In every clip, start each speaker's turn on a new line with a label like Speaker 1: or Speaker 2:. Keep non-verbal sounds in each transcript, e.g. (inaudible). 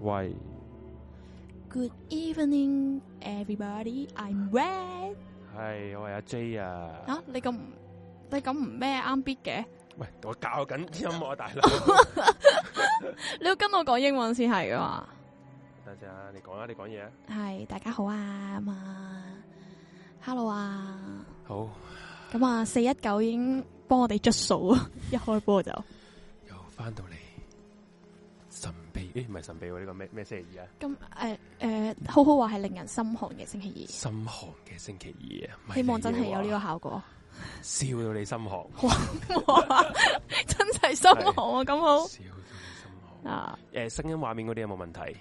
Speaker 1: 喂，
Speaker 2: Good evening, everybody. I'm Red.
Speaker 1: 係我係阿 J 啊。
Speaker 2: 啊，你咁唔你咁唔咩啱 beat 嘅？
Speaker 1: 喂，我教緊音樂啊，大
Speaker 2: (laughs)
Speaker 1: 佬。
Speaker 2: 你要跟我講英文先係噶嘛？
Speaker 1: 等陣啊，你講啦，你講嘢啊。
Speaker 2: 係大家好啊咁啊，Hello 啊，
Speaker 1: 好，
Speaker 2: 咁啊四一九已經幫我哋捽數啊， (laughs) 一開波就
Speaker 1: 又翻到嚟神秘，誒唔係神秘喎，呢個咩咩星期二啊？
Speaker 2: 咁誒誒，好好話係令人心寒嘅星期
Speaker 1: 心寒嘅星期二啊，
Speaker 2: 二，
Speaker 1: 咪
Speaker 2: 希望真
Speaker 1: 你
Speaker 2: 係有呢個
Speaker 1: 話
Speaker 2: 效果。
Speaker 1: 笑到你心寒，
Speaker 2: 哇啊 (laughs) 真係心寒啊！咁好
Speaker 1: 笑到你心寒。
Speaker 2: 啊，
Speaker 1: 誒，聲音畫面嗰啲有冇問題？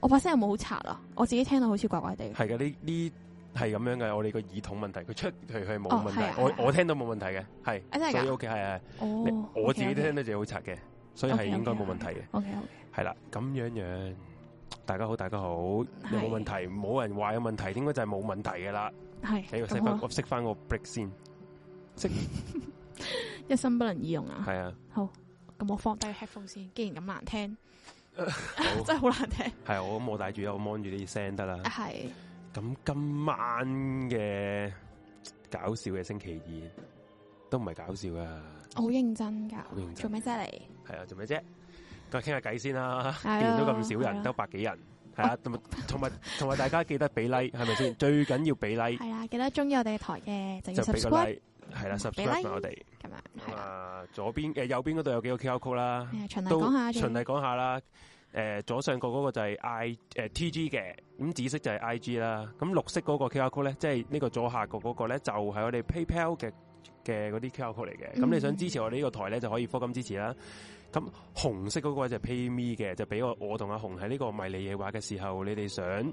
Speaker 2: 我把聲有冇好刷啊？我自己聽到好似怪怪地。
Speaker 1: 係嘅，呢呢係咁樣嘅。我哋個耳筒問題，佢出佢佢冇
Speaker 2: 哦
Speaker 1: 問
Speaker 2: 係啊
Speaker 1: 題。
Speaker 2: 係啊
Speaker 1: 我我聽到冇問題嘅，係
Speaker 2: 啊真係㗎
Speaker 1: 所以 OK 係係。你
Speaker 2: 哦，
Speaker 1: 我自己聽到自己好柒嘅，所以係
Speaker 2: OK，OK，
Speaker 1: 應該冇問題嘅。
Speaker 2: OK OK。
Speaker 1: 係啦，咁樣樣，大家好，大家好，有冇問題？冇人話有問題，應該就係冇問題嘅啦。
Speaker 2: 系
Speaker 1: 你要熄
Speaker 2: 咁好
Speaker 1: 翻
Speaker 2: 啊
Speaker 1: 我熄翻個 break 先，
Speaker 2: 一心不能二用啊！
Speaker 1: 係啊，
Speaker 2: 咁我放低個 headphone 先，既然咁難聽， (laughs)
Speaker 1: 好啊
Speaker 2: 真係好難聽。
Speaker 1: 係我咁我戴住我 mon 住啲聲得啦。
Speaker 2: 係
Speaker 1: 咁今晚嘅搞笑嘅星期二都唔係搞笑噶，
Speaker 2: 我好認真㗎
Speaker 1: 認，真
Speaker 2: 做咩啫你？
Speaker 1: 係啊，做咩啫？咁啊傾下偈先啦，
Speaker 2: 係啊
Speaker 1: 見到咁少
Speaker 2: 係啊
Speaker 1: 人，得百幾人，係啊，同埋同埋同埋大家記得俾 like 係咪先？最緊要俾 like。
Speaker 2: 係啦，記得中意我哋嘅台嘅就要
Speaker 1: 就俾個
Speaker 2: subscribe
Speaker 1: like，係啦
Speaker 2: 俾 like
Speaker 1: ，subscribe 埋我哋。
Speaker 2: 咁樣，係
Speaker 1: 咁
Speaker 2: 啦。
Speaker 1: 啊，左邊誒右邊嗰度有幾個 QR code 啦，
Speaker 2: 誒循例
Speaker 1: 都
Speaker 2: 講下
Speaker 1: 循例
Speaker 2: 啫，
Speaker 1: 講下啦。誒左上角嗰個就係 I 誒 TG 嘅，咁紫色就係 IG 啦。咁綠色嗰個 QR code 咧，即係呢個左下角嗰個咧，就係我哋 PayPal 嘅嘅嗰啲 QR code 嚟嘅。咁
Speaker 2: 嗯
Speaker 1: 你想支持我哋呢個台咧，就可以科金支持啦。咁紅色嗰個就係 PayMe 嘅，就俾我我同阿紅喺呢個迷你夜話嘅時候，你哋想誒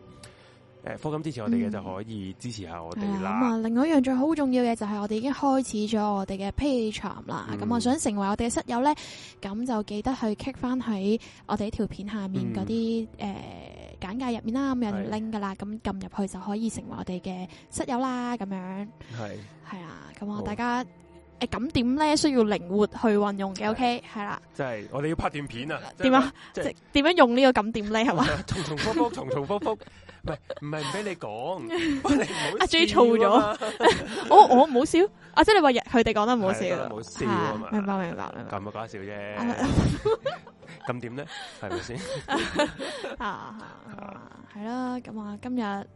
Speaker 1: 科金支持我哋嘅，
Speaker 2: 嗯
Speaker 1: 就可以支持下我
Speaker 2: 係
Speaker 1: 哋
Speaker 2: 啦。咁
Speaker 1: 啦。
Speaker 2: 啊，另外一樣最好重要嘅就係我哋已經開始咗我哋嘅 Patreon 啦。
Speaker 1: 嗯
Speaker 2: 咁啊，想成為我哋嘅室友咧，咁就記得去 kick 翻喺我哋條片下面
Speaker 1: 嗯
Speaker 2: 嗰啲誒簡介入面啦，咁有條
Speaker 1: 係
Speaker 2: link 噶啦，咁撳入去就可以成為我哋嘅室友啦，咁樣。
Speaker 1: 係。
Speaker 2: 系啦，咁啊，
Speaker 1: 好
Speaker 2: 大家诶咁點咧需要靈活去運用嘅
Speaker 1: 係
Speaker 2: ，OK，係啦，
Speaker 1: 即係我哋要拍段片啊！
Speaker 2: 點啊？
Speaker 1: 即
Speaker 2: 即
Speaker 1: 係
Speaker 2: 係點樣用呢個咁點咧？ (laughs) 係嘛？
Speaker 1: (laughs) 重重複複，重重複複，唔係唔係唔俾
Speaker 2: (laughs)
Speaker 1: 你講，喂你唔好
Speaker 2: 阿 J
Speaker 1: 笑
Speaker 2: 燥咗
Speaker 1: 啊
Speaker 2: 我我唔好笑，啊，即係你話日佢哋講得唔好笑
Speaker 1: 係啦，唔好笑啊嘛
Speaker 2: 係明白明白明
Speaker 1: 嘛，
Speaker 2: 白
Speaker 1: 咁啊搞笑
Speaker 2: (laughs) 啊
Speaker 1: 啫，咁點咧？係
Speaker 2: (laughs)
Speaker 1: 咪先？ (laughs)
Speaker 2: 啊，係啦，咁啊，今日。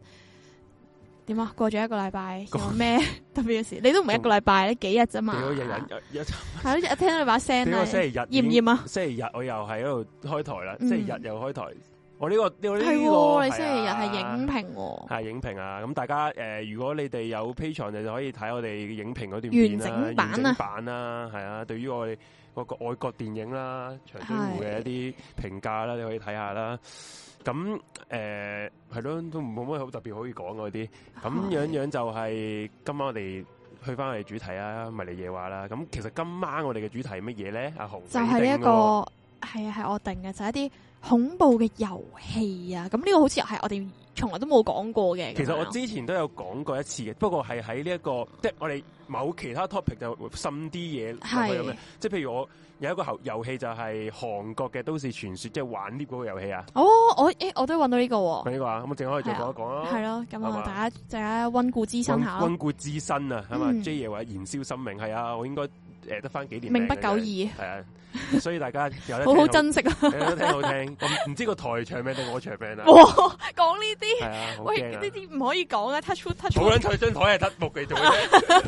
Speaker 2: 點啊？過咗一個禮拜，有
Speaker 1: 過
Speaker 2: 咩 (laughs) 特別嘅事？你都唔係一個禮拜，你幾日啫 (laughs) 嘛？
Speaker 1: 屌日
Speaker 2: 係
Speaker 1: 日日
Speaker 2: 咯，一聽到你把
Speaker 1: (laughs)
Speaker 2: 聲
Speaker 1: 屌
Speaker 2: 啊
Speaker 1: 我，星期日已
Speaker 2: 厭唔
Speaker 1: 經
Speaker 2: 厭啊？
Speaker 1: 星期日我又喺度開台啦，
Speaker 2: 嗯
Speaker 1: 星期日又開台，我呢個呢個呢
Speaker 2: 係
Speaker 1: 個
Speaker 2: 喎，你星期日係影
Speaker 1: 評。
Speaker 2: 評喎，
Speaker 1: 系影評啊！咁大家诶、呃如果你哋有 Patreon，你就可以睇我哋影評嗰段片啦、
Speaker 2: 完整版啊
Speaker 1: 完整版啦，係啊。對於我哋嗰個外國電影啦、長津湖嘅
Speaker 2: 係
Speaker 1: 一啲評價啦，你可以睇下啦。咁诶係咯，都冇乜好特別可以講嗰啲。咁樣樣就係今晚我哋去翻我哋主題啊，迷你夜話啦。咁其實今晚我哋嘅主題係乜嘢咧？阿紅
Speaker 2: 就
Speaker 1: 你
Speaker 2: 係呢一
Speaker 1: 定
Speaker 2: 個
Speaker 1: 喎
Speaker 2: 係啊，係我定嘅，就係、一啲恐怖嘅遊戲啊。咁呢個好似係我哋從來都冇講過嘅。
Speaker 1: 其
Speaker 2: 咁
Speaker 1: 實
Speaker 2: 樣
Speaker 1: 我之前都有講過一次嘅，不過係喺呢一個即係我哋某其他 topic 就滲啲嘢落去咁
Speaker 2: 係
Speaker 1: 樣，即係譬如我有一個遊遊戲就係韓國嘅都市傳說，即係玩 lift 嗰個遊戲啊，
Speaker 2: 哦，我誒、我都揾到呢個喎、
Speaker 1: 講呢個啊，咁我淨可以再講一講啦。
Speaker 2: 哦係咯，咁
Speaker 1: 係嘛
Speaker 2: 啊，大家大家温故知新下咯，
Speaker 1: 温故知新啊，係嘛
Speaker 2: 嗯
Speaker 1: ？J 爺話燃燒生命係啊，我應該誒得翻幾年
Speaker 2: 命
Speaker 1: 命
Speaker 2: 不
Speaker 1: 嘅
Speaker 2: 久
Speaker 1: 啫，
Speaker 2: 矣，
Speaker 1: 係啊，所以大家有得
Speaker 2: (laughs) 好好
Speaker 1: 聽
Speaker 2: 珍惜啊！
Speaker 1: 好，有得聽好聽，我唔知個台長命定我長命啊，
Speaker 2: (laughs) 哇，講呢啲，
Speaker 1: 係啊，好
Speaker 2: 喂，
Speaker 1: 驚啊
Speaker 2: 呢！啲唔可以講啊，touch wood touch
Speaker 1: 好撚
Speaker 2: wood，
Speaker 1: 彩張台係得木嚟做嘅啫，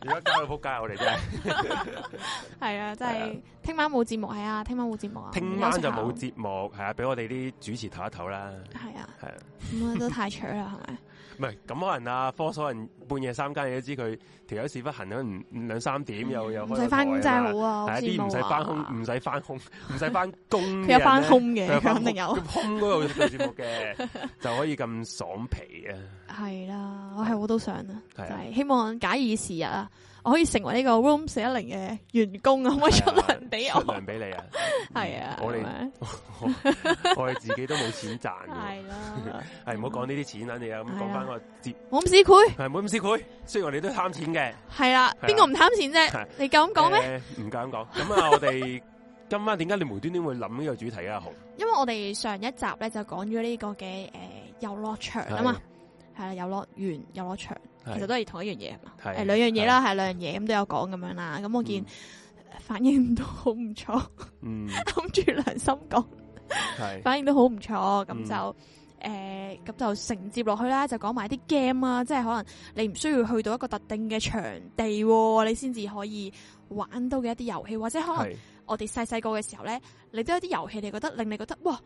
Speaker 2: (laughs)
Speaker 1: 而家搞到仆街，我哋真係。
Speaker 2: 係啊，真
Speaker 1: 係
Speaker 2: 係聽晚冇節目係啊，聽晚冇節目啊，
Speaker 1: 聽晚就
Speaker 2: 休
Speaker 1: 冇
Speaker 2: 息下
Speaker 1: 節目，係啊，俾我哋啲主持唞一唞啦。
Speaker 2: 係啊，
Speaker 1: 係啊，
Speaker 2: 咁啊都太扯啦，係咪？
Speaker 1: 唔係咁可能啊，科所人半夜三更，你都知佢條友屎忽痕，可能五兩三點又又
Speaker 2: 唔
Speaker 1: 開
Speaker 2: 使翻工真係
Speaker 1: 好，
Speaker 2: 好啊，
Speaker 1: 係
Speaker 2: 好
Speaker 1: 啊啲唔使
Speaker 2: 羨慕啊
Speaker 1: 翻空，唔使翻
Speaker 2: (laughs)
Speaker 1: 空，唔使翻工嘅人
Speaker 2: 佢
Speaker 1: 咧，
Speaker 2: 有翻空嘅，
Speaker 1: 佢有
Speaker 2: 佢
Speaker 1: 返
Speaker 2: 肯定有
Speaker 1: 佢。空嗰度做節目嘅，
Speaker 2: (laughs)
Speaker 1: 就可以咁爽皮啊！
Speaker 2: 系啦，我係好都想啊，就
Speaker 1: 係啊
Speaker 2: 係希望假以時日啊，我可以成為呢個 Room 四一零嘅員工啊，可唔可以出糧俾
Speaker 1: 出
Speaker 2: 我？
Speaker 1: 糧俾你啊！
Speaker 2: 係啊，
Speaker 1: 我哋
Speaker 2: 咁樣
Speaker 1: 我哋自己都冇錢賺嘅，
Speaker 2: (laughs) 係啦，
Speaker 1: 係唔好講呢啲錢啦，你啊咁
Speaker 2: 係啊
Speaker 1: 講翻個節，
Speaker 2: 我咁市儈
Speaker 1: 係唔好咁思佢。雖然我哋都貪錢嘅。
Speaker 2: 係啦，
Speaker 1: 係啊
Speaker 2: 邊個唔貪錢啫
Speaker 1: 係？
Speaker 2: 你夠咁講咩？ (laughs)
Speaker 1: 誒？唔敢講。咁啊，我哋今晚點解你無端端會諗呢個主題啊？阿紅
Speaker 2: 因為我哋上一集咧就講咗呢個嘅呃诶遊樂場啊嘛，係啦，遊樂園、遊樂場
Speaker 1: 係
Speaker 2: 其實都係同一樣嘢啊嘛，
Speaker 1: 係
Speaker 2: 係兩樣嘢啦，係兩樣嘢咁都有講咁樣啦。咁我見反應都好唔 (laughs) 錯，
Speaker 1: 嗯
Speaker 2: 諗住良心講， (laughs)
Speaker 1: 係
Speaker 2: 反應都好唔錯，咁
Speaker 1: 嗯
Speaker 2: 就。诶，咁、就承接落去啦，就講埋啲 game 啊，即係可能你唔需要去到一個特定嘅場地、喎，你先至可以玩到嘅一啲遊戲，或者可能
Speaker 1: 係
Speaker 2: 我哋細細個嘅時候咧，你都有啲遊戲，你覺得令你覺得哇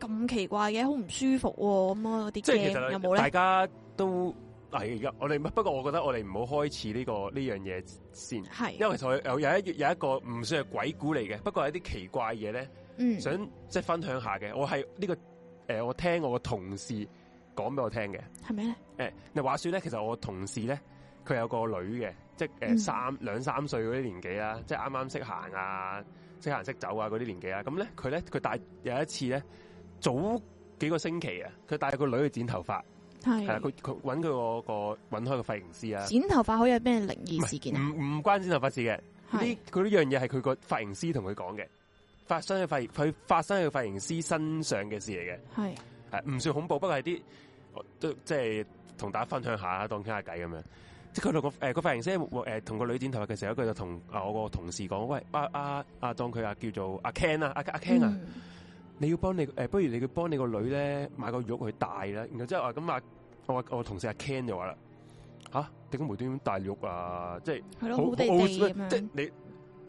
Speaker 2: 咁奇怪嘅，好唔舒服喎咁啊嗰
Speaker 1: 即
Speaker 2: 啲
Speaker 1: 係其
Speaker 2: game 有冇
Speaker 1: 實大
Speaker 2: 咧？
Speaker 1: 家都係而家我哋不過我覺得我哋唔好開始呢個呢樣嘢先，因
Speaker 2: 係，
Speaker 1: 為其實我有有一有一個唔算係鬼故嚟嘅，不過係一啲奇怪嘢咧，
Speaker 2: 嗯，
Speaker 1: 想即係分享下嘅。我係呢個诶，我聽我個同事講俾我聽嘅。
Speaker 2: 係咪咧？
Speaker 1: 诶，嗱話说咧，其實我同事咧，佢有個女嘅，即係诶、
Speaker 2: 嗯
Speaker 1: 三兩三歲嗰啲年紀啦，即係啱啱識行啊，識行識走啊嗰啲年紀啦。咁咧，佢咧佢帶有一次咧，早幾個星期啊，佢帶個女去剪頭髮，係啦，
Speaker 2: 係
Speaker 1: 佢佢揾佢個個揾開個髮型師啊，
Speaker 2: 剪頭髮可以有咩靈異事件
Speaker 1: 唔
Speaker 2: 啊？
Speaker 1: 唔關剪頭髮事嘅，
Speaker 2: 係
Speaker 1: 呢佢呢樣嘢係佢個髮型師同佢講嘅，發生喺髮佢發生喺個髮型師身上嘅事嚟嘅。
Speaker 2: 係
Speaker 1: 系唔算恐怖，不過係啲我都即係同大家分享下，當傾下偈咁樣。即係佢同個诶个发型師诶同個女剪頭髮嘅時候，佢就同啊我個同事講：，喂，阿阿阿當佢啊叫做阿 Ken 啊，阿阿 Ken 啊，
Speaker 2: 嗯
Speaker 1: 你要幫你诶、誒不如你要幫你個女咧買個玉去戴啦。然後之後啊，咁啊，我我同事阿 Ken 就話啦：，吓點解無端端戴玉啊？即係
Speaker 2: 係
Speaker 1: 好
Speaker 2: 咯，
Speaker 1: 好
Speaker 2: 好地
Speaker 1: old
Speaker 2: 地
Speaker 1: school，
Speaker 2: 咁
Speaker 1: 即係
Speaker 2: 樣，
Speaker 1: 你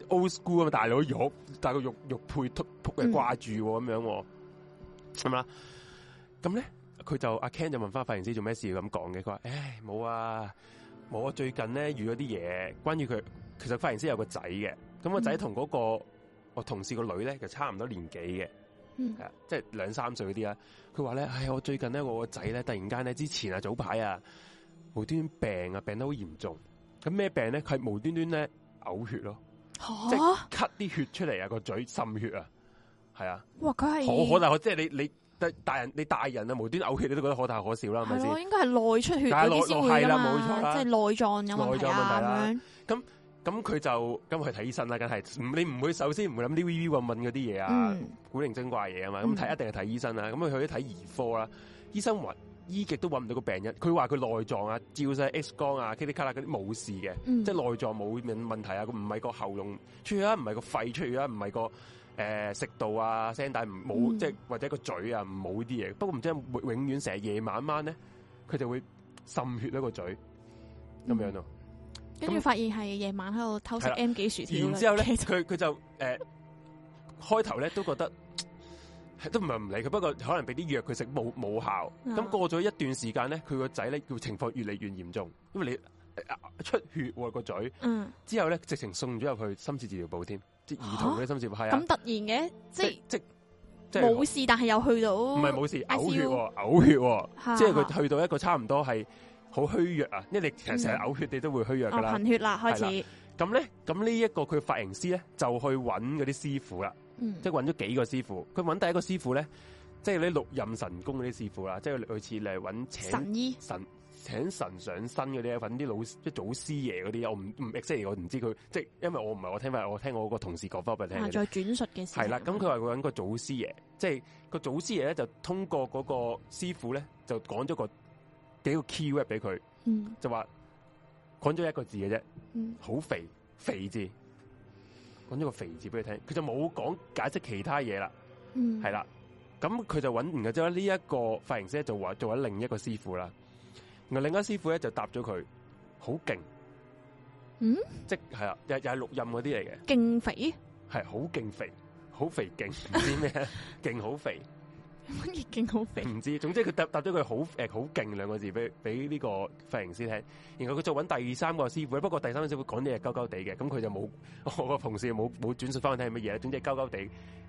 Speaker 1: old school 啊嘛，大佬玉，大個玉玉配禿仆嘅
Speaker 2: 嗯
Speaker 1: 掛住喎咁樣喎，係咪啦？啊咁咧，佢就阿 Ken 就問翻髮型師做咩事要咁講嘅，佢話：，唉，冇啊，冇啊，最近咧遇咗啲嘢，關於佢，其實髮型師有個仔嘅，咁個仔
Speaker 2: 嗯
Speaker 1: 同嗰個我同事個女咧就差唔多年紀嘅。
Speaker 2: 嗯
Speaker 1: 係啊即係兩三歲嗰啲啦。佢話咧，唉，我最近咧，我個仔咧，突然間咧，之前啊，早排啊，無端端病啊，病得好嚴重。咁咩病咧？佢係無端端咧嘔血咯，即係
Speaker 2: 嚇
Speaker 1: 咳啲血出嚟啊，個嘴滲血啊，係啊，
Speaker 2: 哇！佢
Speaker 1: 可
Speaker 2: 係
Speaker 1: 可大可即係你你大大人你大人啊，無端嘔血你都覺得可大可小啊啦，係咪
Speaker 2: 係
Speaker 1: 先
Speaker 2: 咯，？應該係內出血
Speaker 1: 梗係
Speaker 2: 嗰啲先會
Speaker 1: 內內係
Speaker 2: 㗎
Speaker 1: 啦
Speaker 2: 嘛
Speaker 1: 冇錯啦
Speaker 2: 即係內臟有問題啊
Speaker 1: 內臟問
Speaker 2: 咁樣。
Speaker 1: 咁佢就咁去睇醫生啦，梗係唔你唔會首先唔會諗啲 V V 混混嗰啲嘢啊。
Speaker 2: 嗯，
Speaker 1: 古靈精怪嘢啊嘛，咁
Speaker 2: 嗯
Speaker 1: 睇一定係睇醫生啦。咁佢去咗睇兒科啦，醫生揾醫極都揾唔到個病因。佢話佢內臟啊，照晒 X 光啊、K T 卡啦嗰啲冇事嘅，
Speaker 2: 嗯
Speaker 1: 即係內臟冇問問題啊。佢唔係個喉嚨出血啊，唔係個肺出血啊，唔係個誒、呃食道啊、聲帶唔冇，
Speaker 2: 嗯
Speaker 1: 即係或者個嘴啊唔冇呢啲嘢。不過唔知點解永永遠成日夜晚晚咧，佢就會滲血一個嘴咁樣咯。
Speaker 2: 跟住
Speaker 1: 咁
Speaker 2: 發現係夜晚喺度偷食
Speaker 1: 係啦
Speaker 2: M 幾薯條啦啊
Speaker 1: 然之後咧，
Speaker 2: 其實
Speaker 1: 佢佢就诶、呃、開頭咧都覺得都唔係唔理佢，不過可能俾啲藥佢食冇冇效。咁、
Speaker 2: 啊
Speaker 1: 過咗一段時間咧，佢個仔咧個情況越嚟越嚴重，因為你、呃出血喎、個嘴，
Speaker 2: 嗯。
Speaker 1: 之後咧直情送咗入去深切治療部添，即係兒童嗰啲深切部係啊
Speaker 2: 咁，突然嘅，即係
Speaker 1: 即即係
Speaker 2: 冇事，但係又去到
Speaker 1: 唔
Speaker 2: 唔
Speaker 1: 係冇事，嘔血
Speaker 2: ICU
Speaker 1: 喎、嘔血喎、
Speaker 2: 冇
Speaker 1: 即係佢去到一個差唔多係好虛弱啊，因為你其實成日
Speaker 2: 嗯
Speaker 1: 嘔血，你都會虛弱
Speaker 2: 哦
Speaker 1: 噶啦。
Speaker 2: 貧血啦，開
Speaker 1: 係
Speaker 2: 始
Speaker 1: 咁咧，咁呢一個佢髮型師咧就去揾嗰啲師傅啦。
Speaker 2: 嗯
Speaker 1: 即係揾咗幾個師傅。佢揾第一個師傅咧，即係啲六壬神功嗰啲師傅啦，即係類似嚟揾請神
Speaker 2: 神醫
Speaker 1: 請神上身嗰啲，揾啊啲老即係祖師爺嗰啲。我唔唔 exactly 我唔知佢，即係因為我唔係我聽翻，我聽我個同事講翻俾我聽
Speaker 2: 啊，
Speaker 1: 嘅啫。
Speaker 2: 再轉述嘅時候
Speaker 1: 係啦，咁佢話佢揾個祖師爺，即係個祖師爺咧就通過嗰個師傅咧就講咗個幾個 keyword 俾佢，
Speaker 2: 嗯
Speaker 1: 就話講咗一個字嘅啫。
Speaker 2: 嗯
Speaker 1: 好肥肥字，講咗個肥字俾佢聽，佢就冇講解釋其他嘢啦，
Speaker 2: 嗯
Speaker 1: 係啦。咁佢就揾完嘅之後呢一個髮型師咧就話做咗另一個師傅啦，然後另一個師傅咧就答咗佢好勁，
Speaker 2: 嗯，
Speaker 1: 即係啊，又又係錄音嗰啲嚟嘅，
Speaker 2: 勁肥， (laughs)
Speaker 1: 係好勁肥，好肥勁，唔知咩勁好肥，
Speaker 2: 乜嘢勁好肥？
Speaker 1: 唔知，總之佢答答咗佢好誒好勁兩個字俾俾呢個髮型師聽，然後佢就揾第三個師傅，不過第三個師傅講嘢係鳩鳩地嘅，咁佢就冇 (laughs) 我個同事冇冇轉述翻佢聽係乜嘢啦，總之係鳩鳩地，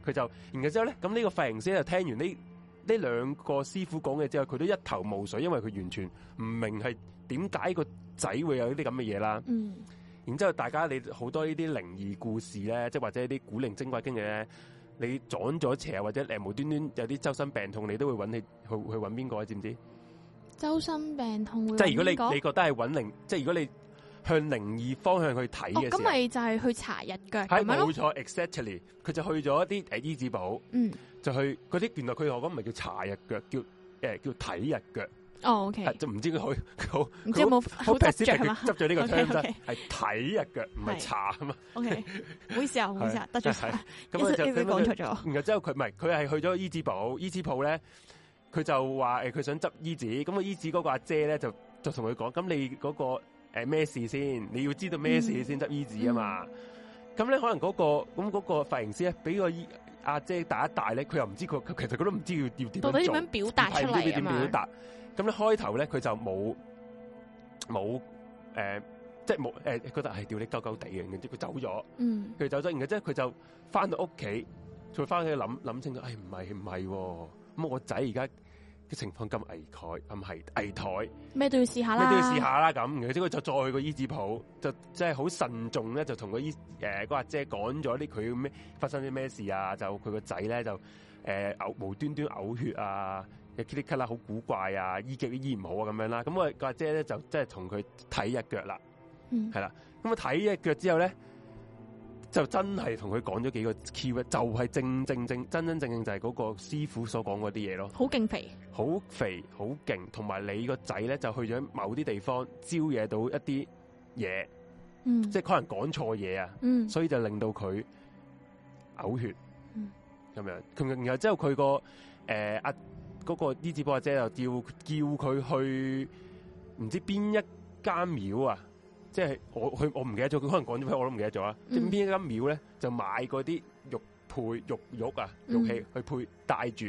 Speaker 1: 佢就然後之後咧，咁呢個髮型師就聽完呢呢兩個師傅講嘅之後，佢都一頭霧水，因為佢完全唔明係點解個仔會有呢啲咁嘅嘢啦。
Speaker 2: 嗯
Speaker 1: 然之後大家你好多呢啲靈異故事咧，即係或者啲古靈精怪經歷咧，你撞咗邪或者誒無端端有啲周身病痛，你都會揾你去去揾邊個啊？知唔知？
Speaker 2: 周身病痛會
Speaker 1: 即係如果
Speaker 2: 揾邊個
Speaker 1: 你你覺得係揾靈，即係如果你向靈異方向去睇
Speaker 2: 哦，
Speaker 1: 嘅
Speaker 2: 咁
Speaker 1: 時候，
Speaker 2: 咪就係去查日腳
Speaker 1: 係
Speaker 2: 咁樣
Speaker 1: 冇
Speaker 2: 咯。
Speaker 1: 錯，exactly，佢就去咗一啲誒醫字寶，
Speaker 2: 嗯，
Speaker 1: 就去嗰啲原來佢同我講唔係叫查日腳，叫誒、叫睇日腳，
Speaker 2: 哦，OK，
Speaker 1: 係就唔知佢去佢好
Speaker 2: 唔知有冇
Speaker 1: 好
Speaker 2: 好
Speaker 1: p a c
Speaker 2: 執着
Speaker 1: i
Speaker 2: 係
Speaker 1: 佢
Speaker 2: 嘛
Speaker 1: 執咗呢個
Speaker 2: (laughs) OK，
Speaker 1: term 真
Speaker 2: OK
Speaker 1: 係睇日腳，唔係
Speaker 2: 係
Speaker 1: 查啊嘛。 (laughs)
Speaker 2: ？OK，唔好意思啊，唔好意思啊，得罪晒
Speaker 1: 係，
Speaker 2: 一
Speaker 1: (laughs) 咁佢就
Speaker 2: 時一時講錯咗。
Speaker 1: 然後之後佢唔係佢係去咗伊子堡，伊子堡咧佢就話誒佢想執伊子，咁啊個伊子嗰個阿姐咧就就同佢講，咁你嗰、個誒咩、事先？你要知道咩事先執伊子啊嘛。咁咧、可能嗰、個咁嗰個髮型師咧，俾個伊阿姐打一大咧，佢又唔知佢佢其實佢都唔知要要點樣
Speaker 2: 到底點
Speaker 1: 做
Speaker 2: 樣表達出
Speaker 1: 係唔知
Speaker 2: 嚟啊
Speaker 1: 點表
Speaker 2: 嘛？
Speaker 1: 達。咁咧開頭咧佢就冇冇誒，即係冇誒覺得係屌你鳩鳩地嘅，啊然之後佢走咗。
Speaker 2: 嗯，
Speaker 1: 佢走咗，然後之後佢就翻到屋企，佢翻去諗諗清楚，唉，唔係唔係喎，咁我仔而家嘅情況咁危殆，咁係危殆，
Speaker 2: 咩都要試下
Speaker 1: 咩
Speaker 2: 啦。
Speaker 1: 都要試下啦咁。然後之後佢就再去個醫治鋪，就即係好慎重咧，就同個醫誒個阿姐講咗啲佢咩發生啲咩事啊，就佢個仔咧就誒嘔、無端端嘔血啊。嘅 k i t 啦，好古怪啊，醫極都醫唔好啊，咁樣啦。咁我個阿姐咧就即係同佢睇日腳啦。
Speaker 2: 嗯
Speaker 1: 係啦，咁啊睇只腳之後咧，就真係同佢講咗幾個 keyword，就係正正正真真正正就係嗰個師傅所講嗰啲嘢咯，
Speaker 2: 好勁肥，
Speaker 1: 好肥好勁，同埋你個仔咧就去咗某啲地方招惹到一啲嘢，
Speaker 2: 嗯，
Speaker 1: 即係可能講錯嘢啊，
Speaker 2: 嗯
Speaker 1: 所以就令到佢嘔血，咁、
Speaker 2: 嗯
Speaker 1: 樣。咁然後之後佢個诶阿嗰個伊子波阿姐就叫叫佢去唔知邊一間廟啊，即係我佢我唔記得咗，佢可能講咗俾我我都唔記得咗啊。即係
Speaker 2: 嗯
Speaker 1: 邊一間廟咧就買嗰啲玉佩玉玉啊玉
Speaker 2: 嗯
Speaker 1: 器去配戴住，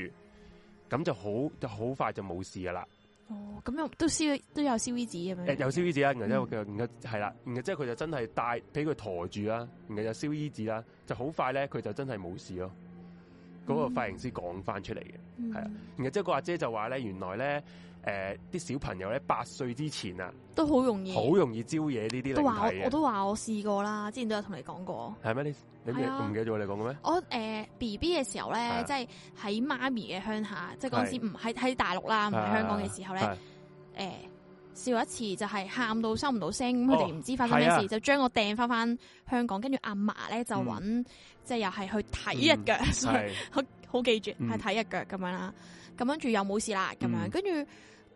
Speaker 1: 咁就好就好快就冇事噶啦。
Speaker 2: 哦，咁又都燒都有燒衣紙咁
Speaker 1: 誒
Speaker 2: 樣。
Speaker 1: 有燒衣紙啦，啊然
Speaker 2: 嗯
Speaker 1: 後之後佢然後係啦，然後之後佢就真係帶俾佢陀住啦，然後就燒衣紙啦，就好快咧佢就真係冇事咯。嗰、個
Speaker 2: 嗯
Speaker 1: 髮型師講翻出嚟嘅，
Speaker 2: 嗯
Speaker 1: 係啊然後之後個阿姐就話咧，原來咧誒啲小朋友咧八歲之前啊，
Speaker 2: 都好容易。
Speaker 1: 好容易招惹呢啲靈
Speaker 2: 都話
Speaker 1: 體
Speaker 2: 我我
Speaker 1: 嘅，
Speaker 2: 都話我試過啦，之前都有同你講過。
Speaker 1: 係咩？你你
Speaker 2: 係啊
Speaker 1: 唔記得咗你講嘅咩？
Speaker 2: 我誒 B B 嘅時候
Speaker 1: 係啊
Speaker 2: 咧，即係喺媽咪嘅鄉下，即係嗰陣時
Speaker 1: 係
Speaker 2: 唔喺喺大陸啦，唔喺香港嘅時候咧，
Speaker 1: 係
Speaker 2: 誒試過一次就係喊到收唔到聲，咁佢哋
Speaker 1: 哦
Speaker 2: 唔知發生咩
Speaker 1: 係啊
Speaker 2: 事，就將我掟翻翻香港，跟住阿嫲咧就
Speaker 1: 嗯
Speaker 2: 揾即係又係去睇日腳，所以
Speaker 1: 係
Speaker 2: 好好記住
Speaker 1: 嗯
Speaker 2: 係睇日腳咁樣啦。咁跟住又冇事啦，咁
Speaker 1: 嗯
Speaker 2: 樣跟住。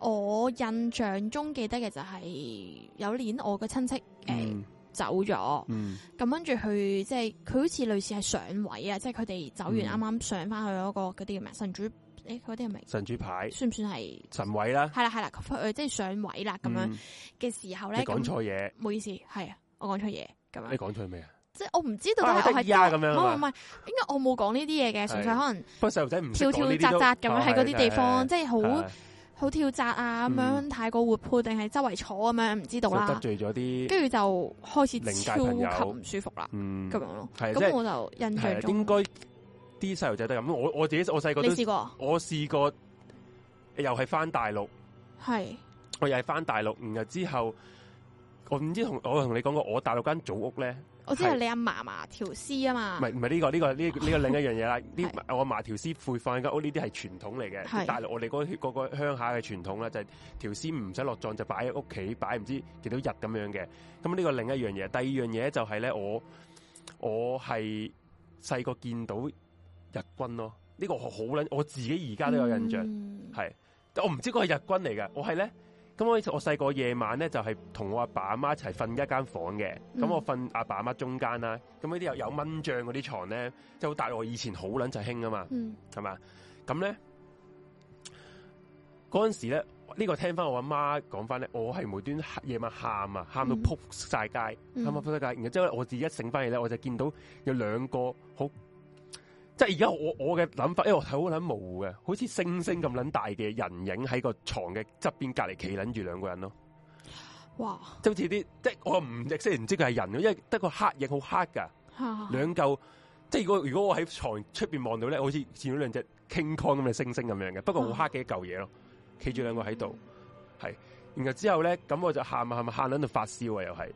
Speaker 2: 我印象中記得嘅就係有年我個 (laughs) 親戚誒、
Speaker 1: 嗯
Speaker 2: 走咗，
Speaker 1: 嗯
Speaker 2: 咁跟住佢即係佢好似類似係上位啊，即係佢哋走完
Speaker 1: 嗯
Speaker 2: 啱啱上翻去嗰、個嗰啲叫咩神主，誒嗰啲係咪
Speaker 1: 神主牌
Speaker 2: 算唔算係？
Speaker 1: 神位啦，
Speaker 2: 係啦係啦，佢佢即係上位啦咁樣
Speaker 1: 嗯
Speaker 2: 嘅時候
Speaker 1: 你
Speaker 2: 咧，
Speaker 1: 講
Speaker 2: 咁
Speaker 1: 錯嘢，
Speaker 2: 唔好意思，係啊，我講錯嘢咁
Speaker 1: 你
Speaker 2: 樣，
Speaker 1: 講錯咩啊？
Speaker 2: 即係我唔知道底
Speaker 1: 啊
Speaker 2: 係我
Speaker 1: 得
Speaker 2: 係
Speaker 1: 意啊咁樣
Speaker 2: 唔
Speaker 1: 啊
Speaker 2: 係唔係，應該我冇講呢啲嘢嘅，純粹
Speaker 1: 係
Speaker 2: 可能
Speaker 1: 不過細路仔唔識
Speaker 2: 跳跳
Speaker 1: 講呢啲
Speaker 2: 扎
Speaker 1: 都
Speaker 2: 扎咁樣喺嗰
Speaker 1: 係
Speaker 2: 啲地方，即係
Speaker 1: 係嗯
Speaker 2: 好好跳扎啊咁樣，太過活潑定係周圍坐咁樣，唔知道
Speaker 1: 就
Speaker 2: 啦
Speaker 1: 得。罪咗啲，
Speaker 2: 跟住就開始
Speaker 1: 靈界
Speaker 2: 超
Speaker 1: 朋友
Speaker 2: 級唔舒服啦，
Speaker 1: 嗯，
Speaker 2: 咁樣咯。
Speaker 1: 係即
Speaker 2: 咁
Speaker 1: 係
Speaker 2: 我就印象
Speaker 1: 係
Speaker 2: 中
Speaker 1: 應該啲細路仔都係咁。我我自己我細個
Speaker 2: 你
Speaker 1: 都
Speaker 2: 試過
Speaker 1: 我試過，又係翻大陸，
Speaker 2: 係
Speaker 1: 我又係翻大陸，然後之後我唔知同我同你講過，我大陸間祖屋咧，
Speaker 2: 我知係
Speaker 1: 係
Speaker 2: 你阿嫲嫲條絲啊嘛，
Speaker 1: 唔係唔係呢個呢、個呢、呢個另一樣嘢
Speaker 2: (laughs)
Speaker 1: 啦。呢我麻條絲會放喺間屋，呢啲係傳統嚟嘅。
Speaker 2: 係
Speaker 1: 大陸我哋嗰嗰個鄉下嘅傳統啦，就係、條絲唔使落葬就擺喺屋企擺唔知幾多日咁樣嘅。咁呢個另一樣嘢，第二樣嘢就係咧，我我係細個見到日軍咯。呢、個我好撚，我自己而家都有印象。
Speaker 2: 嗯
Speaker 1: 係，我唔知嗰個係日軍嚟嘅，我係咧，咁我我細個夜晚咧就係同我阿爸阿媽一齊瞓一間房嘅，咁、
Speaker 2: 嗯
Speaker 1: 我瞓阿爸阿媽中間啦，咁嗰啲有有蚊帳嗰啲床咧，即係好大陸以前好撚就興啊嘛，
Speaker 2: 嗯
Speaker 1: 係嘛，咁咧嗰陣時咧，呢、個聽翻我阿媽講翻咧，我係無端夜晚喊啊，喊到
Speaker 2: 嗯
Speaker 1: 撲晒街，喊
Speaker 2: 嗯
Speaker 1: 到撲晒街，然後之後咧我自己一醒翻嚟咧，我就見到有兩個好。即係而家我我嘅諗法，因為我睇好撚模糊嘅，好似星星咁撚大嘅人影喺個床嘅側邊隔離企撚住兩個人咯，
Speaker 2: 哇
Speaker 1: 即係好似啲即係我唔即係唔知佢係人咯，因為得個黑影好黑㗎，
Speaker 2: 嚇
Speaker 1: 兩嚿即係如果如果我喺床出邊望到咧，我好似見到兩隻 King Kong 咁嘅星星咁樣嘅，不過好黑嘅一嚿嘢咯，
Speaker 2: 嗯
Speaker 1: 企住兩個喺度，係，然後之後咧，咁我就喊啊喊啊喊撚到發燒啊，又係，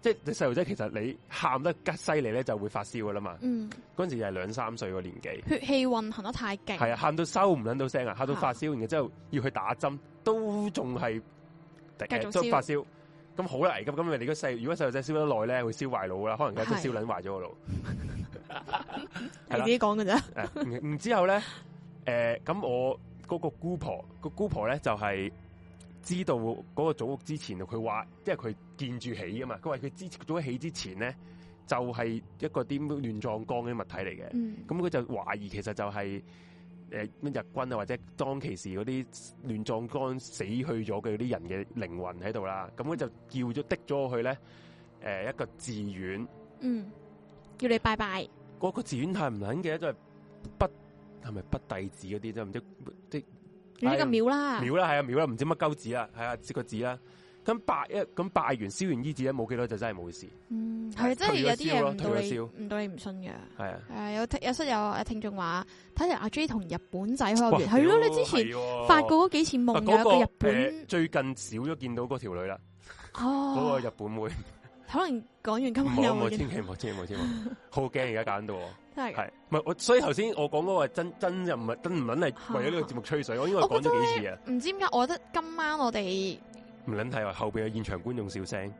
Speaker 1: 即係你細路仔其實你喊得吉犀利咧就會發燒噶啦嘛，
Speaker 2: 嗯
Speaker 1: 嗰陣時就係兩三歲個年紀。
Speaker 2: 血氣運行得太勁，
Speaker 1: 系啊，喊到收唔捻到聲啊，喊到發燒，然後之後要去打針，都仲係
Speaker 2: 繼續
Speaker 1: 都
Speaker 2: 燒
Speaker 1: 發燒，咁好啦，危急咁咪你個細，如果細路仔燒得耐咧，會燒壞腦啦，可能而家都
Speaker 2: 係
Speaker 1: 燒撚壞咗個腦。係
Speaker 2: 你
Speaker 1: 啦
Speaker 2: 自己講嘅咋？
Speaker 1: 誒啊然然之後咧，誒、咁我嗰個姑婆，個姑婆咧就係、知道嗰個祖屋之前，佢話，因為佢見住起啊嘛，佢話佢之早起之前咧，就係、一個啲亂葬崗嘅物體嚟嘅。
Speaker 2: 嗯，
Speaker 1: 咁佢就懷疑其實就係誒咩日軍啊，或者當其時嗰啲呃亂葬崗死去咗嘅嗰啲人嘅靈魂喺度啦。咁佢就叫咗滴咗我去咧，誒、一個寺院，
Speaker 2: 嗯，叫你拜拜，
Speaker 1: 嗰、個寺院太唔撚嘅，都係北係咪北弟子嗰啲啫，唔知即
Speaker 2: 你呢個廟啦，
Speaker 1: 廟啦，係啊廟啦，唔知乜鳩寺啦，係啊個寺啦。咁拜一咁拜完燒完衣紙咧，冇幾耐就真係冇事，
Speaker 2: 嗯，係真係有啲嘢唔到
Speaker 1: 退咗燒咯
Speaker 2: 你唔到你唔信嘅。
Speaker 1: 係啊。
Speaker 2: 誒、有聽有室友誒聽眾話，睇嚟阿 J 同日本仔好有
Speaker 1: 哇
Speaker 2: 哦緣，係咯，
Speaker 1: 屌
Speaker 2: 你之前
Speaker 1: 係喎
Speaker 2: 發過嗰幾次
Speaker 1: 啊
Speaker 2: 夢有
Speaker 1: 嗰
Speaker 2: 一
Speaker 1: 個
Speaker 2: 個日
Speaker 1: 誒
Speaker 2: 本
Speaker 1: 最近少咗見到嗰條女啦，嗰個
Speaker 2: 哦，
Speaker 1: 日本妹。
Speaker 2: 可能講完今
Speaker 1: 唔
Speaker 2: 晚
Speaker 1: 好唔
Speaker 2: 又
Speaker 1: 好，
Speaker 2: 會見
Speaker 1: 千祈唔好，千祈唔好，千祈唔
Speaker 2: (laughs)
Speaker 1: 好，好驚而家揀到我，
Speaker 2: 真係㗎。
Speaker 1: 係唔係我？所以頭先我講嗰個係真真就唔係真唔撚係為咗呢個節目吹水，我應該講咗幾次啊，
Speaker 2: 唔知點解，我覺得今晚我哋
Speaker 1: 唔撚睇話後邊有現場觀眾笑聲，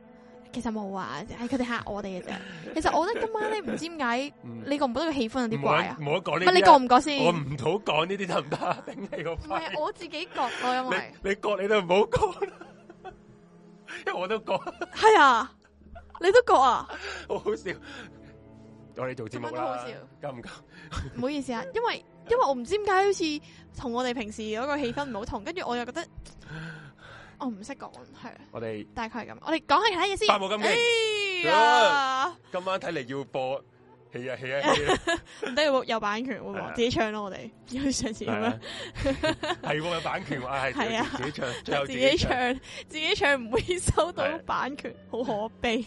Speaker 2: 其實冇話，係佢哋嚇我哋
Speaker 1: (laughs)
Speaker 2: 嘅啫。其實我覺得今晚咧，唔知點解，
Speaker 1: 嗯
Speaker 2: 你覺唔覺得個氣氛有啲怪啊？
Speaker 1: 唔好講
Speaker 2: 唔
Speaker 1: 呢
Speaker 2: 係你
Speaker 1: 啲
Speaker 2: 覺
Speaker 1: 啊，
Speaker 2: 唔覺先？
Speaker 1: 我
Speaker 2: 唔
Speaker 1: 唔好講呢啲得 (laughs) 唔得啊？頂你個肺！
Speaker 2: 係我自己覺咯，因為
Speaker 1: 你你講你都唔好講 (laughs) 啦，因為我都講
Speaker 2: 係啊，你都覺啊，
Speaker 1: 好好笑，我哋做節目
Speaker 2: 今晚都
Speaker 1: 啦
Speaker 2: 好笑，
Speaker 1: 夠唔夠？
Speaker 2: 唔好意思啊，因為因為我唔知點解好似同我哋平時嗰個氣氛唔好同，跟住我又覺得我唔識講，係啊
Speaker 1: 我哋
Speaker 2: 大概係咁。我哋講下其他嘢先。
Speaker 1: 百無禁忌
Speaker 2: 忌啊，
Speaker 1: 今晚睇嚟要播戲啊
Speaker 2: (laughs)
Speaker 1: 戲啊戲啊！
Speaker 2: 唔得有有版權會
Speaker 1: 係
Speaker 2: 話
Speaker 1: 啊
Speaker 2: 自己唱咯，我哋要上次咁樣。
Speaker 1: 係喎，有版權
Speaker 2: (laughs)
Speaker 1: 話
Speaker 2: 係
Speaker 1: 係
Speaker 2: 啊
Speaker 1: 自己唱，最後
Speaker 2: 自
Speaker 1: 自
Speaker 2: 己
Speaker 1: 己
Speaker 2: 唱
Speaker 1: 唱。，
Speaker 2: 自己唱唔會收到
Speaker 1: 係
Speaker 2: 版權，好可悲。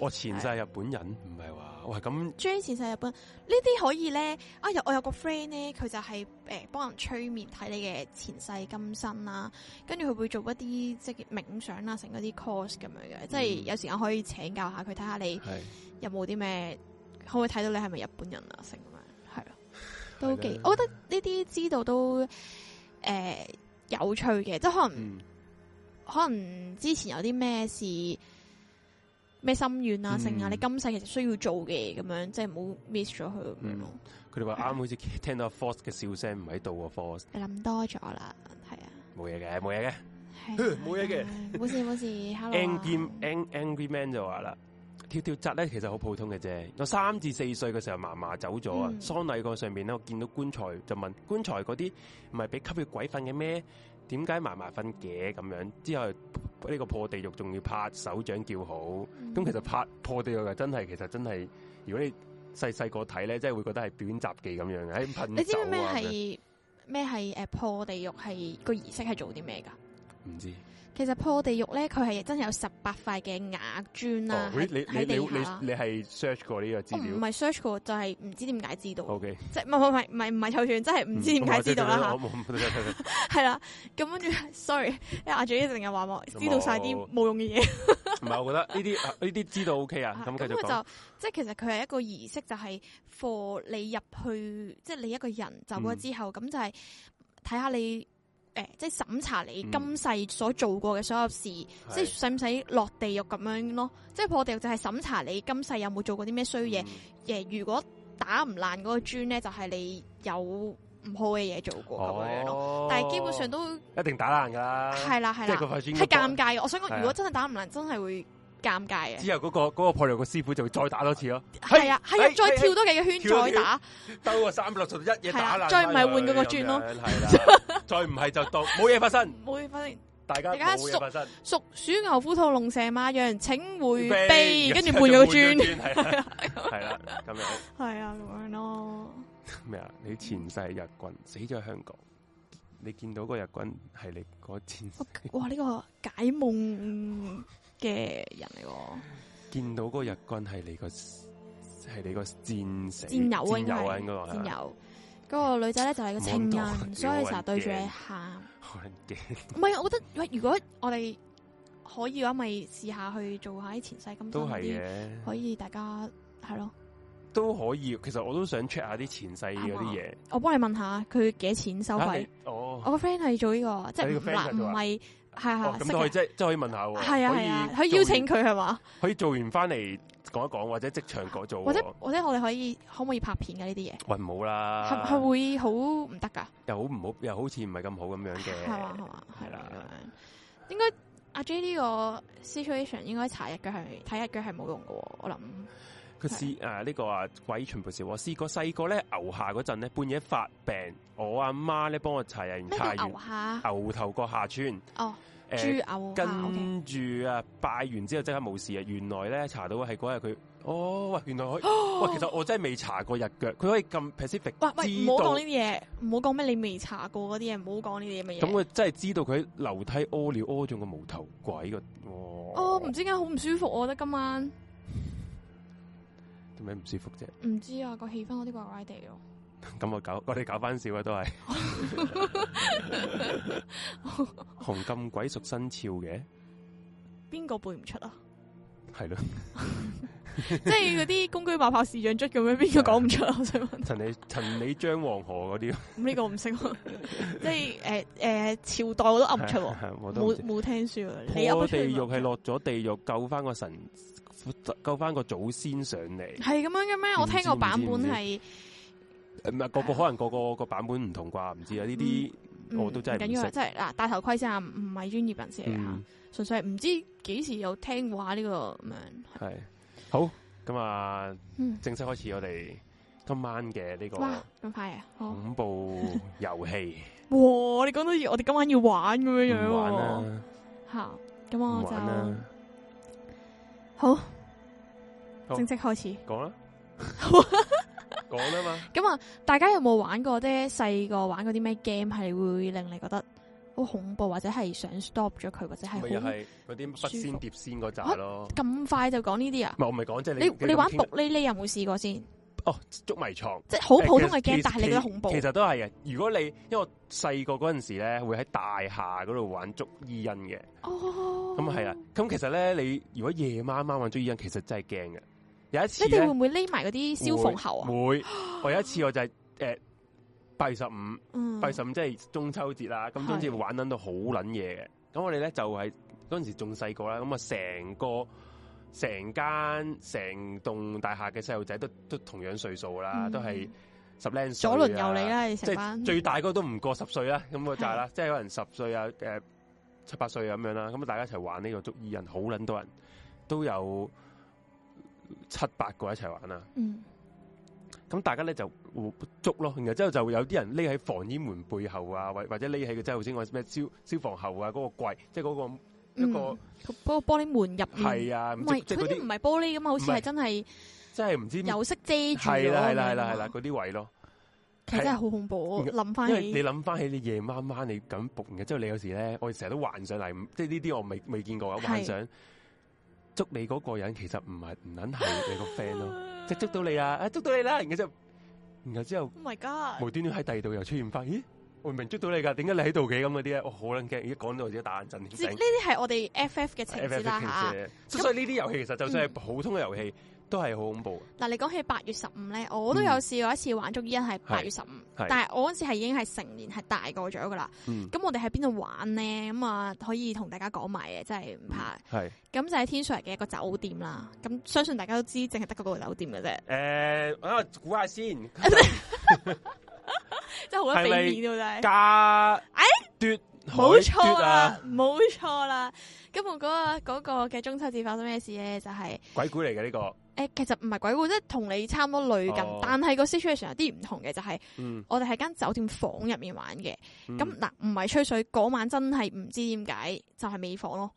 Speaker 1: 我前世係日本人，唔係話喂咁
Speaker 2: J 前世日本呢啲可以咧，啊有我有個 friend 咧，佢就係誒幫人催眠睇你嘅前世今生啦，跟住佢會做一啲即係冥想啊啦，成嗰啲 course 咁樣嘅，即係
Speaker 1: 嗯
Speaker 2: 有時間可以請教下佢，睇下你
Speaker 1: 係
Speaker 2: 有冇啲咩可唔可以睇到你係咪日本人啊，成咁樣係咯，都
Speaker 1: 係
Speaker 2: 幾
Speaker 1: 啦，
Speaker 2: 我覺得呢啲知道都誒、呃有趣嘅，即係可能。
Speaker 1: 嗯
Speaker 2: 可能之前有啲咩事咩心願啊、
Speaker 1: 嗯
Speaker 2: 剩啊，你今世其實需要做嘅嘢咁樣，即係唔好 miss 咗佢咁樣咯。
Speaker 1: 佢哋話啱好似聽到 Force 嘅笑聲唔喺度喎，Force
Speaker 2: 你諗多咗啦，係啊，
Speaker 1: 冇嘢嘅，冇嘢嘅。
Speaker 2: 係
Speaker 1: (laughs)
Speaker 2: 啊
Speaker 1: 冇嘢嘅，
Speaker 2: 冇事冇事，hello 啊
Speaker 1: Angry Ang- Angry Man 就話啦，跳跳扎咧其實好普通嘅啫。我三至四歲嘅時候，嫲嫲走咗啊，
Speaker 2: 嗯
Speaker 1: 喪禮個上面咧，我見到棺材就問棺材嗰啲唔係俾吸血鬼瞓嘅咩？點解嫲嫲瞓嘅咁樣？之後呢個破地獄仲要拍手掌叫好。
Speaker 2: 嗯
Speaker 1: 咁其實拍破地獄就真係，其實真係，如果你細細個睇咧，真係會覺得係表演雜技咁樣嘅，喺噴
Speaker 2: 你知唔知咩
Speaker 1: 酒啊咁樣
Speaker 2: 係咩係誒破地獄係個儀式係做啲咩噶？
Speaker 1: 唔知。
Speaker 2: 其實破地獄咧，佢係真係有十八塊嘅瓦磚
Speaker 1: 哦
Speaker 2: 啦，，
Speaker 1: 喂
Speaker 2: 喺
Speaker 1: 你你
Speaker 2: 喺
Speaker 1: 你
Speaker 2: 地
Speaker 1: 你
Speaker 2: 下啦。
Speaker 1: 你係 search 過呢個
Speaker 2: 我
Speaker 1: 資
Speaker 2: 唔
Speaker 1: 料
Speaker 2: 係 search 過，就係唔知點解知道，
Speaker 1: ？O K，
Speaker 2: 即係唔係唔係唔係唔係湊全，真係唔知點解知道啦吓
Speaker 1: 嗯我。冇冇冇
Speaker 2: 系啦，咁跟住 (laughs) ，sorry，因為阿 J 成日話我知道晒啲冇用嘅嘢，
Speaker 1: 唔係，我覺得呢啲呢啲知道 O K
Speaker 2: (laughs)
Speaker 1: 啊。咁
Speaker 2: 咁佢
Speaker 1: 繼續講，
Speaker 2: 就即係其實佢係一個儀式，就係 for 你入去，即係你一個人走
Speaker 1: 嗯
Speaker 2: 咗之後，咁、就係睇下你诶、誒即係審查你
Speaker 1: 嗯
Speaker 2: 今世所做過嘅所有事，即係
Speaker 1: 係
Speaker 2: 使唔使落地獄咁樣咯？即係破地獄就係審查你今世有冇做過啲咩衰
Speaker 1: 嗯
Speaker 2: 嘢，诶、如果打唔爛嗰個磚咧，就係你有唔好嘅嘢做過咁樣咯。
Speaker 1: 哦，
Speaker 2: 但係基本上都
Speaker 1: 一定打爛㗎啦。
Speaker 2: 係啦，係
Speaker 1: 即係
Speaker 2: 啦
Speaker 1: 佢。塊磚
Speaker 2: 係尷尬嘅。我想
Speaker 1: 係啊
Speaker 2: 講，如果真係打唔爛，真係會尷尬嘅。
Speaker 1: 之後嗰個嗰個破地獄嘅師傅就會再打多次咯，
Speaker 2: 係啊，係啊
Speaker 1: 係，
Speaker 2: 再跳多幾個圈
Speaker 1: 哎跳多
Speaker 2: 再
Speaker 1: 幾個
Speaker 2: 打，
Speaker 1: 兜個三百六十度一嘢
Speaker 2: 係
Speaker 1: 打
Speaker 2: 啊
Speaker 1: 爛。
Speaker 2: 再唔係換嗰個轉咯，
Speaker 1: 係啦，再唔係就當冇嘢發生，
Speaker 2: 冇嘢發生。
Speaker 1: 大家
Speaker 2: 大家
Speaker 1: 冇嘢發生。
Speaker 2: 屬鼠牛虎兔龍蛇馬羊，請回避，
Speaker 1: 飛
Speaker 2: 跟住換
Speaker 1: (laughs)
Speaker 2: 咗個轉，
Speaker 1: 轉，係
Speaker 2: (laughs)
Speaker 1: 啦，係啦，咁樣
Speaker 2: 係啊，咁樣咯。
Speaker 1: 咩啊？你前世日軍死咗喺香港，你見到個日軍係你嗰前世，
Speaker 2: 哇，呢個解夢嘅人嚟喎，
Speaker 1: 見到個日軍係你個係你個戰死
Speaker 2: 戰友啊，
Speaker 1: 戰
Speaker 2: 應
Speaker 1: 友啊，
Speaker 2: 該
Speaker 1: 應該
Speaker 2: 係
Speaker 1: 話係
Speaker 2: 戰
Speaker 1: 啦
Speaker 2: 友。嗰個女仔咧就係個情
Speaker 1: 冇咁
Speaker 2: 人，
Speaker 1: 多
Speaker 2: 所以成日對住
Speaker 1: 屌
Speaker 2: 你
Speaker 1: 我
Speaker 2: 喊。
Speaker 1: 好撚驚
Speaker 2: 唔係，我覺得喂，如果我哋可以嘅話，咪試下去做下啲前世今
Speaker 1: (laughs)
Speaker 2: 生
Speaker 1: 都
Speaker 2: 嗰
Speaker 1: 係
Speaker 2: 啲，
Speaker 1: 嘅，
Speaker 2: 可以大家係咯。
Speaker 1: 都可以。其實我都想 check 下啲前世嗰啲嘢。
Speaker 2: 我幫你問下佢幾多錢收
Speaker 1: 啊
Speaker 2: 費
Speaker 1: 你。哦，
Speaker 2: 我個 friend 係做呢個，即
Speaker 1: 你
Speaker 2: 係
Speaker 1: 個
Speaker 2: 唔
Speaker 1: friend 係
Speaker 2: 嗱唔
Speaker 1: 做啊
Speaker 2: 係係
Speaker 1: 哦
Speaker 2: 係
Speaker 1: 咁
Speaker 2: 識
Speaker 1: 都可以
Speaker 2: 嘅
Speaker 1: 即係即係可以問下喎，
Speaker 2: 係啊係啊，可
Speaker 1: 可
Speaker 2: 以
Speaker 1: 以
Speaker 2: 邀請
Speaker 1: 做完，
Speaker 2: 佢係嘛？
Speaker 1: 可以做完翻嚟講一講，或者即場嗰做喎，
Speaker 2: 或者或者我哋可以可唔可以拍片嘅呢啲嘢？
Speaker 1: 喂唔好啦，
Speaker 2: 係係會好唔得㗎？
Speaker 1: 又好唔好，又好似唔係咁好咁樣
Speaker 2: 係啊嘛係
Speaker 1: 嘅，
Speaker 2: 嘛係
Speaker 1: 係
Speaker 2: 啦
Speaker 1: 啦
Speaker 2: 咁樣。應該阿 J 呢個 situation 應該查日腳係睇日腳係冇用嘅喎，我諗
Speaker 1: 佢試誒呢個啊鬼全部笑我，試過細個咧牛下嗰陣咧半夜發病，我阿媽咧幫我查完
Speaker 2: 咩
Speaker 1: 查
Speaker 2: 叫
Speaker 1: 完
Speaker 2: 牛下？
Speaker 1: 牛頭角下村，
Speaker 2: 哦，
Speaker 1: 啊誒
Speaker 2: 豬牛下，OK。
Speaker 1: 呃跟住啊拜完之後即刻冇事啊，原來咧查到係嗰日佢，哦喂原來可以，喂其實我真係未查過日腳，佢可以咁 Pacific
Speaker 2: 喂喂，唔
Speaker 1: 知
Speaker 2: 好
Speaker 1: 道
Speaker 2: 講呢。啲嘢，唔好講咩你未查過嗰啲嘢，唔好講呢啲咁嘅嘢。
Speaker 1: 咁佢真係知道佢喺樓梯屙尿屙中個無頭鬼個，
Speaker 2: 哦，
Speaker 1: 哦
Speaker 2: 唔知點解好唔舒服，我覺得今晚
Speaker 1: 點解唔舒服啫？ (laughs)
Speaker 2: 唔知啊個氣氛有啲怪怪地咯。
Speaker 1: 咁我搞，我哋搞翻笑啊，都
Speaker 2: (laughs)
Speaker 1: 係紅咁鬼熟生肖嘅，
Speaker 2: 邊個背唔出啊？
Speaker 1: 係咯。
Speaker 2: 即係嗰啲公居馬炮市長卒咁樣，邊個講唔出啊？我想問，
Speaker 1: 陳李陳李張黃河嗰啲，
Speaker 2: 咁呢個我唔識 (laughs) 喎，即係誒誒朝啊代我都噏唔出喎，
Speaker 1: (laughs) 我都唔
Speaker 2: 冇
Speaker 1: 知
Speaker 2: 冇聽書啊！你噏
Speaker 1: 破
Speaker 2: 得出
Speaker 1: 地
Speaker 2: 嚟
Speaker 1: 獄係
Speaker 2: 喎
Speaker 1: 落咗地獄救翻個神，救翻個祖先上嚟。
Speaker 2: 係咁樣嘅咩？我聽個版本係
Speaker 1: 唔
Speaker 2: (laughs)
Speaker 1: 係個個可能個個個版本唔同啩，唔知啊呢啲
Speaker 2: 嗯
Speaker 1: 我都真係唔
Speaker 2: 緊要啊！
Speaker 1: 識
Speaker 2: 即係嗱，戴頭盔先啊，唔唔係專業人士嚟啊
Speaker 1: 嗯，
Speaker 2: 純粹係唔知幾時有聽過下呢個咁樣。啊
Speaker 1: 係好咁啊！
Speaker 2: 嗯，
Speaker 1: 正式開始我哋今晚嘅呢
Speaker 2: 哇
Speaker 1: 個，
Speaker 2: 咁快啊！好
Speaker 1: 恐怖遊戲，
Speaker 2: 哇！你講到要我哋今晚要玩啊咁樣樣
Speaker 1: 唔玩
Speaker 2: 喎，
Speaker 1: 啦，
Speaker 2: 吓咁
Speaker 1: 唔
Speaker 2: 我
Speaker 1: 玩
Speaker 2: 就
Speaker 1: 啦，
Speaker 2: 好
Speaker 1: 好
Speaker 2: 正式開始。
Speaker 1: 講
Speaker 2: (laughs)
Speaker 1: 啦，講啦嘛。
Speaker 2: 咁啊，大家有冇玩過咧？細個玩嗰啲咩 game 係會令你覺得好恐怖，或者係想 stop 咗佢，或者
Speaker 1: 咪又
Speaker 2: 係好
Speaker 1: 係嗰啲筆仙碟仙嗰扎咯。
Speaker 2: 咁快就講呢啲啊？
Speaker 1: 唔係我咪講，即係
Speaker 2: 你
Speaker 1: 你
Speaker 2: 你玩
Speaker 1: 咁
Speaker 2: 毒
Speaker 1: 傾
Speaker 2: 呢呢有冇試過先？
Speaker 1: 捉迷藏，
Speaker 2: 即係好普通嘅
Speaker 1: 其
Speaker 2: game，
Speaker 1: 實
Speaker 2: 但係你覺得恐怖
Speaker 1: 其。實都係嘅。如果你因為我細個嗰陣時咧，會喺大廈嗰度玩捉伊人嘅，
Speaker 2: 哦，
Speaker 1: 咁係啦。啊咁其實咧，你如果夜晚晚玩捉伊人，其實真係驚嘅。有一次
Speaker 2: 你哋會
Speaker 1: 咧，
Speaker 2: 唔會匿埋嗰啲消防喉啊？ (gasps)
Speaker 1: 會我有一次我就係誒八月十五，
Speaker 2: 嗯，
Speaker 1: 八月十五即係中秋節啦，咁中秋節
Speaker 2: 係
Speaker 1: 玩捻到好捻嘢嘅，咁我哋咧就係嗰陣時仲細個啦，咁啊成個成間成棟大廈嘅細路仔都都同樣歲數啦，
Speaker 2: 嗯
Speaker 1: 都係十零歲
Speaker 2: 左
Speaker 1: 啊
Speaker 2: 鄰右里，啦，你
Speaker 1: 即
Speaker 2: 成班
Speaker 1: 係最大嗰個都唔過十歲啦，咁個就係啦，即係可能十歲啊，誒七八歲啊咁樣啦，咁啊大家一齊玩呢個捉伊人，好捻多人，都有七八個一齊玩啦。
Speaker 2: 嗯
Speaker 1: 咁大家咧就互捉咯，然後之後就有啲人匿喺防煙門背後啊，或或者匿喺個即係頭先講咩消消防喉啊嗰、個櫃，即係嗰、個一個
Speaker 2: 嗯嗰個玻璃門入面。
Speaker 1: 係啊，
Speaker 2: 唔
Speaker 1: 唔知
Speaker 2: 係
Speaker 1: 即
Speaker 2: 佢
Speaker 1: 係嗰
Speaker 2: 啲唔
Speaker 1: 啲
Speaker 2: 係玻璃咁啊，好似
Speaker 1: 唔
Speaker 2: 係
Speaker 1: 係
Speaker 2: 真係
Speaker 1: 即係唔知係啦
Speaker 2: 有色遮住
Speaker 1: 係
Speaker 2: 咗
Speaker 1: 啦係
Speaker 2: 咁樣
Speaker 1: 啦係啦
Speaker 2: 啊，
Speaker 1: 嗰啲位咯，
Speaker 2: 其實真係好恐怖。我諗翻
Speaker 1: 因為
Speaker 2: 起
Speaker 1: 你諗翻起你夜晚晚你咁仆，然後之後你有時咧，我成日都幻想嚟，即係呢啲我未未見過嘅
Speaker 2: 係
Speaker 1: 幻想，捉你嗰個人其實唔係唔撚係你個 friend 咯，即係捉到你啊，啊捉到你啦，然後之後然後之後。
Speaker 2: Oh my god！
Speaker 1: 無端端喺第二度又出現翻，咦？我明捉到你㗎，點解你喺度嘅咁嗰啲咧？我好撚驚，而家講到我自己打冷震
Speaker 2: 即係
Speaker 1: 添
Speaker 2: 呢。啲係我哋 FF 嘅情
Speaker 1: F
Speaker 2: 節
Speaker 1: F
Speaker 2: 啦吓。
Speaker 1: 所所以呢啲遊戲其實就算係普通嘅遊戲，都係好恐怖
Speaker 2: 嗱，你講起八月十五咧，我都有試過一次玩捉伊人係八月十五，
Speaker 1: 嗯係
Speaker 2: 但係我嗰時係已經係成年，係大個咗噶啦。
Speaker 1: 嘅。嗯，
Speaker 2: 咁我哋喺邊度玩呢？咁啊，可以同大家講埋嘅，真係唔怕。
Speaker 1: 係
Speaker 2: 咁就喺天水圍嘅一個酒店啦。咁相信大家都知，淨係得嗰個酒店嘅
Speaker 1: 誒，
Speaker 2: 啫，
Speaker 1: 我估下先，
Speaker 2: 真係好得俾面喎，真係。
Speaker 1: 加
Speaker 2: 哎
Speaker 1: 奪
Speaker 2: 冇
Speaker 1: 海
Speaker 2: 錯
Speaker 1: 奪
Speaker 2: 啦
Speaker 1: 啊，，
Speaker 2: 冇錯啦。咁我嗰個嗰個嘅中秋節發生咩事咧？就係、
Speaker 1: 鬼故嚟嘅呢個。
Speaker 2: 誒，其實唔係鬼故，即係同你差唔多類近，
Speaker 1: 哦
Speaker 2: 但係個 situation 有啲唔同嘅，就係、
Speaker 1: 嗯，
Speaker 2: 我哋喺間酒店房入面玩嘅。
Speaker 1: 嗯
Speaker 2: 咁嗱、唔係吹水，嗰晚真係唔知點解就係、尾房咯，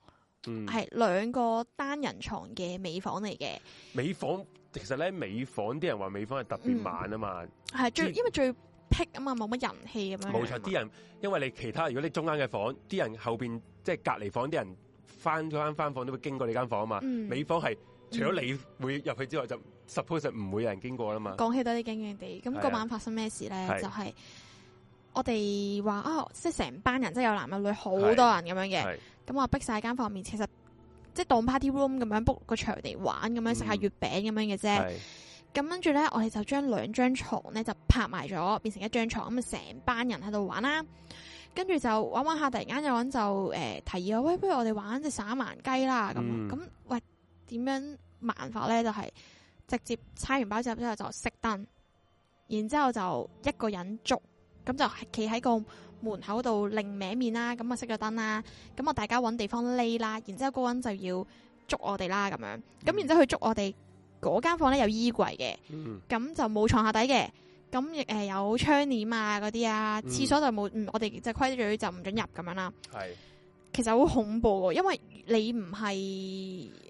Speaker 1: 嗯
Speaker 2: 係兩個單人床嘅尾房嚟嘅，
Speaker 1: 美房其實咧，美房啲人話美房係特別慢啊嘛，
Speaker 2: 係最
Speaker 1: 知
Speaker 2: 因為最僻啊嘛，冇乜人氣咁樣樣啊嘛。
Speaker 1: 冇錯，啲人因為你其他，如果你中間嘅房，啲人後邊即係隔離房啲人翻翻翻房都會經過你間房啊嘛。
Speaker 2: 嗯
Speaker 1: 美房係除咗你會入去之外，就 suppose 係唔會有人經過啦嘛。
Speaker 2: 講起多啲驚驚地，
Speaker 1: 啊
Speaker 2: 咁
Speaker 1: 係啊
Speaker 2: 嗰晚發生咩事咧？
Speaker 1: 係
Speaker 2: 就係我哋話啊，即係成班人，即係有男有女，好多
Speaker 1: 係
Speaker 2: 人咁樣嘅，
Speaker 1: 係
Speaker 2: 咁啊逼晒間房入面，其實即係當 party room 咁樣 book 個場嚟玩，咁樣食下
Speaker 1: 嗯
Speaker 2: 月餅咁樣嘅啫。
Speaker 1: 係
Speaker 2: 咁跟住咧，我哋就將兩張床咧就拍埋咗，變成一張床，咁啊成班人喺度玩啦。跟住就玩玩下，突然間有人就诶、呃提議我，喂，不如我哋玩只散盲雞啦咁
Speaker 1: 嗯
Speaker 2: 樣。咁、喂，點樣盲法咧？就係直接猜完包之後之後就熄燈，然之後就一個人捉，咁就企喺個門口度另歪面啦，咁啊熄咗燈啦，咁啊大家揾地方匿啦，然之後嗰個人就要捉我哋啦咁樣。咁然之後佢捉我哋嗰間房咧有衣櫃嘅。
Speaker 1: 嗯
Speaker 2: 咁就冇床下底嘅。咁亦誒有窗簾啊嗰啲啊，
Speaker 1: 嗯
Speaker 2: 廁所就冇，嗯我哋就規矩就唔准入咁樣啦。
Speaker 1: 係
Speaker 2: 其實好恐怖喎，因為你唔係，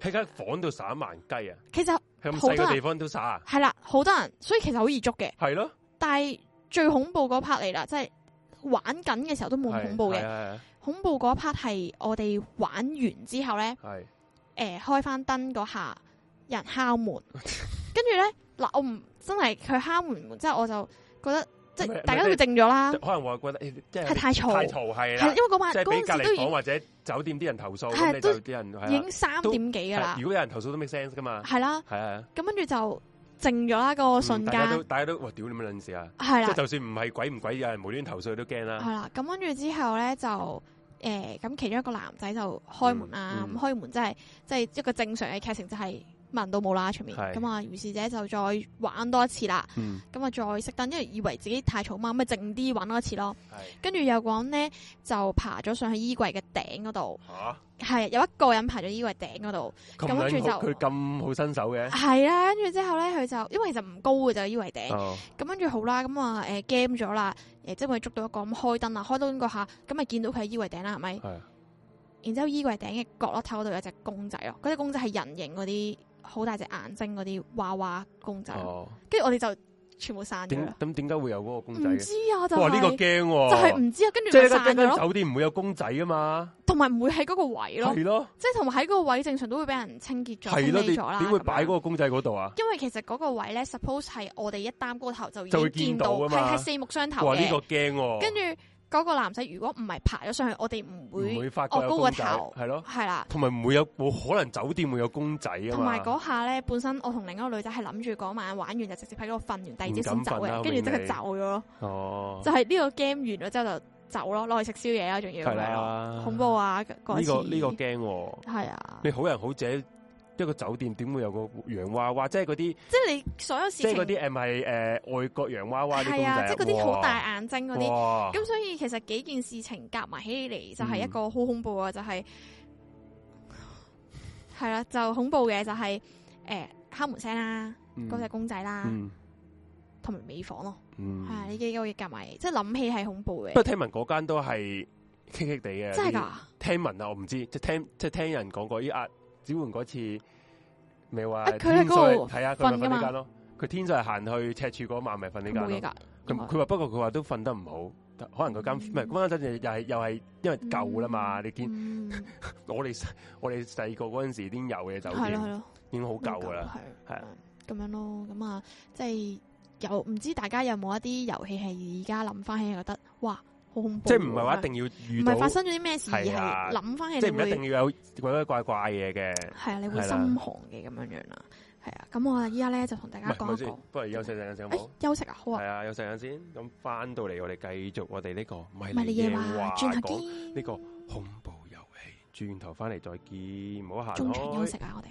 Speaker 2: 其
Speaker 1: 喺間房度耍盲雞啊，
Speaker 2: 實
Speaker 1: 喺咁
Speaker 2: 好多
Speaker 1: 細
Speaker 2: 人
Speaker 1: 嘅地方都耍啊，
Speaker 2: 係啦，好多人，所以其實好易捉嘅。
Speaker 1: 係咯，
Speaker 2: 但係最恐怖嗰 part 嚟啦，即係玩緊嘅時候都冇咁
Speaker 1: 係
Speaker 2: 恐怖
Speaker 1: 係
Speaker 2: 嘅。
Speaker 1: 啊
Speaker 2: 恐怖嗰 part 係我哋玩完之後咧，
Speaker 1: 係啊
Speaker 2: 誒、開翻燈嗰下，有人敲門，
Speaker 1: (laughs)
Speaker 2: 跟住咧嗱，我唔真係佢敲門之後，我就覺得即
Speaker 1: 咩
Speaker 2: 係大家都會靜咗
Speaker 1: 係，
Speaker 2: 啦
Speaker 1: 即係，可能我覺得誒即係
Speaker 2: 係啊太嘈。
Speaker 1: 太嘈係
Speaker 2: 系因
Speaker 1: 啦，
Speaker 2: 為嗰晚
Speaker 1: 即係
Speaker 2: 嗰
Speaker 1: 俾隔
Speaker 2: 陣時都
Speaker 1: 離
Speaker 2: 已
Speaker 1: 房
Speaker 2: 經
Speaker 1: 或者酒店啲人投訴，
Speaker 2: 係
Speaker 1: 咁你
Speaker 2: 都
Speaker 1: 就啲人
Speaker 2: 已
Speaker 1: 係啦
Speaker 2: 經三點幾噶
Speaker 1: 係
Speaker 2: 啦
Speaker 1: 如，果有人投訴都 make sense 噶嘛，
Speaker 2: 係啦，
Speaker 1: 係啊，
Speaker 2: 咁跟住就靜咗啦，嗰個
Speaker 1: 嗯
Speaker 2: 瞬
Speaker 1: 大家都
Speaker 2: 間
Speaker 1: 大家都哇屌你乜撚事啊！
Speaker 2: 係
Speaker 1: 即係
Speaker 2: 啦，
Speaker 1: 就算唔係鬼唔鬼，有人無端端投訴都驚啦。
Speaker 2: 係啦，咁跟住之後咧就诶，咁其中一個男仔就開門啦，
Speaker 1: 嗯嗯
Speaker 2: 咁開門即係即係一個正常嘅劇情就係聞到冇啦出面，
Speaker 1: 係
Speaker 2: 咁啊，於是者就再玩多一次啦，
Speaker 1: 嗯，
Speaker 2: 咁啊再熄燈，因為以為自己太嘈嘛，咁咪靜啲玩多一次咯，
Speaker 1: 係
Speaker 2: 跟住有個人咧就爬咗上去衣櫃嘅頂嗰度，
Speaker 1: 吓
Speaker 2: 係有一個人爬咗衣櫃頂嗰度。
Speaker 1: 咁
Speaker 2: 咁跟住
Speaker 1: 撚好
Speaker 2: 就
Speaker 1: 佢咁好新手嘅。
Speaker 2: 系啦，啊跟住之後咧，佢就因為其實唔高嘅就以為頂，
Speaker 1: 哦，
Speaker 2: 咁跟住好啦，咁啊诶 game 咗啦，诶即係咪捉到一個咁開燈啦，開燈嗰下，咁咪啊見到佢喺衣櫃頂啦，係咪？
Speaker 1: 係
Speaker 2: 然之后衣櫃頂嘅角落頭嗰度有隻公仔咯，嗰隻公仔係人形嗰啲，好大隻眼睛嗰啲娃娃公仔咯，
Speaker 1: 哦，
Speaker 2: 跟住我哋就全部散咗
Speaker 1: 點
Speaker 2: 啦，
Speaker 1: 咁點解會有嗰個公
Speaker 2: 唔
Speaker 1: 仔嘅？
Speaker 2: 知啊，就
Speaker 1: 哇！
Speaker 2: 係
Speaker 1: 呢個驚喎，
Speaker 2: 就係唔知啊，跟住
Speaker 1: 即係
Speaker 2: 就
Speaker 1: 一間
Speaker 2: 散
Speaker 1: 一間
Speaker 2: 咗咯，
Speaker 1: 酒店唔會有公仔啊嘛，
Speaker 2: 同埋唔會喺嗰個位咯，
Speaker 1: 係咯，
Speaker 2: 即係同埋喺嗰個位正常都會俾人清潔咗、
Speaker 1: 係
Speaker 2: 清
Speaker 1: 咯，你
Speaker 2: 理咗啦，
Speaker 1: 點會
Speaker 2: 咁樣
Speaker 1: 擺嗰個公仔嗰度啊？
Speaker 2: 因為其實嗰個位咧，suppose 係我哋一擔高頭就已
Speaker 1: 就會
Speaker 2: 經
Speaker 1: 見
Speaker 2: 見
Speaker 1: 到
Speaker 2: 到，
Speaker 1: 㗎
Speaker 2: 係
Speaker 1: 嘛
Speaker 2: 係四目相投
Speaker 1: 哇！呢個
Speaker 2: 嘅。
Speaker 1: 驚喎，
Speaker 2: 跟住嗰個男仔如果唔係爬咗上去，我哋唔
Speaker 1: 唔
Speaker 2: 會
Speaker 1: 會發覺有
Speaker 2: 哦高個
Speaker 1: 公仔，
Speaker 2: 頭
Speaker 1: 係咯，
Speaker 2: 係啦。
Speaker 1: 同埋唔會有冇可能酒店會有公仔啊嘛？
Speaker 2: 同埋嗰下咧，本身我同另一個女仔係諗住嗰晚玩完就直接喺嗰度瞓完，第二朝先走
Speaker 1: 唔敢瞓啦
Speaker 2: 嘅，跟住即刻
Speaker 1: 永利
Speaker 2: 走咗咯。
Speaker 1: 哦
Speaker 2: 就，係呢個 game 完咗之後就走咯，落去食宵夜啊啦，仲要
Speaker 1: 係啦，
Speaker 2: 恐怖啊！嗰
Speaker 1: 呢
Speaker 2: 次
Speaker 1: 個呢個驚喎，
Speaker 2: 係啊，
Speaker 1: 你好人好者一個酒店點會有個洋娃娃？即係嗰啲
Speaker 2: 即係你所有事
Speaker 1: 即係
Speaker 2: 情
Speaker 1: 嗰啲誒咪誒外國洋娃娃啲公
Speaker 2: 係啊，
Speaker 1: 仔，
Speaker 2: 即係嗰啲好大眼睛嗰啲。
Speaker 1: 嗰
Speaker 2: 咁所以其實幾件事情夾埋起嚟就係一個好恐怖啊！就係係啦，就恐怖嘅就係誒敲門聲啦，嗰隻公仔啦，
Speaker 1: 嗯
Speaker 2: 同埋美房咯，
Speaker 1: 嗯
Speaker 2: 係啊呢幾個嘢夾埋，即係諗起係恐怖嘅
Speaker 1: 不過，聽聞嗰間都係棘棘地嘅，
Speaker 2: 真係㗎！
Speaker 1: 聽聞啊，我唔知，即係聽即係聽人講過，依阿子桓嗰次咪話
Speaker 2: 啊佢喺
Speaker 1: 天水
Speaker 2: 嗰度
Speaker 1: 係啊，佢咪瞓
Speaker 2: 瞓㗎
Speaker 1: 呢
Speaker 2: 嘛
Speaker 1: 間咯，佢天水行去赤柱嗰晚咪瞓呢
Speaker 2: 冇嘢
Speaker 1: 間咯。
Speaker 2: 㗎。
Speaker 1: 啊
Speaker 2: 哦
Speaker 1: 佢
Speaker 2: 應該
Speaker 1: 佢話不過佢話都瞓得唔好，可能佢間唔係嗰間真係又係又係因為舊啦嘛，你見 (laughs)
Speaker 2: 嗯嗯
Speaker 1: 我哋細我哋細個嗰陣時已經有嘅酒
Speaker 2: 係咯嗯係
Speaker 1: 店，
Speaker 2: 咯，
Speaker 1: 已經好舊噶啦，
Speaker 2: 啦，
Speaker 1: 係
Speaker 2: 係
Speaker 1: 啊
Speaker 2: 咁樣咯，咁啊，即係有唔知大家有冇一啲遊戲係而家諗翻起覺得哇好恐怖喎，
Speaker 1: 即係唔係話一定要遇
Speaker 2: 唔
Speaker 1: 到
Speaker 2: 係，發生咗啲咩事，而
Speaker 1: 係啊
Speaker 2: 係諗翻起
Speaker 1: 即係
Speaker 2: 你
Speaker 1: 唔
Speaker 2: 會
Speaker 1: 一定要有鬼鬼怪怪嘢嘅。
Speaker 2: 系啊，你會
Speaker 1: 係啦
Speaker 2: 心寒嘅咁樣樣啦，係啊。咁我依家咧就同大
Speaker 1: 唔係
Speaker 2: 家
Speaker 1: 咪
Speaker 2: 講一
Speaker 1: 先
Speaker 2: 講，
Speaker 1: 不如休息陣間先好
Speaker 2: 诶、
Speaker 1: 冇？
Speaker 2: 休息啊，好
Speaker 1: 系
Speaker 2: 啊，
Speaker 1: 啊，有時間先。咁翻到嚟，我哋繼續我哋呢、個個
Speaker 2: 咪
Speaker 1: 迷
Speaker 2: 你
Speaker 1: 你
Speaker 2: 夜
Speaker 1: 夜
Speaker 2: 話
Speaker 1: 話
Speaker 2: 轉下
Speaker 1: 講
Speaker 2: 機，
Speaker 1: 呢個恐怖遊戲。轉頭翻嚟再見，唔好行
Speaker 2: 中場休
Speaker 1: 開
Speaker 2: 息。啊，我哋。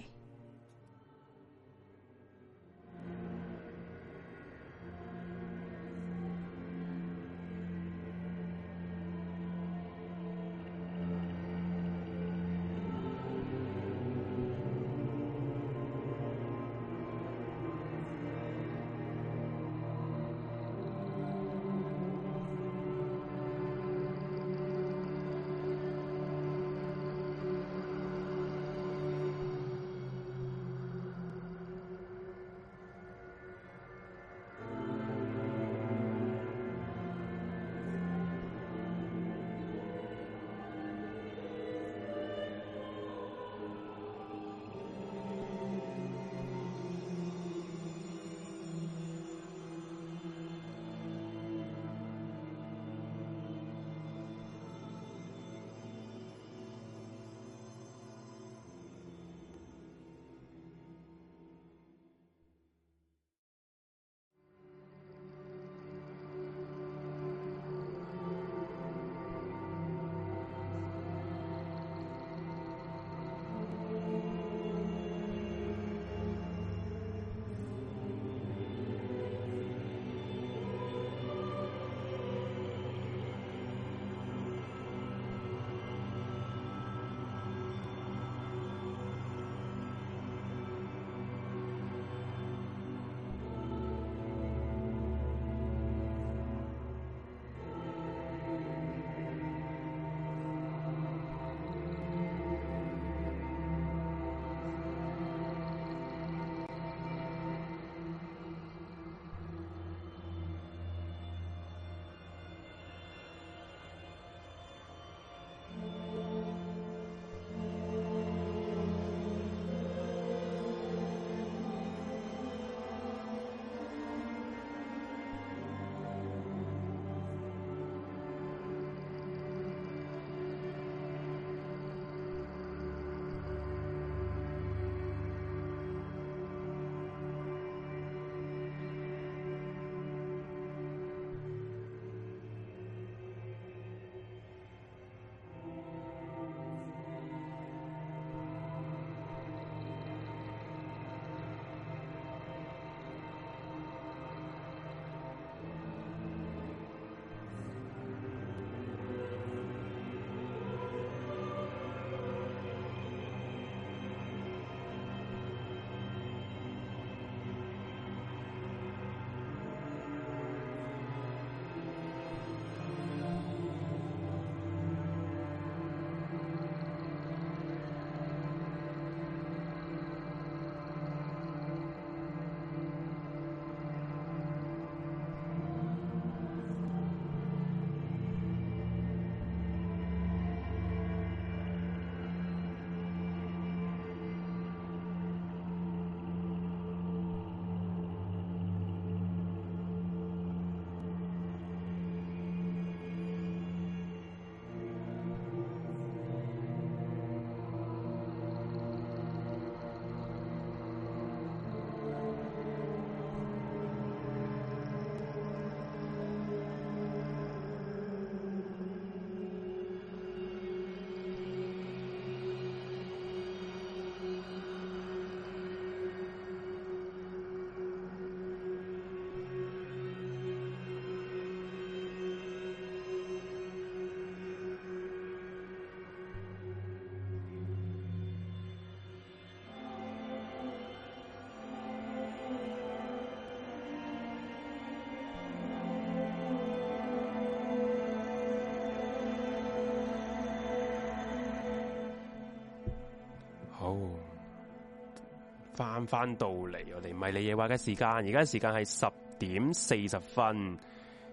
Speaker 1: 翻翻到嚟，我哋迷你夜話嘅時間，而家時間係十點四十分。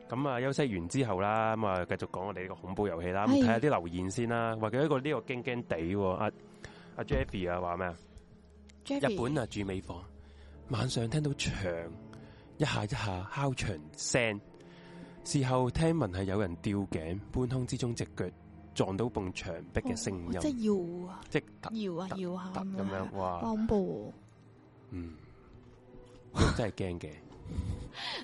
Speaker 1: 咁啊，休息完之後啦，咁啊，繼續講我哋呢個恐怖遊戲啦。咁
Speaker 2: 係
Speaker 1: 睇下啲留言先啦。或者一個呢個驚驚地喎，阿阿 Jeffy 啊，話咩啊？日
Speaker 2: Jeffy
Speaker 1: 本啊，住美房，晚上聽到牆一下一下敲牆聲，事後聽聞係有人吊頸，半空之中隻腳撞到埲牆壁嘅聲
Speaker 2: 哇
Speaker 1: 音，
Speaker 2: 真哦係搖啊
Speaker 1: 即係突
Speaker 2: 搖啊搖
Speaker 1: 突
Speaker 2: 下咁
Speaker 1: 咁樣，
Speaker 2: 樣，
Speaker 1: 哇
Speaker 2: 哇！恐怖
Speaker 1: 嗯，真係驚嘅。
Speaker 2: 喎！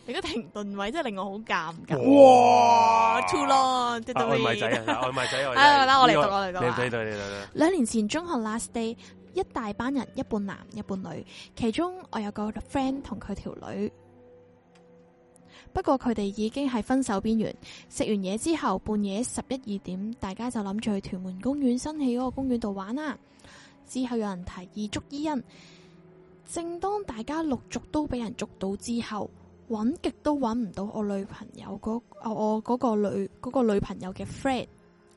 Speaker 2: 你個停頓位真係令我好尷尬。
Speaker 1: 哇
Speaker 2: 哇！Too long，
Speaker 1: 啊外賣仔
Speaker 2: (laughs)
Speaker 1: 啊，外賣仔，我
Speaker 2: 哎啦我嚟讀
Speaker 1: 呢個
Speaker 2: 我嚟讀啊
Speaker 1: 你讀你讀你讀
Speaker 2: 兩年前中學 last day，一大班人，一半男一半女，其中我有個 friend 同佢條女，不過佢哋已經係分手邊緣。食完嘢之後，半夜十一二點，大家就諗住去屯門公園新起嗰個公園度玩啦。之後有人提議捉伊人，正當大家陸續都俾人捉到之後，揾極都揾唔到我女朋友嗰我我嗰個女嗰、個女朋友嘅 friend，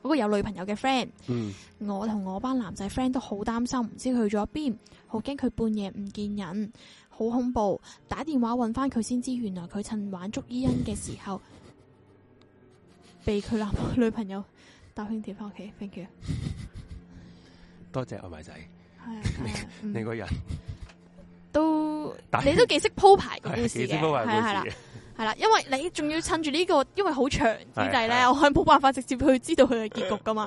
Speaker 2: 嗰個有女朋友嘅 friend。
Speaker 1: 嗯，
Speaker 2: 我同我班男仔 friend 都好擔心，唔知佢去咗邊，好驚佢半夜唔見人，好恐怖。打電話揾翻佢先知，原來佢趁玩捉伊恩嘅時候，被佢男朋友女朋友搭兄弟翻屋企。Thank you。
Speaker 1: 多謝外賣仔，
Speaker 2: (laughs) 係啊係啊嗯
Speaker 1: 你個人
Speaker 2: 都
Speaker 1: 打
Speaker 2: 你都幾識鋪排個
Speaker 1: (laughs)
Speaker 2: 故
Speaker 1: 係
Speaker 2: 事
Speaker 1: 幾
Speaker 2: 嘅，
Speaker 1: 千鋪
Speaker 2: 係
Speaker 1: 埋
Speaker 2: 啦係啦
Speaker 1: 故事嘅，
Speaker 2: 係啦，因為你仲要趁住呢、個，因為好長之際
Speaker 1: 係
Speaker 2: 咧，
Speaker 1: 係
Speaker 2: 我係冇辦法直接去知道佢嘅結局噶嘛。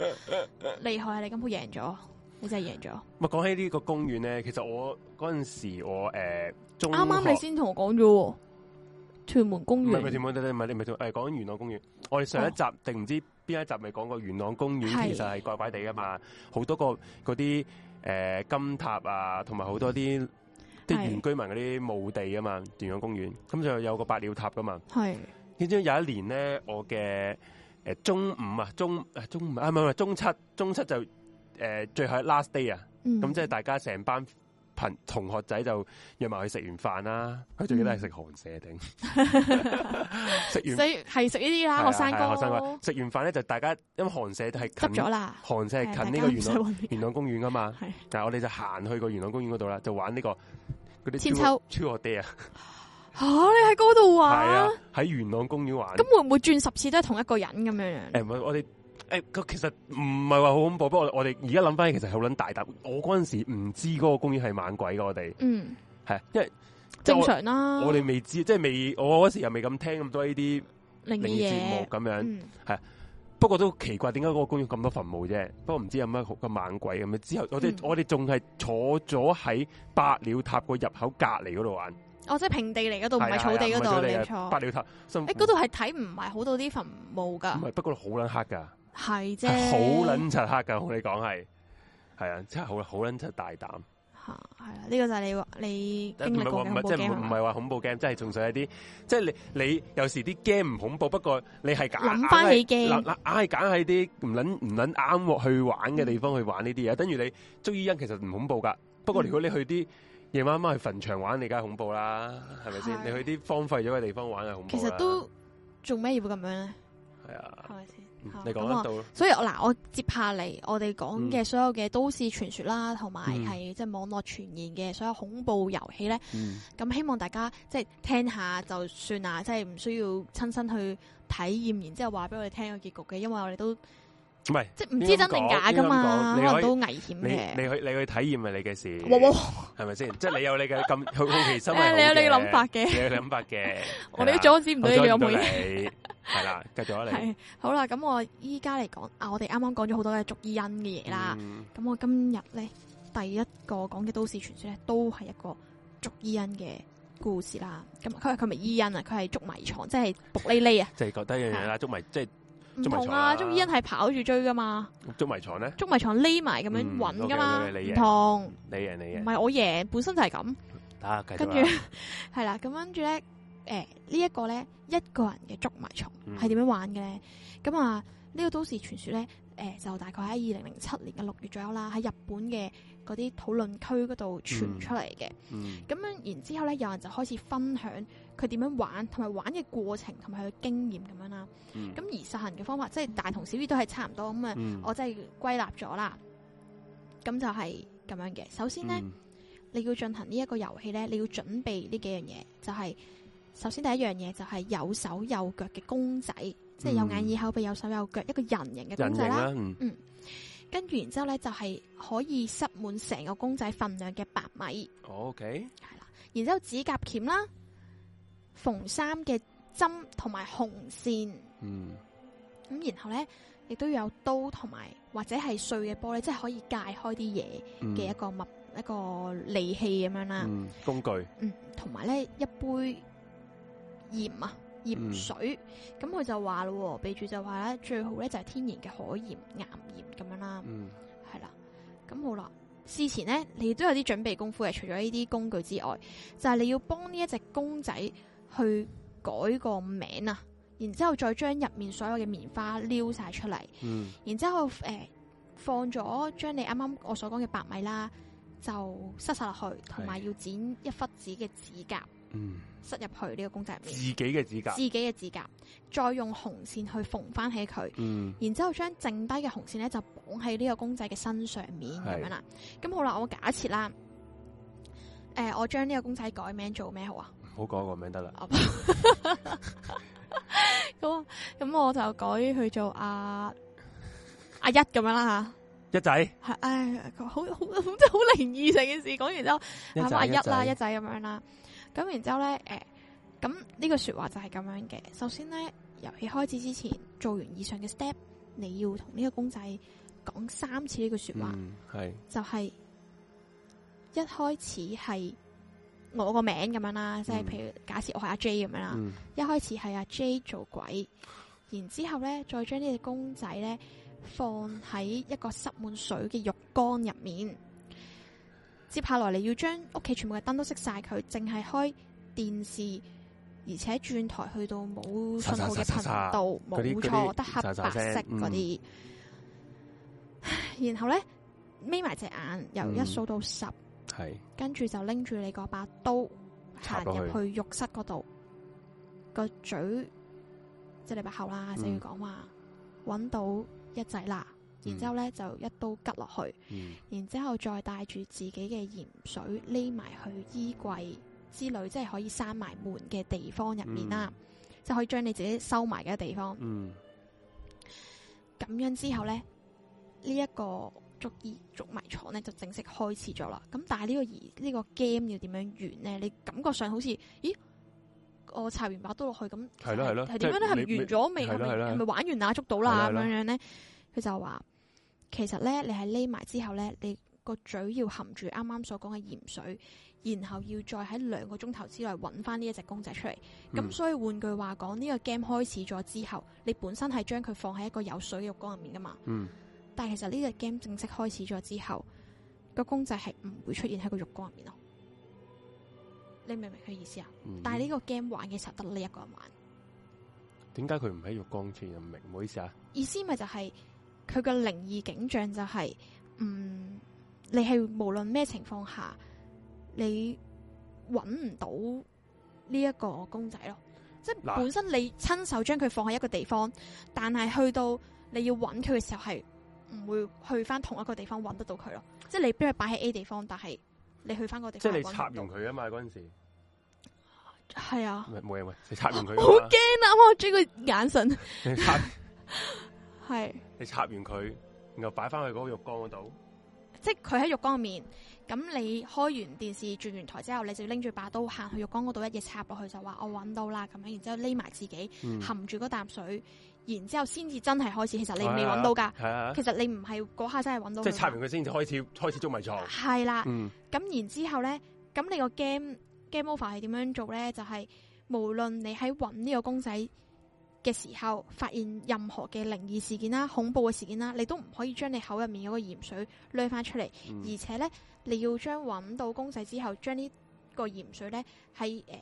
Speaker 2: 厲害啊！你今鋪贏咗，你真係贏咗。
Speaker 1: 咪啊講起呢個公園咧，其實我嗰陣時我誒中
Speaker 2: 啱啱你
Speaker 1: 學
Speaker 2: 先同我講咗喎，屯門公
Speaker 1: 唔係佢
Speaker 2: 園
Speaker 1: 點講唔係你唔係誒講緊元朗公園，我哋上一集定唔知邊一集咪講過元朗公園
Speaker 2: 係
Speaker 1: 其實係怪怪地噶嘛，好多個嗰啲誒金塔啊，同埋好多啲啲
Speaker 2: 係
Speaker 1: 原居民嗰啲墓地啊嘛，元朗公園咁就有個百鳥塔噶嘛。
Speaker 2: 係
Speaker 1: 你知唔知有一年咧，我嘅诶、呃中午啊，中啊中午啊，唔係唔係中七，中七就诶、呃最後 last day 啊，
Speaker 2: 嗯
Speaker 1: 咁即係大家成班朋同學仔就約埋去食完飯啦，佢最記得係食韓蛇丁，食
Speaker 2: 所
Speaker 1: 完
Speaker 2: 以係嗯食呢啲
Speaker 1: 係
Speaker 2: 啦，
Speaker 1: 啊
Speaker 2: 學生
Speaker 1: 係啊學生
Speaker 2: 哥
Speaker 1: 哥食完飯咧就大家因為韓蛇係
Speaker 2: 執
Speaker 1: 近
Speaker 2: 咗啦，
Speaker 1: 韓蛇係近呢個元朗元朗公園噶嘛，
Speaker 2: 係
Speaker 1: 但係我哋就行去個元朗公園嗰度啦，就玩呢、個嗰啲
Speaker 2: 千
Speaker 1: 超超學爹啊，
Speaker 2: 嚇你喺嗰度
Speaker 1: 係啊
Speaker 2: 玩，，
Speaker 1: 喺元朗公園玩。
Speaker 2: 咁會唔會轉十次都係同一個人咁樣
Speaker 1: 诶、
Speaker 2: 樣？
Speaker 1: 唔係我哋诶，個其實唔係話好恐怖，不過我我哋而家諗翻起，其實係好撚大膽。我嗰阵时唔知嗰個公園係猛鬼噶，我哋
Speaker 2: 嗯，
Speaker 1: 係因為
Speaker 2: 正常啦，
Speaker 1: 我哋未知，即係未我嗰時又未咁聽咁多呢啲
Speaker 2: 靈
Speaker 1: 靈
Speaker 2: 異
Speaker 1: 異節目
Speaker 2: 嘢，
Speaker 1: 咁樣。
Speaker 2: 嗯，
Speaker 1: 不過都奇怪，點解嗰個公園咁多墳墓啫？不過唔知有乜好咁猛鬼咁樣。之後我哋、
Speaker 2: 嗯
Speaker 1: 我哋仲係坐咗喺百鳥塔個入口隔離嗰度玩，
Speaker 2: 哦，即係平地嚟嗰度，唔
Speaker 1: 係啊
Speaker 2: 係草地
Speaker 1: 係啊唔係
Speaker 2: 嗰度，
Speaker 1: 草
Speaker 2: 你
Speaker 1: 地啊百
Speaker 2: 錯。
Speaker 1: 鳥塔，辛苦
Speaker 2: 哦誒，嗰度係睇唔係好到啲墳墓㗎
Speaker 1: 唔，係，不過好撚黑㗎。
Speaker 2: 係啫，
Speaker 1: 係好撚柒黑噶，同你講係，係啊，真係好好撚柒大膽。
Speaker 2: 嚇，係啦，呢個就係你你
Speaker 1: 唔
Speaker 2: 經歷
Speaker 1: 係
Speaker 2: 過
Speaker 1: 話
Speaker 2: 嘅
Speaker 1: 唔
Speaker 2: 恐
Speaker 1: 係
Speaker 2: 怖
Speaker 1: 即係
Speaker 2: game
Speaker 1: 唔唔係話恐怖 game，即係純粹係啲，即係你你有時啲 game 唔恐怖，不過你係揀
Speaker 2: 諗返起
Speaker 1: 硬
Speaker 2: game
Speaker 1: 係硬係揀喺啲唔撚唔撚啱去玩嘅地方去玩呢啲嘢。等於你捉伊因其實唔恐怖噶，不過如果你去啲夜晚晚去墳場玩，你梗係恐怖啦，係咪
Speaker 2: 係
Speaker 1: 先？你去啲荒廢咗嘅地方玩係恐怖
Speaker 2: 其
Speaker 1: 啦。
Speaker 2: 實都做咩要咁樣咧？
Speaker 1: 係啊
Speaker 2: 係，咪先
Speaker 1: 嗯？
Speaker 2: 嚇
Speaker 1: 你
Speaker 2: 咁
Speaker 1: 講
Speaker 2: 我
Speaker 1: 得到咯，
Speaker 2: 所以我嗱，我接下嚟我哋講嘅所有嘅都市傳說啦，同埋
Speaker 1: 嗯
Speaker 2: 係即係網絡傳言嘅所有恐怖遊戲咧，
Speaker 1: 嗯
Speaker 2: 咁希望大家即係聽下就算啦，即係唔需要親身去體驗，然之後話俾我哋聽個結局嘅，因為我哋都即
Speaker 1: 唔係
Speaker 2: 係唔知真定假噶嘛，可
Speaker 1: 應該咁講你可
Speaker 2: 能
Speaker 1: 以
Speaker 2: 都危險
Speaker 1: 你
Speaker 2: 嘅。
Speaker 1: 你去你去體驗係你嘅事。
Speaker 2: 哇哇
Speaker 1: 系咪先？即系你有你嘅咁好好奇心係
Speaker 2: 哇
Speaker 1: 好
Speaker 2: 你有你嘅諗法
Speaker 1: 你
Speaker 2: 嘅，。
Speaker 1: 有你諗法嘅
Speaker 2: 我哋都阻止唔到你兩妹。
Speaker 1: 嘢。系啦，繼續
Speaker 2: (laughs)
Speaker 1: 啊你。
Speaker 2: 係好啦，咁我依家嚟講啊，我哋啱啱講咗好多嘅捉伊因嘅嘢啦。
Speaker 1: 嗯
Speaker 2: 咁我今日咧第一個講嘅都市傳說咧，都係一個捉伊恩嘅故事啦。咁佢佢唔係伊恩啊，佢係捉迷藏，即係伏匿匿啊，
Speaker 1: 就係覺得一樣嘢啦，捉迷即係
Speaker 2: 唔
Speaker 1: 捉迷藏啊
Speaker 2: 同啊！捉伊恩係跑住追噶嘛，
Speaker 1: 捉迷藏咧，
Speaker 2: 捉迷藏匿埋咁樣
Speaker 1: 嗯
Speaker 2: 揾噶嘛，
Speaker 1: OK，OK，你贏
Speaker 2: 唔同
Speaker 1: 你嘅你嘅，
Speaker 2: 唔係我贏，本身就係咁。
Speaker 1: 啊，繼
Speaker 2: 跟
Speaker 1: 續
Speaker 2: 住
Speaker 1: 啦。
Speaker 2: (laughs) 係啦，咁跟住咧，诶、呢一個咧一個人嘅捉迷藏
Speaker 1: 嗯
Speaker 2: 係點樣玩嘅咧？咁啊呢個都市傳說咧，诶、就大概喺二零零七年嘅六月左右啦，喺日本嘅嗰啲討論區嗰度傳
Speaker 1: 嗯
Speaker 2: 出嚟嘅。
Speaker 1: 嗯
Speaker 2: 咁樣然之後咧，有人就開始分享佢點樣玩，同埋玩嘅過程，同埋佢嘅經驗咁樣啦。
Speaker 1: 嗯
Speaker 2: 咁而實行嘅方法，即係大同小異，都係差唔多咁啊。
Speaker 1: 嗯
Speaker 2: 我真係歸納咗啦，咁就係咁樣嘅。首先咧，
Speaker 1: 嗯
Speaker 2: 你你要進行呢一個遊戲咧，你要準備呢幾樣嘢，就係、首先第一樣嘢就係有手有腳嘅公仔，即係有眼耳口鼻有手有腳一個人形
Speaker 1: 嗯
Speaker 2: 嘅公
Speaker 1: 人
Speaker 2: 仔
Speaker 1: 形
Speaker 2: 啦。
Speaker 1: 啦，嗯，
Speaker 2: 跟住然之後咧就係、可以塞滿成個公仔份量嘅白米，
Speaker 1: 哦，OK，
Speaker 2: 係啦。然之後指甲鉗啦，縫衫嘅針同埋紅線。
Speaker 1: 嗯，
Speaker 2: 咁然後咧，亦都有刀同埋或者係碎嘅玻璃，即係可以界開啲嘢
Speaker 1: 嗯
Speaker 2: 嘅一個物、一個利器咁樣啦。
Speaker 1: 嗯工具，
Speaker 2: 嗯，同埋咧一杯鹽啊，鹽水。咁佢、就話咯喎，備注就話咧，最好咧就係天然嘅海鹽、岩鹽咁樣啦，
Speaker 1: 嗯
Speaker 2: 係啦。咁好啦，事前咧你都有啲準備功夫嘅，除咗呢啲工具之外，就係、你要幫呢一隻公仔去改個名啊，然之後再將入面所有嘅棉花撩晒出嚟。
Speaker 1: 嗯
Speaker 2: 然之後誒、呃放咗將你啱啱我所講嘅白米啦，就塞晒落去，同埋要剪一忽子嘅指甲
Speaker 1: 嗯，
Speaker 2: 塞入去呢個公仔
Speaker 1: 自
Speaker 2: 入面，
Speaker 1: 己嘅指甲
Speaker 2: 自，己嘅指甲，再用紅線去縫翻起佢。
Speaker 1: 嗯
Speaker 2: 然之後將剩低嘅紅線咧就綁喺呢個公仔嘅身上面咁
Speaker 1: 係
Speaker 2: 樣啦。咁好啦，我假設啦，誒、我將呢個公仔改名做咩好啊？ (laughs)
Speaker 1: 好講個名得啦，
Speaker 2: 咁啊咁我就改佢做阿阿一咁樣啦吓。
Speaker 1: 一仔，一
Speaker 2: 系，唉，佢好好真係好靈異成件事。講完之後，阿
Speaker 1: 仔
Speaker 2: 啊阿一啦，一
Speaker 1: 仔，
Speaker 2: 仔咁樣啦，咁然之後咧，诶、咁呢句说話就係咁樣嘅。首先咧，遊戲開始之前做完以上嘅 step，你要同呢個公仔講三次呢句说話，
Speaker 1: 嗯係，
Speaker 2: 就係一開始係我個名咁樣啦，即係
Speaker 1: 嗯
Speaker 2: 譬如假設我係阿 J 咁樣啦，
Speaker 1: 嗯
Speaker 2: 一開始係阿 J 做鬼，然之後咧再將呢只公仔咧放喺一個塞滿水嘅浴缸入面。接下來你要將屋企全部嘅燈都熄晒佢，淨係開電視，而且轉台去到冇信號
Speaker 1: 沙沙
Speaker 2: 嘅
Speaker 1: 沙沙
Speaker 2: 頻道，
Speaker 1: 嗰啲嗰
Speaker 2: 冇錯，
Speaker 1: 啲
Speaker 2: 得黑
Speaker 1: 沙沙嗯
Speaker 2: 白
Speaker 1: 聲
Speaker 2: 色嗰啲。然後咧，眯埋隻眼，由一
Speaker 1: 嗯
Speaker 2: 數到十。
Speaker 1: 係，
Speaker 2: 跟住就拎住你嗰把刀
Speaker 1: 插
Speaker 2: 行
Speaker 1: 落
Speaker 2: 入
Speaker 1: 去
Speaker 2: 去浴室嗰度，個嘴即係你把口啦，就要
Speaker 1: 嗯
Speaker 2: 講話揾到一仔啦，然之後咧就一刀吉落去，
Speaker 1: 嗯
Speaker 2: 然之後再帶住自己嘅鹽水匿埋去衣櫃之類，即係可以閂埋門嘅地方入面啦，就可以將你自己收埋嘅地方。
Speaker 1: 嗯
Speaker 2: 咁樣之後呢，呢、一個捉衣捉迷藏呢就正式開始咗啦。咁但係呢個儀呢、個 game 要點樣完呢？你感覺上好似，咦，我插完把刀落去咁，
Speaker 1: 係咯係咯
Speaker 2: 係點樣
Speaker 1: 即係
Speaker 2: 咧？係
Speaker 1: 你
Speaker 2: 咪完咗未？
Speaker 1: 係
Speaker 2: 係
Speaker 1: 咯
Speaker 2: 咪
Speaker 1: 係咯
Speaker 2: 係咪玩完啊？捉到啦
Speaker 1: 係
Speaker 2: 咁
Speaker 1: 咯係咯
Speaker 2: 樣樣呢，佢就話其實呢，你係匿埋之後呢，你個嘴要含住啱啱所講嘅鹽水，然後要再喺兩個鐘頭之內揾翻呢一隻公仔出嚟。咁、
Speaker 1: 嗯
Speaker 2: 所以換句話講，呢、個 game 開始咗之後，你本身係將佢放喺一個有水嘅浴缸入面噶嘛。
Speaker 1: 嗯
Speaker 2: 但係其實呢只 game 正式開始咗之後，個公仔係唔會出現喺個浴缸入面咯。你明唔明佢意思啊？
Speaker 1: 嗯，
Speaker 2: 但係呢個 game 玩嘅時候得你一個人玩，
Speaker 1: 點解佢唔喺浴缸前唔明？唔好意思啊，
Speaker 2: 意思咪就係佢嘅靈異景象就係、嗯，你係無論咩情況下，你揾唔到呢一個公仔咯。即係
Speaker 1: 嗱
Speaker 2: 本身你親手將佢放喺一個地方，但係去到你要揾佢嘅時候，係唔會去翻同一個地方揾得到佢咯。即係你俾佢擺喺 A 地方，但係你去翻個地
Speaker 1: 即
Speaker 2: 方
Speaker 1: 係
Speaker 2: 係
Speaker 1: 你
Speaker 2: 揾唔
Speaker 1: 插完
Speaker 2: 到，
Speaker 1: 佢啊嘛，嗰陣時
Speaker 2: 係啊，
Speaker 1: 唔係冇嘢喂，你插完佢
Speaker 2: 我
Speaker 1: 啊
Speaker 2: 好
Speaker 1: 嘛
Speaker 2: 驚，啊！我追個眼神
Speaker 1: 你插
Speaker 2: 係。
Speaker 1: 你插完佢，然後擺翻去嗰個浴缸嗰度，
Speaker 2: 即係佢喺浴缸入面，咁你開完電視轉完台之後，你就拎住把刀行去浴缸嗰度一嘢插落去，就話哦我揾到啦咁樣，然之後匿埋自己，
Speaker 1: 嗯
Speaker 2: 含住嗰啖水，然之後先至真係開始。其實你未
Speaker 1: 係啊
Speaker 2: 揾到㗎，
Speaker 1: 係啊，
Speaker 2: 其實你唔係嗰下真係揾到㗎
Speaker 1: 即
Speaker 2: 嘛。
Speaker 1: 係插完佢先至開始開始捉迷藏。
Speaker 2: 係啦，
Speaker 1: 嗯
Speaker 2: 咁然之後呢，咁你個 game game over 係點樣做呢？就係、無論你喺揾呢個公仔嘅時候，發現任何嘅靈異事件啦、恐怖嘅事件啦，你都唔可以將你口入面嗰個鹽水掠翻出嚟。
Speaker 1: 嗯
Speaker 2: 而且咧，你要將揾到公仔之後，將呢個鹽水咧係誒呃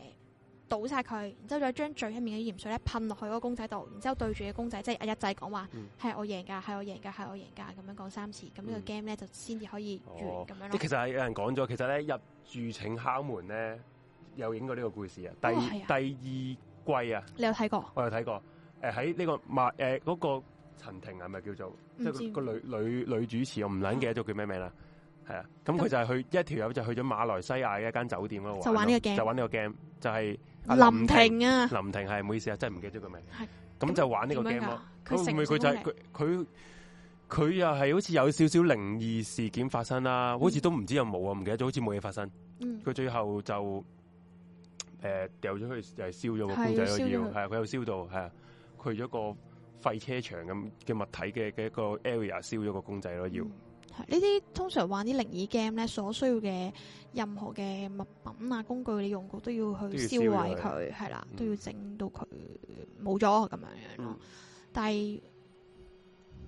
Speaker 2: 倒晒佢，然之後再將最一面嘅鹽水咧噴落去嗰個公仔度，然之後對住嘅公仔，即係阿一仔講話
Speaker 1: 嗯
Speaker 2: 係我贏㗎，係我贏㗎，係我贏㗎，咁樣講三次，咁呢個
Speaker 1: 嗯
Speaker 2: game 咧就先至可以完
Speaker 1: 哦
Speaker 2: 咁樣
Speaker 1: 即
Speaker 2: 咯
Speaker 1: 係。其實係有人講咗，其實咧入住請敲門咧有影過呢個故事啊。第、
Speaker 2: 哦係啊
Speaker 1: 第二季啊，
Speaker 2: 你有睇過？
Speaker 1: 我有睇過。誒喺呢個麥誒嗰個陳婷係咪叫做
Speaker 2: 唔
Speaker 1: 即係
Speaker 2: 知
Speaker 1: 個個女女女主持？我唔撚記得咗叫咩名啦。系啊，咁佢就係去一條友就去咗馬來西亞嘅一間酒店嗰度
Speaker 2: 就玩呢個
Speaker 1: 咯
Speaker 2: game
Speaker 1: 就玩呢個 game，就係阿
Speaker 2: 林婷
Speaker 1: (laughs)
Speaker 2: 啊，
Speaker 1: 林婷係唔好意思啊，真係唔記得咗個名
Speaker 2: 係。 (laughs) 咁就玩呢個點
Speaker 1: game
Speaker 2: 樣
Speaker 1: 咯
Speaker 2: 噶。？
Speaker 1: 佢
Speaker 2: 成
Speaker 1: 唔係佢就係佢佢佢又係好似有少少靈異事件發生啦，好似都唔知有冇啊，唔記得咗，好似冇嘢發生。
Speaker 2: 嗯
Speaker 1: 佢最後就诶掉咗佢，就係燒咗個
Speaker 2: 係
Speaker 1: 公仔
Speaker 2: 燒
Speaker 1: 咯，
Speaker 2: 咗
Speaker 1: 要
Speaker 2: 佢
Speaker 1: 係啊佢又燒到係啊，佢去咗個廢車場咁嘅物體嘅嘅一個 area 燒咗個公仔咯，要
Speaker 2: 嗯係呢啲通常玩啲靈異 game 咧，所需要嘅任何嘅物品啊、工具，你用過都要去
Speaker 1: 要
Speaker 2: 燒
Speaker 1: 燒
Speaker 2: 毀
Speaker 1: 咗佢
Speaker 2: 佢，係啦，
Speaker 1: 嗯
Speaker 2: 都要整到佢冇咗咁樣樣咯
Speaker 1: 嗯。
Speaker 2: 但係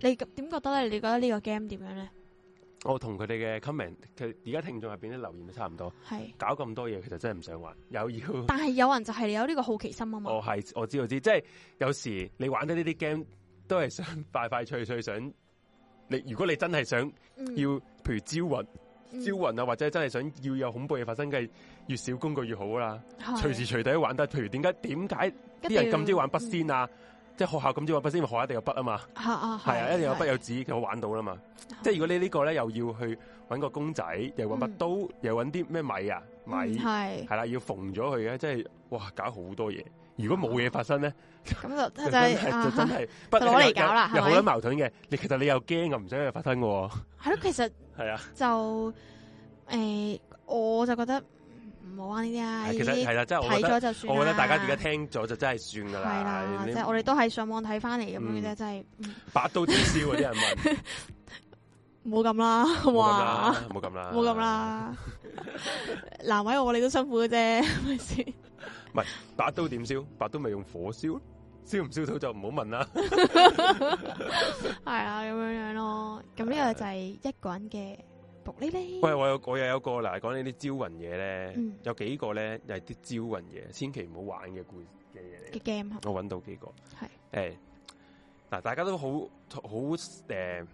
Speaker 2: 你咁點覺得咧？你覺得呢個 game 點樣咧？
Speaker 1: 我同佢哋嘅 comment，佢而家聽眾入邊啲留言都差唔多，
Speaker 2: 係，
Speaker 1: 搞咁多嘢其實真係唔想玩，又要
Speaker 2: 但係有人就係有呢個好奇心啊嘛。
Speaker 1: 我哦係我知我知，即係有時你玩得呢啲 game 都係想快快脆脆想你，如果你真係想
Speaker 2: 嗯
Speaker 1: 要，譬如招魂、
Speaker 2: 嗯
Speaker 1: 招魂啊，或者真係想要有恐怖嘢發生嘅，越少工具越好啦，
Speaker 2: 係
Speaker 1: 隨時隨地都玩得。譬如點解點解啲人咁中意玩筆仙啊？即係學校咁中意玩筆仙，咪學校一定有筆啊嘛，
Speaker 2: 嗯嚇啊，
Speaker 1: 係啊，一定有筆
Speaker 2: 嗯係
Speaker 1: 有紙，佢玩到啦嘛。即係如果你呢個咧又要去揾個公仔，又揾把
Speaker 2: 嗯
Speaker 1: 刀，又揾啲咩米啊米，
Speaker 2: 嗯係
Speaker 1: 係啦，要縫咗佢嘅，即係哇搞好多嘢。如果冇嘢發生咧， (laughs)
Speaker 2: 咁就
Speaker 1: 就
Speaker 2: 真
Speaker 1: 真
Speaker 2: 係
Speaker 1: 係
Speaker 2: 啊
Speaker 1: 就真
Speaker 2: 嚇
Speaker 1: 係不
Speaker 2: 就攞嚟搞啦
Speaker 1: 又又
Speaker 2: 係咪
Speaker 1: 好多矛盾嘅。你其實你又驚啊又唔想佢發生嘅喎，
Speaker 2: 係咯，其實。
Speaker 1: 係啊，
Speaker 2: 就诶、我就覺得唔好玩呢啲
Speaker 1: 係
Speaker 2: 啊，呢
Speaker 1: 其實
Speaker 2: 啲
Speaker 1: 係啦，即係我
Speaker 2: 睇
Speaker 1: 覺得
Speaker 2: 咗就算啦。
Speaker 1: 我覺得大家而家聽咗就真係算㗎啦
Speaker 2: 係啦，，即
Speaker 1: 你
Speaker 2: 係我哋都係上網睇翻嚟咁樣嘅啫，
Speaker 1: 嗯
Speaker 2: 真係嗯
Speaker 1: 百刀點燒嗰啲人
Speaker 2: (laughs)
Speaker 1: 問，
Speaker 2: 唔好咁啦，好
Speaker 1: 冇
Speaker 2: 唔好
Speaker 1: 咁
Speaker 2: 啊？
Speaker 1: 啦，冇咁啦，
Speaker 2: 唔好咁。啦， (laughs) 難為我哋都辛苦嘅啫，係咪先？
Speaker 1: 百刀點燒？百刀咪用火燒咯，燒唔燒到就唔好問啦。
Speaker 2: 嗯係啊，咁樣樣咯。咁呢個就係一個人嘅卜哩哩。
Speaker 1: 喂，我有我又有個嗱，講呢啲招魂嘢咧
Speaker 2: 嗯，
Speaker 1: 有幾個咧又係啲招魂嘢，千祈唔好玩嘅故嘅嘢嚟
Speaker 2: 嘅。game 係
Speaker 1: 我揾到幾個
Speaker 2: 係
Speaker 1: 誒嗱，大家都好好誒，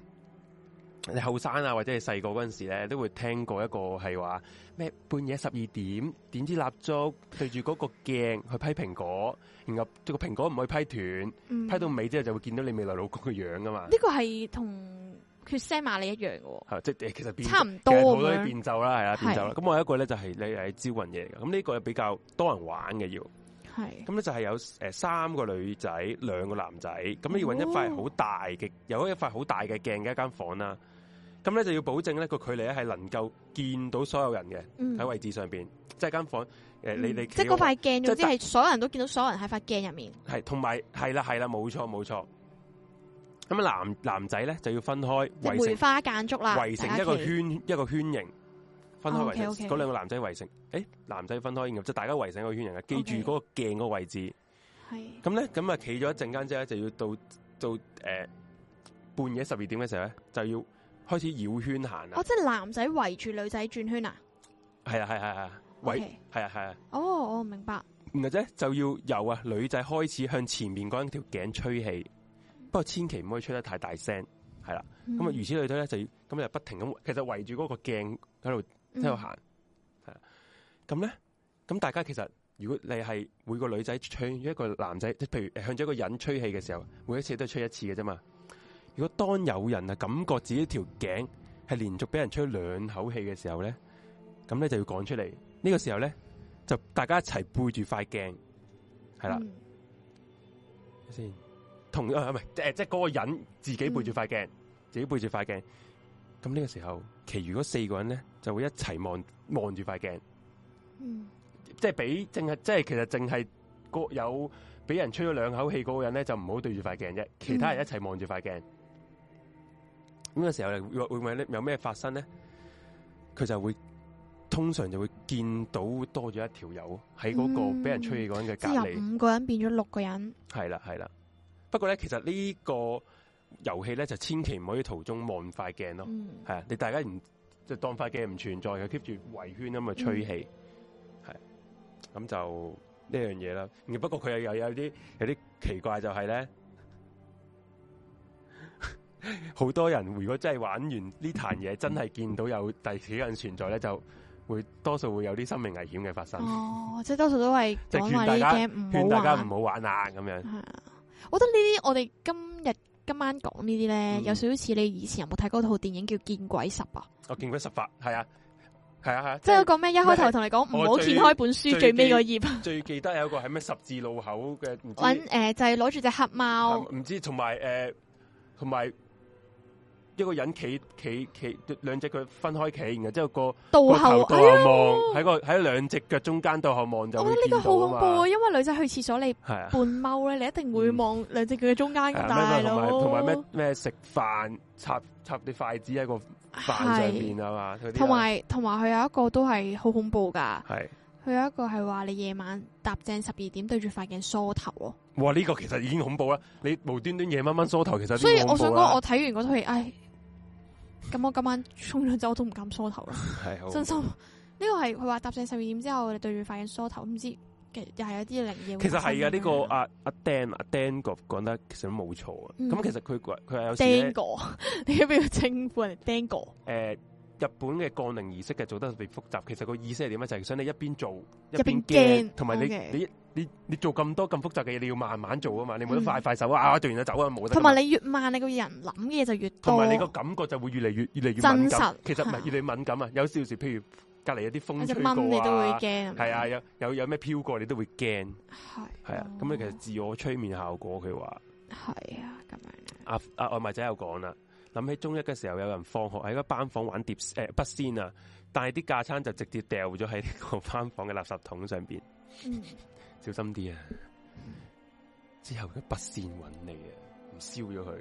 Speaker 1: 你後生啊，或者係細個嗰陣時咧，都會聽過一個係話咩半夜十二點點支蠟燭對住嗰個鏡去批蘋果，然後個蘋果唔可以批斷，
Speaker 2: 嗯
Speaker 1: 批到尾之後就會見到你未來老公嘅樣噶嘛
Speaker 2: 呢，個係同血腥瑪麗一樣嘅喎，
Speaker 1: 係即係其實變
Speaker 2: 差唔
Speaker 1: 其
Speaker 2: 多
Speaker 1: 實好多
Speaker 2: 咁
Speaker 1: 啲
Speaker 2: 樣。
Speaker 1: 變奏啦，係啦
Speaker 2: 係
Speaker 1: 變奏啦。咁我有一個咧就係你係招魂嘢嘅，咁呢個比較多人玩嘅要。
Speaker 2: 係
Speaker 1: 咁咧就係有誒、呃三個女仔，兩個男仔，咁要揾一塊好大嘅，有一塊好大嘅鏡嘅一間房啦。咁咧就要保證咧個距離咧係能夠見到所有人嘅
Speaker 2: 嗯
Speaker 1: 喺位置上邊，即係間房誒、呃你
Speaker 2: 嗯
Speaker 1: 你
Speaker 2: 即係嗰塊鏡，總之
Speaker 1: 即係
Speaker 2: 係所有人都見到所有人喺塊鏡入面。
Speaker 1: 係同埋係啦係啦，冇錯冇錯。咁啊男男仔咧就要分開
Speaker 2: 即係
Speaker 1: 圍
Speaker 2: 梅
Speaker 1: 成
Speaker 2: 花間竹啦，
Speaker 1: 圍成一個
Speaker 2: 大家企，
Speaker 1: 圈一個圈形，分開
Speaker 2: 哦
Speaker 1: 圍成
Speaker 2: OK，OK
Speaker 1: 嗰兩個男仔圍成，誒男仔分開，然後即係大家圍成一個圈形啊，記住
Speaker 2: OK
Speaker 1: 嗰個鏡個位置。
Speaker 2: 係
Speaker 1: 咁咧，咁啊企咗一陣間之後咧，就要到到诶、呃半夜十二點嘅時候咧，就要開始繞圈行啦
Speaker 2: 哦，。即係男仔圍住女仔轉圈啊。
Speaker 1: 係啊，係啊，係啊，喂，
Speaker 2: OK，
Speaker 1: 係啊，係啊。
Speaker 2: 哦，我明白。
Speaker 1: 然後咧就要由啊女仔開始向前面嗰條頸吹氣，不過千祈唔可以吹得太大聲。係啦，
Speaker 2: 咁
Speaker 1: 咁啊，如此類推咧，就要咁啊就不停咁，其實圍住嗰個鏡喺度
Speaker 2: 如
Speaker 1: 喺度，行，係啊。咁咧，咁大家其實如果你係每個女仔吹一個男仔，即係譬如呃向咗一個人吹氣嘅時候，每一次都係吹一次嘅啫嘛。如果當有人啊感覺自己條頸係連續俾人吹兩口氣嘅時候咧，咁咧就要講出嚟。呢、個時候咧，就大家一齊背住塊鏡，係啦
Speaker 2: 嗯，，
Speaker 1: 先同啊唔係誒，即係嗰個人自己背住塊鏡，自己背住塊鏡。咁呢個時候，其餘嗰四個人咧就會一齊望望住塊鏡。
Speaker 2: 嗯，
Speaker 1: 即系俾淨係即係其實淨係個有俾人吹咗兩口氣嗰個人咧，就唔好對住塊鏡啫，其
Speaker 2: 嗯
Speaker 1: 他人一齊望住塊鏡。咁、嘅時候咧，會會唔會咧有咩發生咧？佢就會通常就會見到多咗一條友喺嗰個俾人吹氣嗰個人嘅
Speaker 2: 嗯即
Speaker 1: 隔
Speaker 2: 係
Speaker 1: 離，
Speaker 2: 由五個人變咗六個人。
Speaker 1: 係啦係啦。不過咧，其實呢個遊戲咧就千祈唔可以途中望塊鏡咯。
Speaker 2: 嗯，
Speaker 1: 系啊，你大家唔就當塊鏡唔存在嘅，keep 住圍圈咁啊吹氣，
Speaker 2: 嗯
Speaker 1: 係咁就呢樣嘢啦。然後不過佢又又有啲有啲奇怪就係咧， (laughs) 好多人如果真係玩完呢壇嘢，真係見到有第幾個人存在咧，就會多數會有啲生命危險嘅發生，
Speaker 2: 哦，即係多數都係
Speaker 1: 即係
Speaker 2: 講
Speaker 1: 勸
Speaker 2: 話
Speaker 1: 大
Speaker 2: 呢
Speaker 1: 家
Speaker 2: 啲 game 唔
Speaker 1: 勸大
Speaker 2: 好
Speaker 1: 家唔
Speaker 2: 玩。
Speaker 1: 好玩啊咁樣。
Speaker 2: 係啊，我覺得呢啲我哋今日今晚講呢啲咧，
Speaker 1: 嗯
Speaker 2: 有少少似你以前有冇睇嗰套電影叫《見鬼十》啊？
Speaker 1: 我見鬼十法，係啊，係啊，係啊，
Speaker 2: 即係嗰個咩一開頭同你講唔
Speaker 1: 我
Speaker 2: 好
Speaker 1: 最
Speaker 2: 掀開本書最
Speaker 1: 最
Speaker 2: 尾個頁，
Speaker 1: 最記得有一個係咩十字路口嘅，唔知
Speaker 2: 搵诶就係攞住隻黑貓，
Speaker 1: 唔知同埋诶，同埋一個人企企企兩隻腳分開企，然後之後個
Speaker 2: 倒
Speaker 1: 個頭
Speaker 2: 後哎
Speaker 1: 倒
Speaker 2: 呀
Speaker 1: 後望喺啊個喺兩隻腳中間倒後望就
Speaker 2: 我
Speaker 1: 會
Speaker 2: 覺得呢個
Speaker 1: 見
Speaker 2: 好
Speaker 1: 到
Speaker 2: 恐怖
Speaker 1: 啊嘛
Speaker 2: 啊，，因為女仔去廁所你
Speaker 1: 係啊。
Speaker 2: 半踎咧，你一定會
Speaker 1: 嗯
Speaker 2: 望兩隻腳嘅中間
Speaker 1: 係
Speaker 2: 噶，
Speaker 1: 啊
Speaker 2: 大
Speaker 1: 咩同
Speaker 2: 佬
Speaker 1: 埋。同埋咩咩食飯插插啲筷子喺個飯上邊啊嘛，嗰啲啊
Speaker 2: 同埋同埋佢有一個都係好恐怖噶，
Speaker 1: 係
Speaker 2: 佢有一個係話你夜晚搭正十二點對住塊鏡梳頭咯。
Speaker 1: 哇呢個其實已經恐怖啦！你無端端夜晚晚梳頭，其實
Speaker 2: 所以
Speaker 1: 已經
Speaker 2: 我
Speaker 1: 恐怖啊
Speaker 2: 想
Speaker 1: 啦
Speaker 2: 講，我睇完嗰套戲，唉，咁我今晚沖涼之後我都唔敢梳頭啦，
Speaker 1: 係好
Speaker 2: 真心。呢個係佢話搭正十二點之後，你對住塊鏡梳頭，唔知其又係有啲靈嘢會
Speaker 1: 其實
Speaker 2: 發生咁
Speaker 1: 係
Speaker 2: 樣。
Speaker 1: 啊，呢個阿阿 Dan 阿 Dan 講講得其實都冇錯啊。
Speaker 2: 嗯
Speaker 1: 咁其實佢佢係有時
Speaker 2: 釘
Speaker 1: 咧
Speaker 2: 過， (laughs) 你要唔要稱呼人哋釘過？
Speaker 1: 誒呃日本嘅降靈儀式嘅做得特別複雜，其實個意思係點咧？就係想你一邊做一
Speaker 2: 一
Speaker 1: 邊
Speaker 2: 邊
Speaker 1: 驚
Speaker 2: 驚，
Speaker 1: 同埋你
Speaker 2: OK
Speaker 1: 你你你做咁多咁複雜嘅嘢，你要慢慢做啊嘛，你冇得
Speaker 2: 嗯
Speaker 1: 快快手啊，做完就走啊，冇得㗎嘛。
Speaker 2: 同埋你越慢，你個人諗嘅嘢就越
Speaker 1: 同埋你個
Speaker 2: 多。
Speaker 1: 感覺就會越嚟越越嚟越
Speaker 2: 真
Speaker 1: 敏感
Speaker 2: 實。
Speaker 1: 其實唔係
Speaker 2: (laughs) 嚇
Speaker 1: 越嚟越敏感啊，有少時譬如隔離有啲
Speaker 2: 有
Speaker 1: 風
Speaker 2: 隻
Speaker 1: 吹
Speaker 2: 蚊你
Speaker 1: 過
Speaker 2: 都會
Speaker 1: 啊，
Speaker 2: 驚。
Speaker 1: 係啊，，有有有咩飄過你都會驚，
Speaker 2: 係
Speaker 1: 係啊。咁你
Speaker 2: 哦
Speaker 1: 其實自我催眠效果，佢話
Speaker 2: 係啊，咁樣
Speaker 1: 阿阿外賣仔又講啦，諗起中一嘅時候有人放學喺個班房玩碟誒筆仙啊，但係啲架撐就直接掉咗喺呢個 (laughs) 班房嘅垃圾桶上邊，
Speaker 2: 嗯，
Speaker 1: 小心啲啊！之後啲筆仙揾你啊，唔燒咗佢，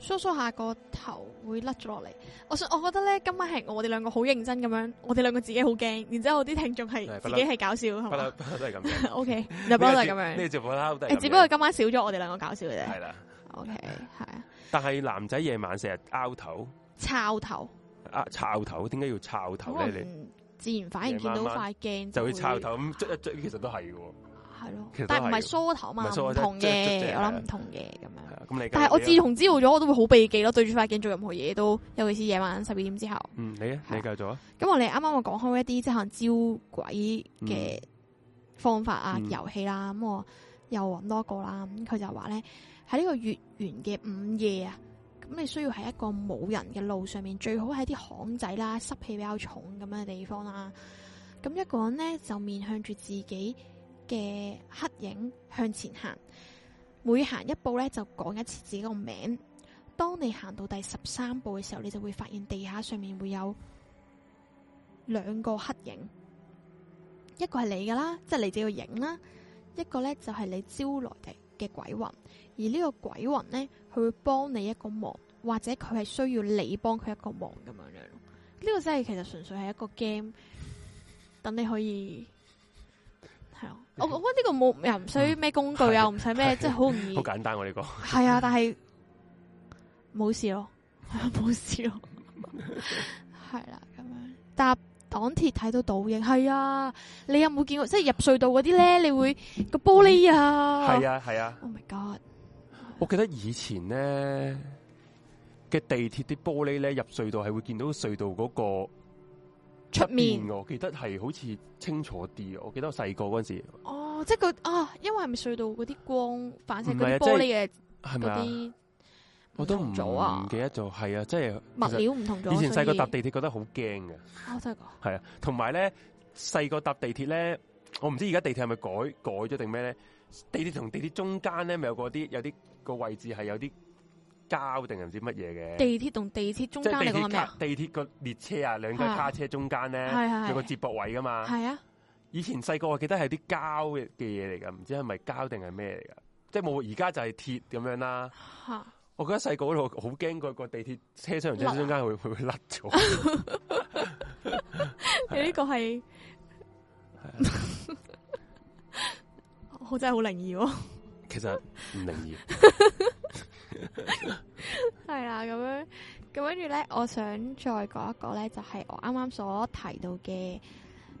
Speaker 2: 梳梳下個頭會甩咗落嚟。我想，我覺得咧，今晚係我哋兩個好認真咁樣，我哋兩個自己好驚，然之後啲聽眾係
Speaker 1: 係不
Speaker 2: 自己
Speaker 1: 嬲
Speaker 2: 係搞笑，係
Speaker 1: 不嬲
Speaker 2: 嘛
Speaker 1: 不嬲都係咁
Speaker 2: (laughs)
Speaker 1: 樣，
Speaker 2: ？O K，就不嬲都係咁
Speaker 1: 呢
Speaker 2: 樣。
Speaker 1: 條不嬲都係咁
Speaker 2: 誒
Speaker 1: 樣，
Speaker 2: 只不過今晚少咗我哋兩個搞笑嘅
Speaker 1: 係
Speaker 2: 啫。
Speaker 1: 啦。
Speaker 2: O K，係啊，
Speaker 1: 但係男仔夜晚成日拗頭，
Speaker 2: 抄頭，
Speaker 1: 啊抄頭，點解要抄頭
Speaker 2: 可
Speaker 1: 咧？你
Speaker 2: 能自然反應見到
Speaker 1: 夜晚
Speaker 2: 塊
Speaker 1: 晚
Speaker 2: 鏡
Speaker 1: 就
Speaker 2: 啊會
Speaker 1: 會抄頭咁捽一捽，其實都係嘅喎。
Speaker 2: 係咯
Speaker 1: 其實，都
Speaker 2: 但唔係
Speaker 1: 係
Speaker 2: 梳頭嘛，
Speaker 1: 唔係梳
Speaker 2: 唔
Speaker 1: 即係
Speaker 2: 同
Speaker 1: 即係
Speaker 2: 嘅
Speaker 1: 即，係係
Speaker 2: 我諗
Speaker 1: 啊
Speaker 2: 唔同嘅咁
Speaker 1: 係
Speaker 2: 樣。
Speaker 1: 啊，咁你
Speaker 2: 但係我
Speaker 1: 繼
Speaker 2: 自
Speaker 1: 續
Speaker 2: 從知道咗，我都會好避忌咯，對住塊鏡做任何嘢都，尤其是夜晚十二點之後。
Speaker 1: 嗯，你啊，
Speaker 2: 係
Speaker 1: 你
Speaker 2: 啊
Speaker 1: 繼續啊，
Speaker 2: 咁我哋啱啱我講開一啲即係可能招鬼嘅方法啊、
Speaker 1: 嗯
Speaker 2: 遊戲啦，咁我又揾多一個啦。咁佢就話咧，喺呢個月圓嘅午夜啊，咁你需要喺一個冇人嘅路上面，最好喺啲巷仔啦、濕氣比較重咁樣嘅地方啦。咁一個人咧就面向住自己嘅黑影向前行，每行一步咧就講一次自己個名。當你行到第十三步嘅時候，你就會發現地下上面會有兩個黑影，一個係你噶啦，即係你自己個影啦；一個咧就係你招來嘅嘅鬼魂，而呢個鬼魂咧，佢會幫你一個忙，或者佢係需要你幫佢一個忙咁樣樣咯。呢、個真係其實純粹係一個 game，等你可以係啊。我我覺得呢個冇又唔使咩工具啊，
Speaker 1: 係
Speaker 2: 唔使咩，
Speaker 1: 係
Speaker 2: 即係好容易
Speaker 1: 好簡單我哋講，
Speaker 2: 系啊，但系冇事咯， (laughs) 係啊冇事
Speaker 1: (laughs)
Speaker 2: 咯，系啦咁样搭港鐵睇到倒影，係啊，你有冇見過？即係入隧道嗰啲咧，你會個玻璃啊，
Speaker 1: 係啊係啊，
Speaker 2: ，Oh my God，
Speaker 1: 我記得以前咧嘅地鐵啲玻璃咧入隧道係會見到隧道嗰個
Speaker 2: 出
Speaker 1: 側邊
Speaker 2: 面
Speaker 1: 嘅，我記得係好似清楚啲啊，我記得我細個嗰陣時
Speaker 2: 哦，即係個啊，因為係咪隧道嗰啲光反射
Speaker 1: 唔係
Speaker 2: 嗰啲
Speaker 1: 啊
Speaker 2: 玻璃嘅
Speaker 1: 係咪
Speaker 2: 嗰
Speaker 1: 啊？
Speaker 2: 啲，
Speaker 1: 我都唔
Speaker 2: 唔同咗啊
Speaker 1: 唔記得咗，係啊，即係
Speaker 2: 物
Speaker 1: 其實
Speaker 2: 料唔同咗，
Speaker 1: 以前細
Speaker 2: 所
Speaker 1: 個
Speaker 2: 以
Speaker 1: 搭，地鐵覺得好驚嘅。
Speaker 2: 啊真係講，
Speaker 1: 系啊，同埋咧細個搭地鐵咧，我唔知而家地鐵係咪改改咗定咩咧？地鐵同地鐵中間咧，咪有嗰啲有啲個位置係有啲膠定係唔知乜嘢嘅？
Speaker 2: 地鐵同地鐵中
Speaker 1: 即
Speaker 2: 間
Speaker 1: 係
Speaker 2: 你
Speaker 1: 地鐵
Speaker 2: 講緊咩
Speaker 1: 卡
Speaker 2: 啊？
Speaker 1: 地鐵個列車啊，兩
Speaker 2: 係
Speaker 1: 架卡車中間咧
Speaker 2: 係係
Speaker 1: 有個
Speaker 2: 係
Speaker 1: 接駁位噶嘛。
Speaker 2: 係啊，
Speaker 1: 以前細個我記得係啲膠嘅嘅嘢嚟噶，唔知係咪膠定係咩嚟噶？即係冇而家就係鐵咁樣啦。
Speaker 2: 吓。
Speaker 1: 我覺得細個嗰度好驚個個地鐵車廂同車廂
Speaker 2: 甩啊
Speaker 1: 中間會 (laughs) 會會甩
Speaker 2: (laughs)
Speaker 1: 咗。
Speaker 2: 你呢個係， (laughs) 好真係好靈異喎。
Speaker 1: 其實唔靈異，
Speaker 2: (laughs) 係啦，咁樣咁跟住咧，我想再講一個咧，就係我啱啱所提到嘅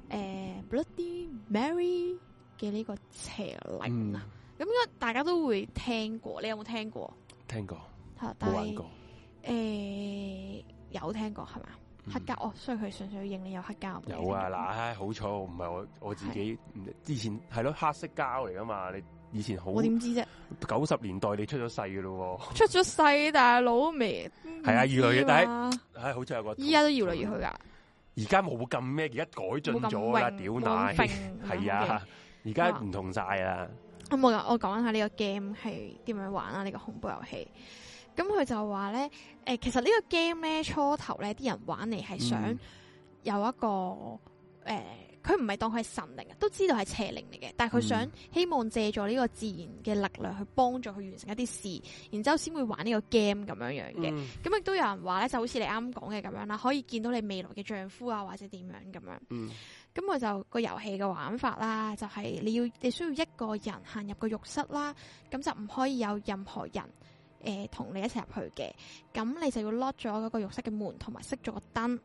Speaker 2: 诶、誒 Bloody Mary 嘅呢個邪靈
Speaker 1: 嗯
Speaker 2: 啊。，咁應該大家都會聽過，你有冇聽過？
Speaker 1: 聽過
Speaker 2: 吓，但
Speaker 1: 冇玩
Speaker 2: 係
Speaker 1: 過。
Speaker 2: 诶、有聽過係嘛？
Speaker 1: 嗯
Speaker 2: 黑膠哦，所以佢純粹認你有黑膠。
Speaker 1: 有啊，
Speaker 2: 你聽過
Speaker 1: 嗱，唉好彩我唔係我我自己，唔知之前係咯黑色膠嚟噶嘛，你以前好
Speaker 2: 我點知啫？
Speaker 1: 九十年代你出咗世噶咯
Speaker 2: 出咗世大佬未？
Speaker 1: 係啊
Speaker 2: 唔知
Speaker 1: 越嚟越大
Speaker 2: 嘛
Speaker 1: 喎，唉，好似有個
Speaker 2: 依家都搖嚟搖去噶，
Speaker 1: 而家冇咁咩，而家改進咗啦，屌奶 (laughs) 係
Speaker 2: 係
Speaker 1: 啊，而家唔同晒啦，
Speaker 2: 咁我我講下呢個 game 係點樣玩啦、呢、個恐怖遊戲。咁佢就話咧，誒、其實呢個 game 咧初頭咧，啲人玩嚟係想
Speaker 1: 嗯
Speaker 2: 有一個誒，呃佢唔係當佢係神靈，都知道係邪靈嚟嘅，但係佢想
Speaker 1: 嗯
Speaker 2: 希望借助呢個自然嘅力量去幫助佢完成一啲事，然之後先會玩呢個 game 咁樣樣嘅。
Speaker 1: 嗯
Speaker 2: 咁亦都有人話咧，就好似你啱啱講嘅咁樣啦，可以見到你未來嘅丈夫啊，或者點樣咁樣。
Speaker 1: 嗯
Speaker 2: 咁我就個遊戲嘅玩法啦，就係、你要你需要一個人行入個浴室啦，咁就唔可以有任何人誒同、你一齊入去嘅。咁你就要 lock 咗嗰個浴室嘅門，同埋熄咗個燈，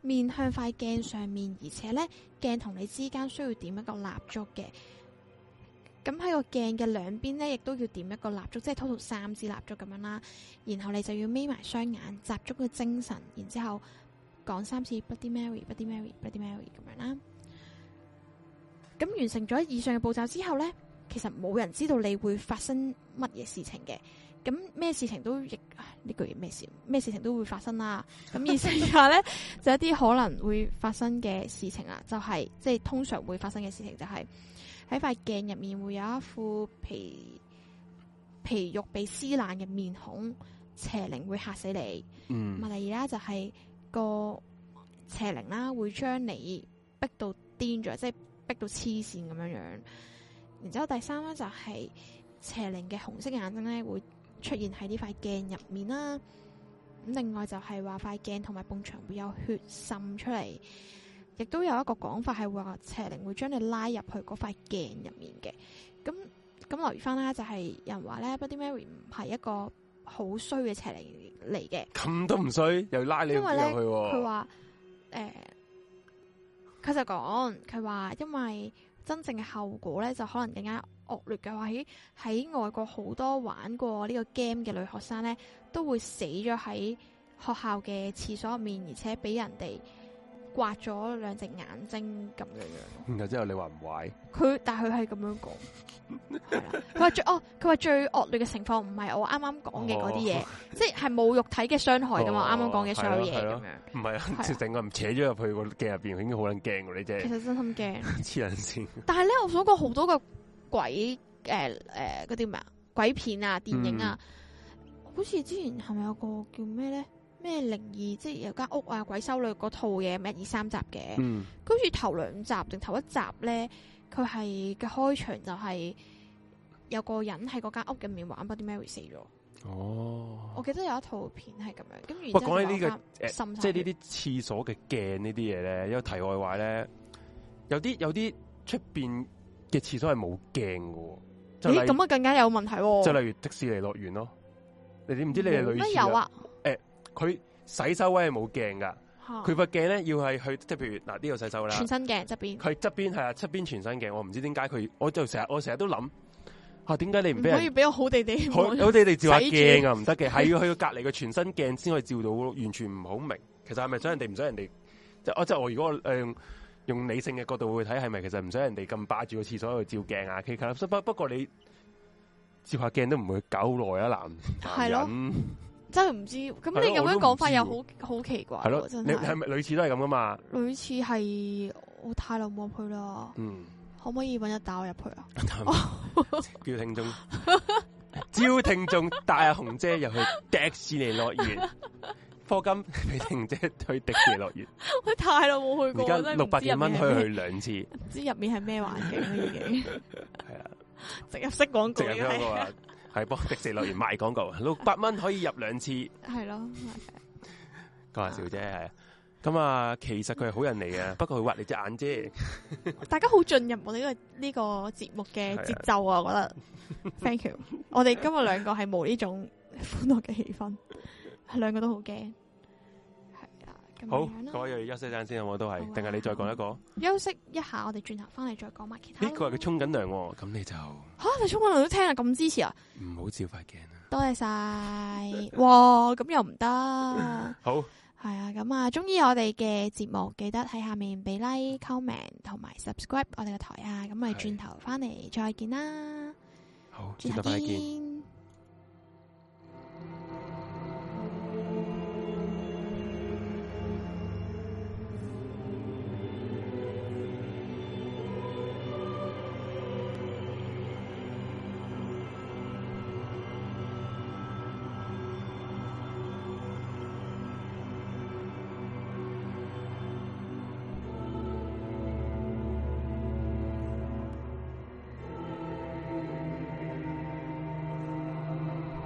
Speaker 2: 面向塊鏡上面，而且咧鏡同你之間需要點一個蠟燭嘅。咁喺個鏡嘅兩邊咧，亦都要點一個蠟燭，即係 total 三支蠟燭咁樣啦。然後你就要眯埋雙眼，集中個精神，然之後講三次 Bloody Mary，Bloody Mary，Bloody Mary 咁樣啦。咁完成咗以上嘅步驟之後呢，其實冇人知道你會發生乜嘢事情嘅。咁咩事情都亦唉呢句嘢咩事咩事情都會發生啦。咁以剩下呢，就一啲可能會發生嘅事情啦，就係即係通常會發生嘅事情就係喺塊鏡入面會有一副皮皮肉被撕爛嘅面孔，邪靈會嚇死你。咁
Speaker 1: 嗯
Speaker 2: 啊，第二啦就係個邪靈啦，會將你逼到癲咗，即係逼到黐線咁樣樣。然之後第三咧就係邪靈嘅紅色啊眼睛咧會出現喺呢塊鏡入面啦。咁另外就係話塊鏡同埋埲牆會有血滲出嚟，亦都有一個講法係話邪靈會將你拉入去嗰塊鏡入面嘅。咁咁留意翻啦，就係、有人話咧，Bloody Mary 唔係一個好衰嘅邪靈嚟嘅。
Speaker 1: 咁都唔衰，又拉你入去
Speaker 2: 因為呢
Speaker 1: 喎，
Speaker 2: 佢話诶，佢、就講佢話，因為真正嘅後果咧，就可能更加惡劣嘅話，喺喺外國好多玩過呢個 game 嘅女學生咧，都會死咗喺學校嘅廁所入面，而且俾人哋刮咗兩隻眼睛咁樣樣。
Speaker 1: 然後之後你話唔壞，
Speaker 2: 佢但係佢係咁樣講，係啦。佢話最哦，佢話最惡劣嘅情況唔係我啱啱講嘅嗰啲嘢，即係冇肉體嘅傷害噶嘛。
Speaker 1: 哦
Speaker 2: 啱啱講嘅所有嘢
Speaker 1: 係咯係
Speaker 2: 咁
Speaker 1: 咯
Speaker 2: 樣，
Speaker 1: 唔係啊，
Speaker 2: 係啊
Speaker 1: 成個人扯咗入去個鏡入邊，已經好撚驚喎，你真係
Speaker 2: 其實真心驚。
Speaker 1: (laughs) 黐撚線。
Speaker 2: 但係咧，我想講好多個鬼誒誒嗰啲咩啊鬼片啊、電影啊，
Speaker 1: 嗯
Speaker 2: 好似之前係咪有個叫咩咧？咩靈異，即係有間屋啊、鬼修女嗰套嘢，咩一二三集嘅。
Speaker 1: 嗯
Speaker 2: 佢好似頭兩集定頭一集咧，佢係嘅開場就係有個人喺嗰間屋入面玩 Bloody Mary 死咗。
Speaker 1: 哦，
Speaker 2: 我記得有一套片係咁樣，跟住然
Speaker 1: 喂，
Speaker 2: 之後
Speaker 1: 講
Speaker 2: 就
Speaker 1: 起呢、個
Speaker 2: 話
Speaker 1: 誒
Speaker 2: 滲晒
Speaker 1: 即係呢
Speaker 2: 血
Speaker 1: 啲廁所嘅鏡呢啲嘢咧，因為題外話咧，有啲有啲出邊嘅廁所係冇鏡嘅喎，就
Speaker 2: 咦
Speaker 1: 例
Speaker 2: 咁啊更加有問題喎、
Speaker 1: 就例如迪士尼樂園咯，你知唔知你哋
Speaker 2: 冇
Speaker 1: 類
Speaker 2: 乜
Speaker 1: 似
Speaker 2: 有？啊？
Speaker 1: 佢洗手位係冇鏡噶，
Speaker 2: 嚇
Speaker 1: 佢塊鏡咧要係去即係譬如嗱呢度洗手啦，
Speaker 2: 哦全身鏡側邊
Speaker 1: 佢側邊係啊側邊全身鏡，我唔知點解佢，我就成日我成日都諗啊點解你唔
Speaker 2: 唔
Speaker 1: 俾
Speaker 2: 可以
Speaker 1: 人？
Speaker 2: 俾我好地地
Speaker 1: 好，
Speaker 2: 望
Speaker 1: 好哋哋照下
Speaker 2: 洗住
Speaker 1: 鏡啊，唔
Speaker 2: (laughs)
Speaker 1: 得嘅，係要去到隔離嘅全身鏡先可以照到咯，完全唔好明。其實係咪想人哋唔想人哋？即係我即係我如果我誒用用理性嘅角度去睇，係咪其實唔想人哋咁霸住個廁所去照鏡啊？K 卡不不過你照下鏡都唔會搞好耐啊，男男
Speaker 2: 係咯
Speaker 1: 人
Speaker 2: 真係唔知，咁
Speaker 1: 係
Speaker 2: 你
Speaker 1: 咯
Speaker 2: 咁
Speaker 1: 我
Speaker 2: 樣
Speaker 1: 都唔
Speaker 2: 講法
Speaker 1: 知
Speaker 2: 又
Speaker 1: 喎
Speaker 2: 好好奇怪
Speaker 1: 係
Speaker 2: 喎，
Speaker 1: 咯，
Speaker 2: 哦真
Speaker 1: 你係
Speaker 2: 係。
Speaker 1: 咪類似都係咁噶嘛？
Speaker 2: 類似係我太耐冇入去啦，
Speaker 1: 嗯，
Speaker 2: 可唔可以揾日帶我入去啊？
Speaker 1: 叫聽眾，招聽眾帶阿紅姐入去迪士尼樂園，課金俾婷姐去迪士尼樂園，
Speaker 2: (laughs) 我太耐冇去過，
Speaker 1: 而
Speaker 2: 我真係
Speaker 1: 家
Speaker 2: 唔
Speaker 1: 六百幾蚊
Speaker 2: 知
Speaker 1: 可
Speaker 2: 入
Speaker 1: 以
Speaker 2: 面 (laughs) 係
Speaker 1: 去兩次，
Speaker 2: 咩唔知入面係咩環境啦，已經
Speaker 1: 係啊，
Speaker 2: 直入式廣告
Speaker 1: 直入
Speaker 2: 嚟
Speaker 1: 香港
Speaker 2: 嘅
Speaker 1: 啊，係幫迪士尼樂園賣廣告，六百蚊可以入兩次，
Speaker 2: 係咯，
Speaker 1: 講下笑啫，係。咁啊，其實佢係好人嚟
Speaker 2: (laughs)
Speaker 1: 嘅，不過佢挖你隻眼啫。
Speaker 2: 大家好進入我哋呢個呢個節目嘅節奏啊，我覺得。Thank you，我哋今日兩個係冇呢種歡樂嘅氣氛，兩個都好驚，係啊，咁
Speaker 1: 好
Speaker 2: 樣，啦
Speaker 1: 各位要休息陣先，好冇都係
Speaker 2: 好，啊
Speaker 1: 定係你再講一個？
Speaker 2: 休息一下，我哋轉頭翻嚟再講埋其他
Speaker 1: 咦，
Speaker 2: 啦。
Speaker 1: 佢話佢沖緊涼喎，咁你就唔
Speaker 2: 吓、你沖個涼都聽啊，咁支持啊，
Speaker 1: 好照塊鏡啦。
Speaker 2: 多
Speaker 1: (laughs)
Speaker 2: 謝晒。哇，咁又唔得，
Speaker 1: 好，
Speaker 2: 係啊，咁啊，中意我哋嘅節目，記得喺下面俾 like、comment 同埋 subscribe 我哋嘅台啊。咁我
Speaker 1: 係
Speaker 2: 哋轉頭翻嚟再見啦，
Speaker 1: 好，
Speaker 2: 轉
Speaker 1: 轉
Speaker 2: 頭
Speaker 1: 頭
Speaker 2: 快
Speaker 1: 快
Speaker 2: 啲
Speaker 1: 見。
Speaker 2: 見。
Speaker 1: Hãy subscribe cho kênh Ghiền Mì Gõ Để không bỏ lỡ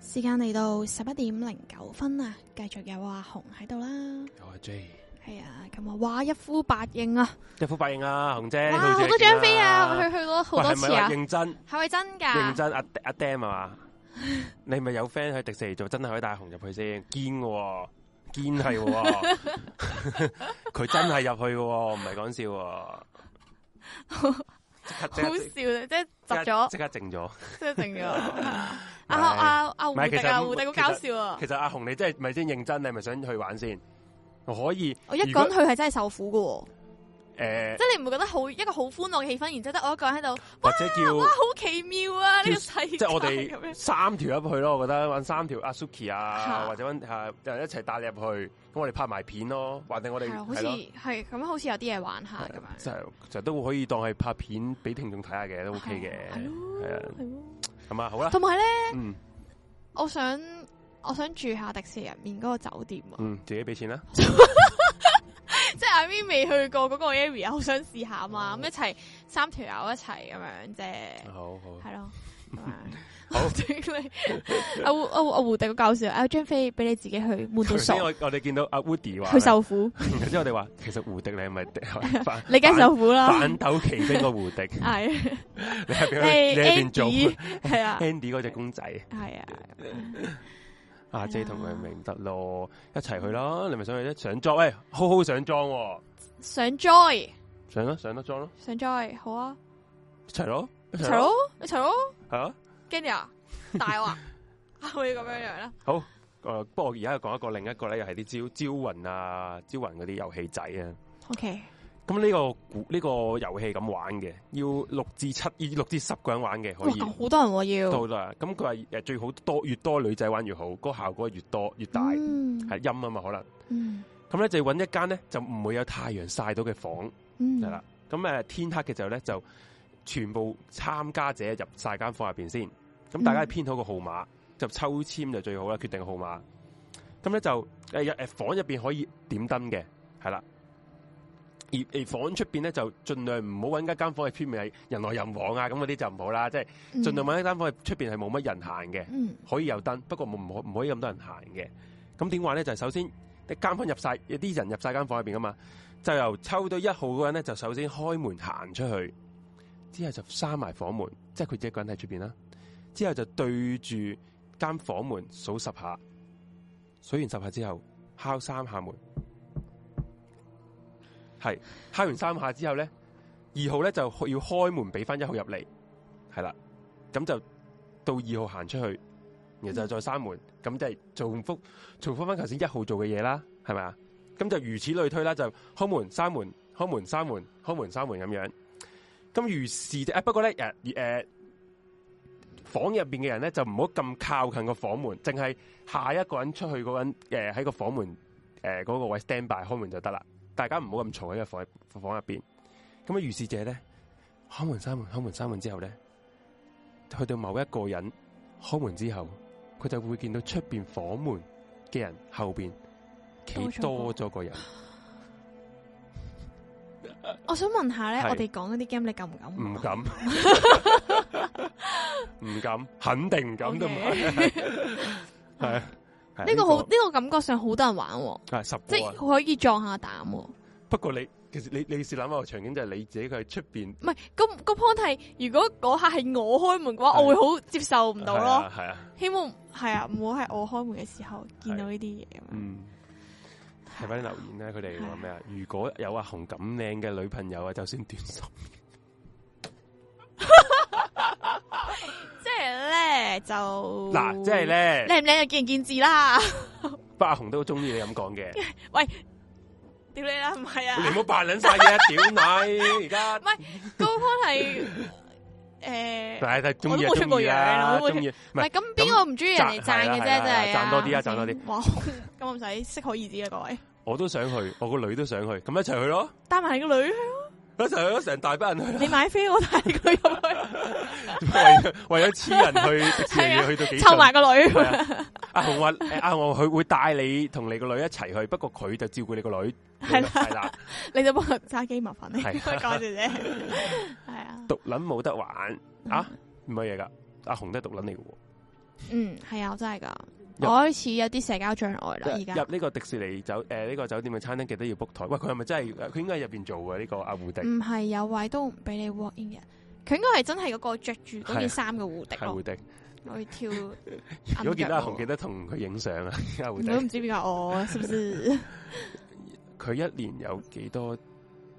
Speaker 2: 時間嚟到十一點零九分啊，繼續有阿紅喺度啦，
Speaker 1: 我係 J，
Speaker 2: 係啊，咁啊，哇，一呼百應啊，
Speaker 1: 一呼百應啊，紅姐，你
Speaker 2: 哇，好
Speaker 1: 隻
Speaker 2: 多
Speaker 1: 見
Speaker 2: 張飛啊，我去去過好
Speaker 1: 喂
Speaker 2: 多
Speaker 1: 係咪
Speaker 2: 次
Speaker 1: 話
Speaker 2: 啊，
Speaker 1: 認真
Speaker 2: 係咪真
Speaker 1: 認
Speaker 2: 㗎？
Speaker 1: 真阿阿 Dam 係嘛？你係咪有 friend 去迪士尼做，真係可以帶紅入去先，堅嘅喎，堅係喎，
Speaker 2: (laughs)
Speaker 1: 佢真係入去嘅喎，唔係講笑喎。即刻即
Speaker 2: 好笑
Speaker 1: 刻
Speaker 2: 啊！即係
Speaker 1: 即
Speaker 2: 窒
Speaker 1: 刻
Speaker 2: 咗，
Speaker 1: 即刻靜咗。
Speaker 2: 即係靜咗。阿
Speaker 1: 唔係
Speaker 2: 阿阿胡
Speaker 1: 唔係其
Speaker 2: 迪
Speaker 1: 實
Speaker 2: 啊，胡迪好搞笑啊！
Speaker 1: 其實阿紅你真係咪先認真？你係咪想去玩先？可以
Speaker 2: 我一講佢係真係受苦噶，
Speaker 1: 誒
Speaker 2: 即，係你唔會覺得好一個好歡樂嘅氣氛，然之後得我一個人喺度，
Speaker 1: 或者
Speaker 2: 哇，
Speaker 1: 叫
Speaker 2: 好奇妙啊！呢個世界
Speaker 1: 即係我
Speaker 2: 咁
Speaker 1: 哋
Speaker 2: 樣
Speaker 1: 三條入去咯。我覺得揾三條阿 Suki 啊，
Speaker 2: 嚇
Speaker 1: 或者揾嚇一齊帶你入去，咁我哋拍埋片咯。或者我哋
Speaker 2: 係啊好
Speaker 1: 係
Speaker 2: 似
Speaker 1: 咯。啊
Speaker 2: 係咁樣，好似有啲嘢玩下咁樣。啊
Speaker 1: 就就都可以當係拍片俾聽眾睇下嘅，都 OK
Speaker 2: 係
Speaker 1: 嘅，
Speaker 2: 咯
Speaker 1: 係啊，
Speaker 2: 係咯
Speaker 1: 係嘛？好啦，
Speaker 2: 同埋咧，
Speaker 1: 嗯
Speaker 2: 我想我想住下迪士尼入面嗰個酒店啊，
Speaker 1: 嗯，自己俾錢啦，
Speaker 2: 即係阿 m 未去過嗰個 area，好想試下嘛，咁一齊三條友一齊咁樣啫。
Speaker 1: 好好，
Speaker 2: 系
Speaker 1: (laughs)
Speaker 2: 咯，啊 (laughs)
Speaker 1: 好
Speaker 2: 好，你啊阿胡阿胡阿胡迪好搞笑，阿啊張飛俾你自己去悶到
Speaker 1: 頭
Speaker 2: 傻
Speaker 1: 先，我我哋見到阿 Woody 話
Speaker 2: 去，受苦，
Speaker 1: 然之後我哋話其實胡迪你係咪反
Speaker 2: (laughs) 你梗係受苦啦，
Speaker 1: 反斗奇兵個
Speaker 2: (laughs)
Speaker 1: 胡迪？
Speaker 2: 係
Speaker 1: (laughs) 你係俾佢你喺邊做
Speaker 2: 係 Andy 係啊
Speaker 1: Andy 嗰只公仔？(laughs)
Speaker 2: 係啊，
Speaker 1: 阿 J
Speaker 2: 係啦
Speaker 1: 啊同佢咪唔得咯，一齊去啦！你咪想去一上妝，喂，好好上妝喎，
Speaker 2: 上 Joy
Speaker 1: 上咯上得妝咯，
Speaker 2: 上 Joy 好啊，
Speaker 1: 一齊咯，一
Speaker 2: 徐
Speaker 1: 齊
Speaker 2: 佬你徐佬
Speaker 1: 係啊！
Speaker 2: 跟住啊大話 (laughs) 會咁樣樣啊啦，
Speaker 1: 好，誒、呃不過我而家講一個另一個咧，又係啲招招魂啊、招魂嗰啲遊戲仔啊。
Speaker 2: ，OK
Speaker 1: 咁呢個古呢、個遊戲咁玩嘅，要六至七，要六至十個人玩嘅，
Speaker 2: 哇
Speaker 1: 可以
Speaker 2: 咁好多人喎要，
Speaker 1: 到啦。咁佢話呃誒最好多越多女仔玩越好，嗰個效果越多越大，係
Speaker 2: 嗯
Speaker 1: 陰啊嘛可能。
Speaker 2: 嗯
Speaker 1: 咁咧就揾一間咧就唔會有太陽曬到嘅房
Speaker 2: 嗯
Speaker 1: 係啦。咁誒、天黑嘅時候咧就全部參加者入晒間房入邊先。咁大家
Speaker 2: 嗯
Speaker 1: 編好個號碼，就抽籤就最好啦，決定個號碼。咁咧就誒入誒房入邊可以點燈嘅，係啦。而而房出邊咧就盡量唔好揾一間房係出面係人來人往啊，咁嗰啲就唔好啦。即係
Speaker 2: 嗯
Speaker 1: 盡量揾一間房係出邊係冇乜人行嘅，
Speaker 2: 嗯
Speaker 1: 可以有燈，不過冇唔可唔可以咁多人行嘅。咁點玩咧？就係首先一間房入晒，有啲人入晒間房入邊噶嘛，就由抽到一號嗰個人咧，就首先開門行出去，之後就閂埋房門，即係佢自己一個人喺出邊啦。之後就對住間房門數十下，數完十下之後敲三下門，係敲完三下之後咧，二號咧就要開門俾翻一號入嚟，係啦，咁就到二號行出去，然後就再閂門，咁就係重複重複翻頭先一號做嘅嘢啦，係咪啊？咁就如此類推啦，就開門、閂門、開門、閂門、開門、閂門咁樣。咁如是就，啊不過咧，誒、誒，房入邊嘅人咧就唔好咁靠近個房門，淨係下一個人出去嗰個人，誒、喺個房門誒嗰、個位 stand by 開門就得啦。大家唔好咁嘈喺個房房入邊。咁啊，如是者咧，開門、閂門、開門、閂門之後咧，去到某一個人開門之後，佢就會見到出邊房門嘅人後邊企多
Speaker 2: 多
Speaker 1: 咗個人。
Speaker 2: 我想問下咧，
Speaker 1: 係
Speaker 2: 我哋講嗰啲 game 你敢唔敢玩？
Speaker 1: 唔敢，唔敢，肯定唔敢都唔
Speaker 2: OK
Speaker 1: 系。係係
Speaker 2: 呢個好呢個感覺上好多人玩喎。
Speaker 1: 係十個
Speaker 2: 即係
Speaker 1: 啊。
Speaker 2: 可以撞下膽喎，唔
Speaker 1: 不過你其實你你試諗下個場景就係你自己佢喺出邊
Speaker 2: 係咁個 point 係，如果嗰下係我開門嘅話，
Speaker 1: 係
Speaker 2: 我會好接受唔到
Speaker 1: 係
Speaker 2: 咯。
Speaker 1: 啊係啊，
Speaker 2: 希望係啊，唔好係我開門嘅時候見到呢啲嘢咁樣。
Speaker 1: 嗯。睇翻啲留言咧，佢哋話咩啊？如果有阿紅咁靚嘅女朋友啊，就算短手，
Speaker 2: 哦即係咧就
Speaker 1: 嗱，即係，咧，
Speaker 2: 靚唔靚就見仁見智啦。 (laughs)
Speaker 1: 不過阿紅都好中意你咁講嘅，你
Speaker 2: 屌你啦，唔係啊，
Speaker 1: 唔好扮撚晒嘢，屌你！而家
Speaker 2: 個 point
Speaker 1: (laughs)
Speaker 2: 係誒，
Speaker 1: 但係中意
Speaker 2: (laughs) 我
Speaker 1: 就
Speaker 2: 都冇出過
Speaker 1: 中意
Speaker 2: 樣
Speaker 1: 啦，
Speaker 2: 我都冇出
Speaker 1: 中意啊
Speaker 2: 唔
Speaker 1: 唔係
Speaker 2: 係咁邊個唔中意人哋讚嘅
Speaker 1: 係啊係
Speaker 2: 啫？
Speaker 1: 啊
Speaker 2: 真係
Speaker 1: 賺多啲啊
Speaker 2: 係咪先
Speaker 1: 賺多啲。
Speaker 2: 哇，咁我唔使適可而止啊，各位。
Speaker 1: 我都想去，我個女都想去，咁一齊去咯，
Speaker 2: 帶埋你個女，
Speaker 1: 一齊去咯，成大班人去啦。 (laughs)
Speaker 2: 你買飛我帶佢入
Speaker 1: 为为咗黐人去迪士
Speaker 2: 係啊
Speaker 1: 尼去 (laughs) 到幾
Speaker 2: 去，
Speaker 1: 盡
Speaker 2: (laughs) 湊埋個女。
Speaker 1: 係啊阿紅話：誒阿紅佢會帶你同你個女一齊去，不過佢就照顧你個女。
Speaker 2: 係啦
Speaker 1: 係啦，
Speaker 2: 你就幫佢揸機麻煩你，
Speaker 1: 係
Speaker 2: (laughs) 講住啫。係啊，
Speaker 1: 獨撚冇得玩啊，唔係嘢㗎。阿紅都係獨撚嚟嘅喎，
Speaker 2: 嗯，系啊，我真系噶，
Speaker 1: 入
Speaker 2: 我開始有啲社交障礙啦，啊而
Speaker 1: 即係
Speaker 2: 家
Speaker 1: 入呢個迪士尼酒诶呢個酒店嘅餐廳記得要 book 台。喂，佢係咪真係佢應該喺入边做嘅呢個阿胡迪
Speaker 2: 唔係有位都唔俾你 walk in 嘅，佢應該係真係嗰個着住嗰
Speaker 1: 係啊
Speaker 2: 件衫嘅胡迪嗯
Speaker 1: 係胡
Speaker 2: 咯，
Speaker 1: 迪。
Speaker 2: 我要跳
Speaker 1: (laughs) 如果見到阿紅，記
Speaker 2: 銀
Speaker 1: 得同佢影相啊，阿胡
Speaker 2: 我
Speaker 1: 迪。
Speaker 2: 都唔知邊個我，是不是？
Speaker 1: (laughs) 佢一年有幾多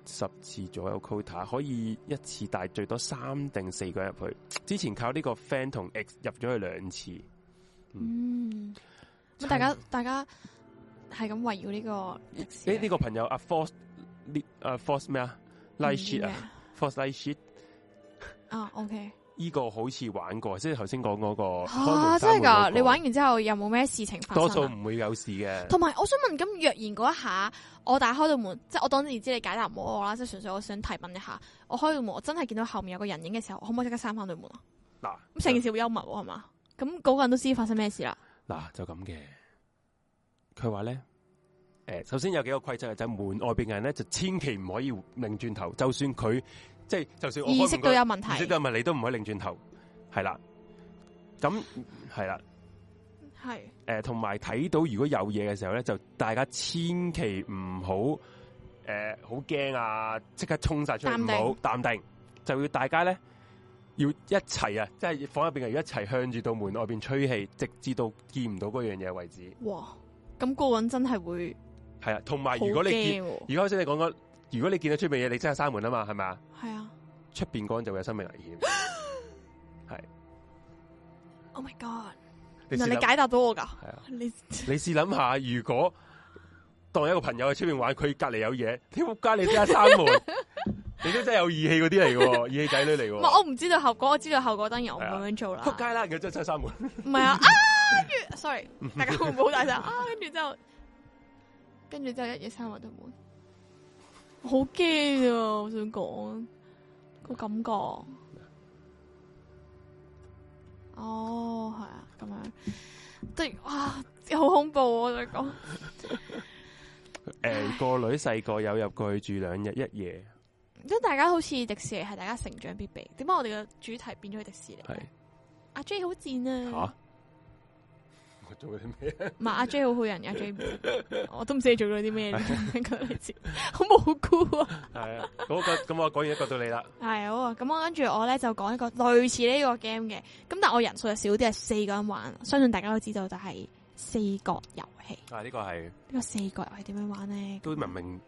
Speaker 1: 十次左右 quota，可以一次帶最多三定四個人入去。之前靠呢個 friend 同 X 入咗去兩次，
Speaker 2: 嗯，咁
Speaker 1: 真係
Speaker 2: 大家大家係咁圍繞呢個啊迪士
Speaker 1: 呢
Speaker 2: 尼
Speaker 1: 呢個朋友阿 Force 呢阿 Force 咩啊？Light
Speaker 2: 唔知
Speaker 1: sheet
Speaker 2: 咩
Speaker 1: 啊，Force Light sheet
Speaker 2: 啊，OK，
Speaker 1: 呢個好似玩過，即係頭先講嗰個哦開門
Speaker 2: 啊，真係
Speaker 1: 閂門嗰
Speaker 2: 㗎！
Speaker 1: 個
Speaker 2: 你玩完之後有冇咩事情發
Speaker 1: 多
Speaker 2: 生
Speaker 1: 數
Speaker 2: 啊？
Speaker 1: 唔會有事嘅。
Speaker 2: 同埋，我想問，咁若然嗰一下，我打開道門，即係我當然知你解答唔到我啦，即係純粹我想提問一下，我開道門，我真係見到後面有個人影嘅時候，我可唔可以即刻閂翻對門啊？
Speaker 1: 嗱
Speaker 2: 咁成件
Speaker 1: 啊
Speaker 2: 事好幽默喎，係嘛？咁嗰個人都知發生咩事啦。
Speaker 1: 嗱就咁嘅，佢話咧。誒，首先有幾個規則嘅，就係門外邊嘅人咧，就千祈唔可以擰轉頭，就算佢即係就算我開
Speaker 2: 意
Speaker 1: 門
Speaker 2: 識
Speaker 1: 嗰
Speaker 2: 到
Speaker 1: 個
Speaker 2: 有問
Speaker 1: 意識
Speaker 2: 題，
Speaker 1: 到咪你都唔可以擰轉頭，係啦。咁係啦，
Speaker 2: 係
Speaker 1: 诶、同埋睇到如果有嘢嘅時候咧，就大家千祈唔好诶，好、驚啊！即刻衝晒出去，
Speaker 2: 淡
Speaker 1: 唔
Speaker 2: 定
Speaker 1: 好淡定，就要大家咧要一齊啊！即係房入边嘅要一齊向住道門外边吹氣，直至到見唔到嗰樣嘢為止。
Speaker 2: 哇！咁嗰個人真係會
Speaker 1: 係啊，同埋
Speaker 2: 好
Speaker 1: 如果你見，
Speaker 2: 驚喎，
Speaker 1: 如果先你講講，如果你見到出面嘢，你真係閂門啊嘛，係咪啊？
Speaker 2: 係啊
Speaker 1: 出边嗰人就會有生命危險。
Speaker 2: (gasps) ！Oh my god！
Speaker 1: 你
Speaker 2: 原
Speaker 1: 試
Speaker 2: 來你
Speaker 1: 諗
Speaker 2: 解答到我㗎，
Speaker 1: 係啊。 (laughs)
Speaker 2: 你
Speaker 1: 你試諗下，如果當一個朋友喺出面玩，佢隔離有嘢，你仆街，你真係閂門，
Speaker 2: (laughs)
Speaker 1: 你都真係有義氣嗰啲嚟嘅，義氣仔女嚟
Speaker 2: 唔
Speaker 1: 嘅
Speaker 2: 係，我唔知道後果，我知道後果，當然我唔
Speaker 1: 係啊
Speaker 2: 咁樣做啦。
Speaker 1: 仆街啦，佢真係閂門，
Speaker 2: 唔係啊，啊，跟住，sorry，大家會唔會好大聲啊？跟住之後，跟住之後一夜三埋對門，我好驚啊！我想講個感覺。哦，係啊，咁樣，對，哇，好恐怖啊！我想講，
Speaker 1: (laughs) 誒個女細個有入過去住兩日一夜，
Speaker 2: 即係大家好似迪士尼係大家成長必備，點解我哋嘅主題變咗去迪士尼？啊
Speaker 1: 係
Speaker 2: 阿 J 好賤啊！
Speaker 1: 嚇。我做緊啲咩？
Speaker 2: 唔係阿 J 好好人，阿 J 唔知
Speaker 1: (laughs)
Speaker 2: 我都唔知你做咗啲咩，你知好無辜啊！
Speaker 1: 係啊，嗰個咁我講完一個到你啦，
Speaker 2: 系好啊，咁我跟住我咧就講一個類似呢個 game 嘅，咁但我人數就少啲，係四個人玩，相信大家都知道就係四角遊戲。
Speaker 1: 啊呢個係
Speaker 2: 呢、個四角遊戲點樣玩咧？
Speaker 1: 都文明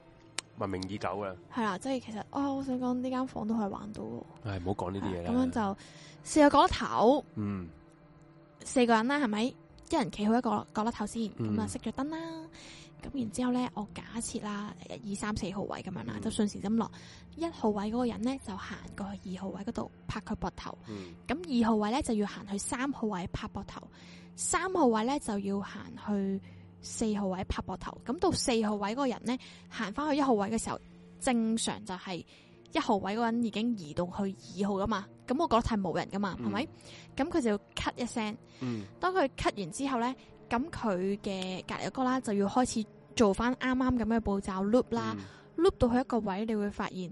Speaker 1: 文明已久嘅，
Speaker 2: 係啦，即係其實哦，我想講呢間房都可以玩到喎，
Speaker 1: 唉唔好講呢啲嘢
Speaker 2: 係
Speaker 1: 啦。
Speaker 2: 咁樣就四個角落頭，
Speaker 1: 嗯
Speaker 2: 四個人啦，係咪？一人企好一個角落頭先，咁
Speaker 1: 嗯
Speaker 2: 啊熄咗燈啦。咁然之後咧，我假設啦，一二三四號位咁樣啦，
Speaker 1: 嗯
Speaker 2: 就順時針落一號位嗰個人咧，就行過去二號位嗰度拍佢膊頭。
Speaker 1: 嗯
Speaker 2: 咁二號位咧就要行去三號位拍膊頭，三號位咧就要行去四號位拍膊頭。咁到四號位嗰個人咧行翻去一號位嘅時候，正常就係一號位嗰個人已經移動去二號噶嘛。咁我覺得係冇人噶嘛，係咪、咁佢就要咳一聲。
Speaker 1: 嗯
Speaker 2: 當佢咳完之後咧，咁佢嘅隔離嗰個啦就要開始做翻啱啱咁嘅步驟 loop 啦、
Speaker 1: 嗯
Speaker 2: loop 到去一個位，你會發現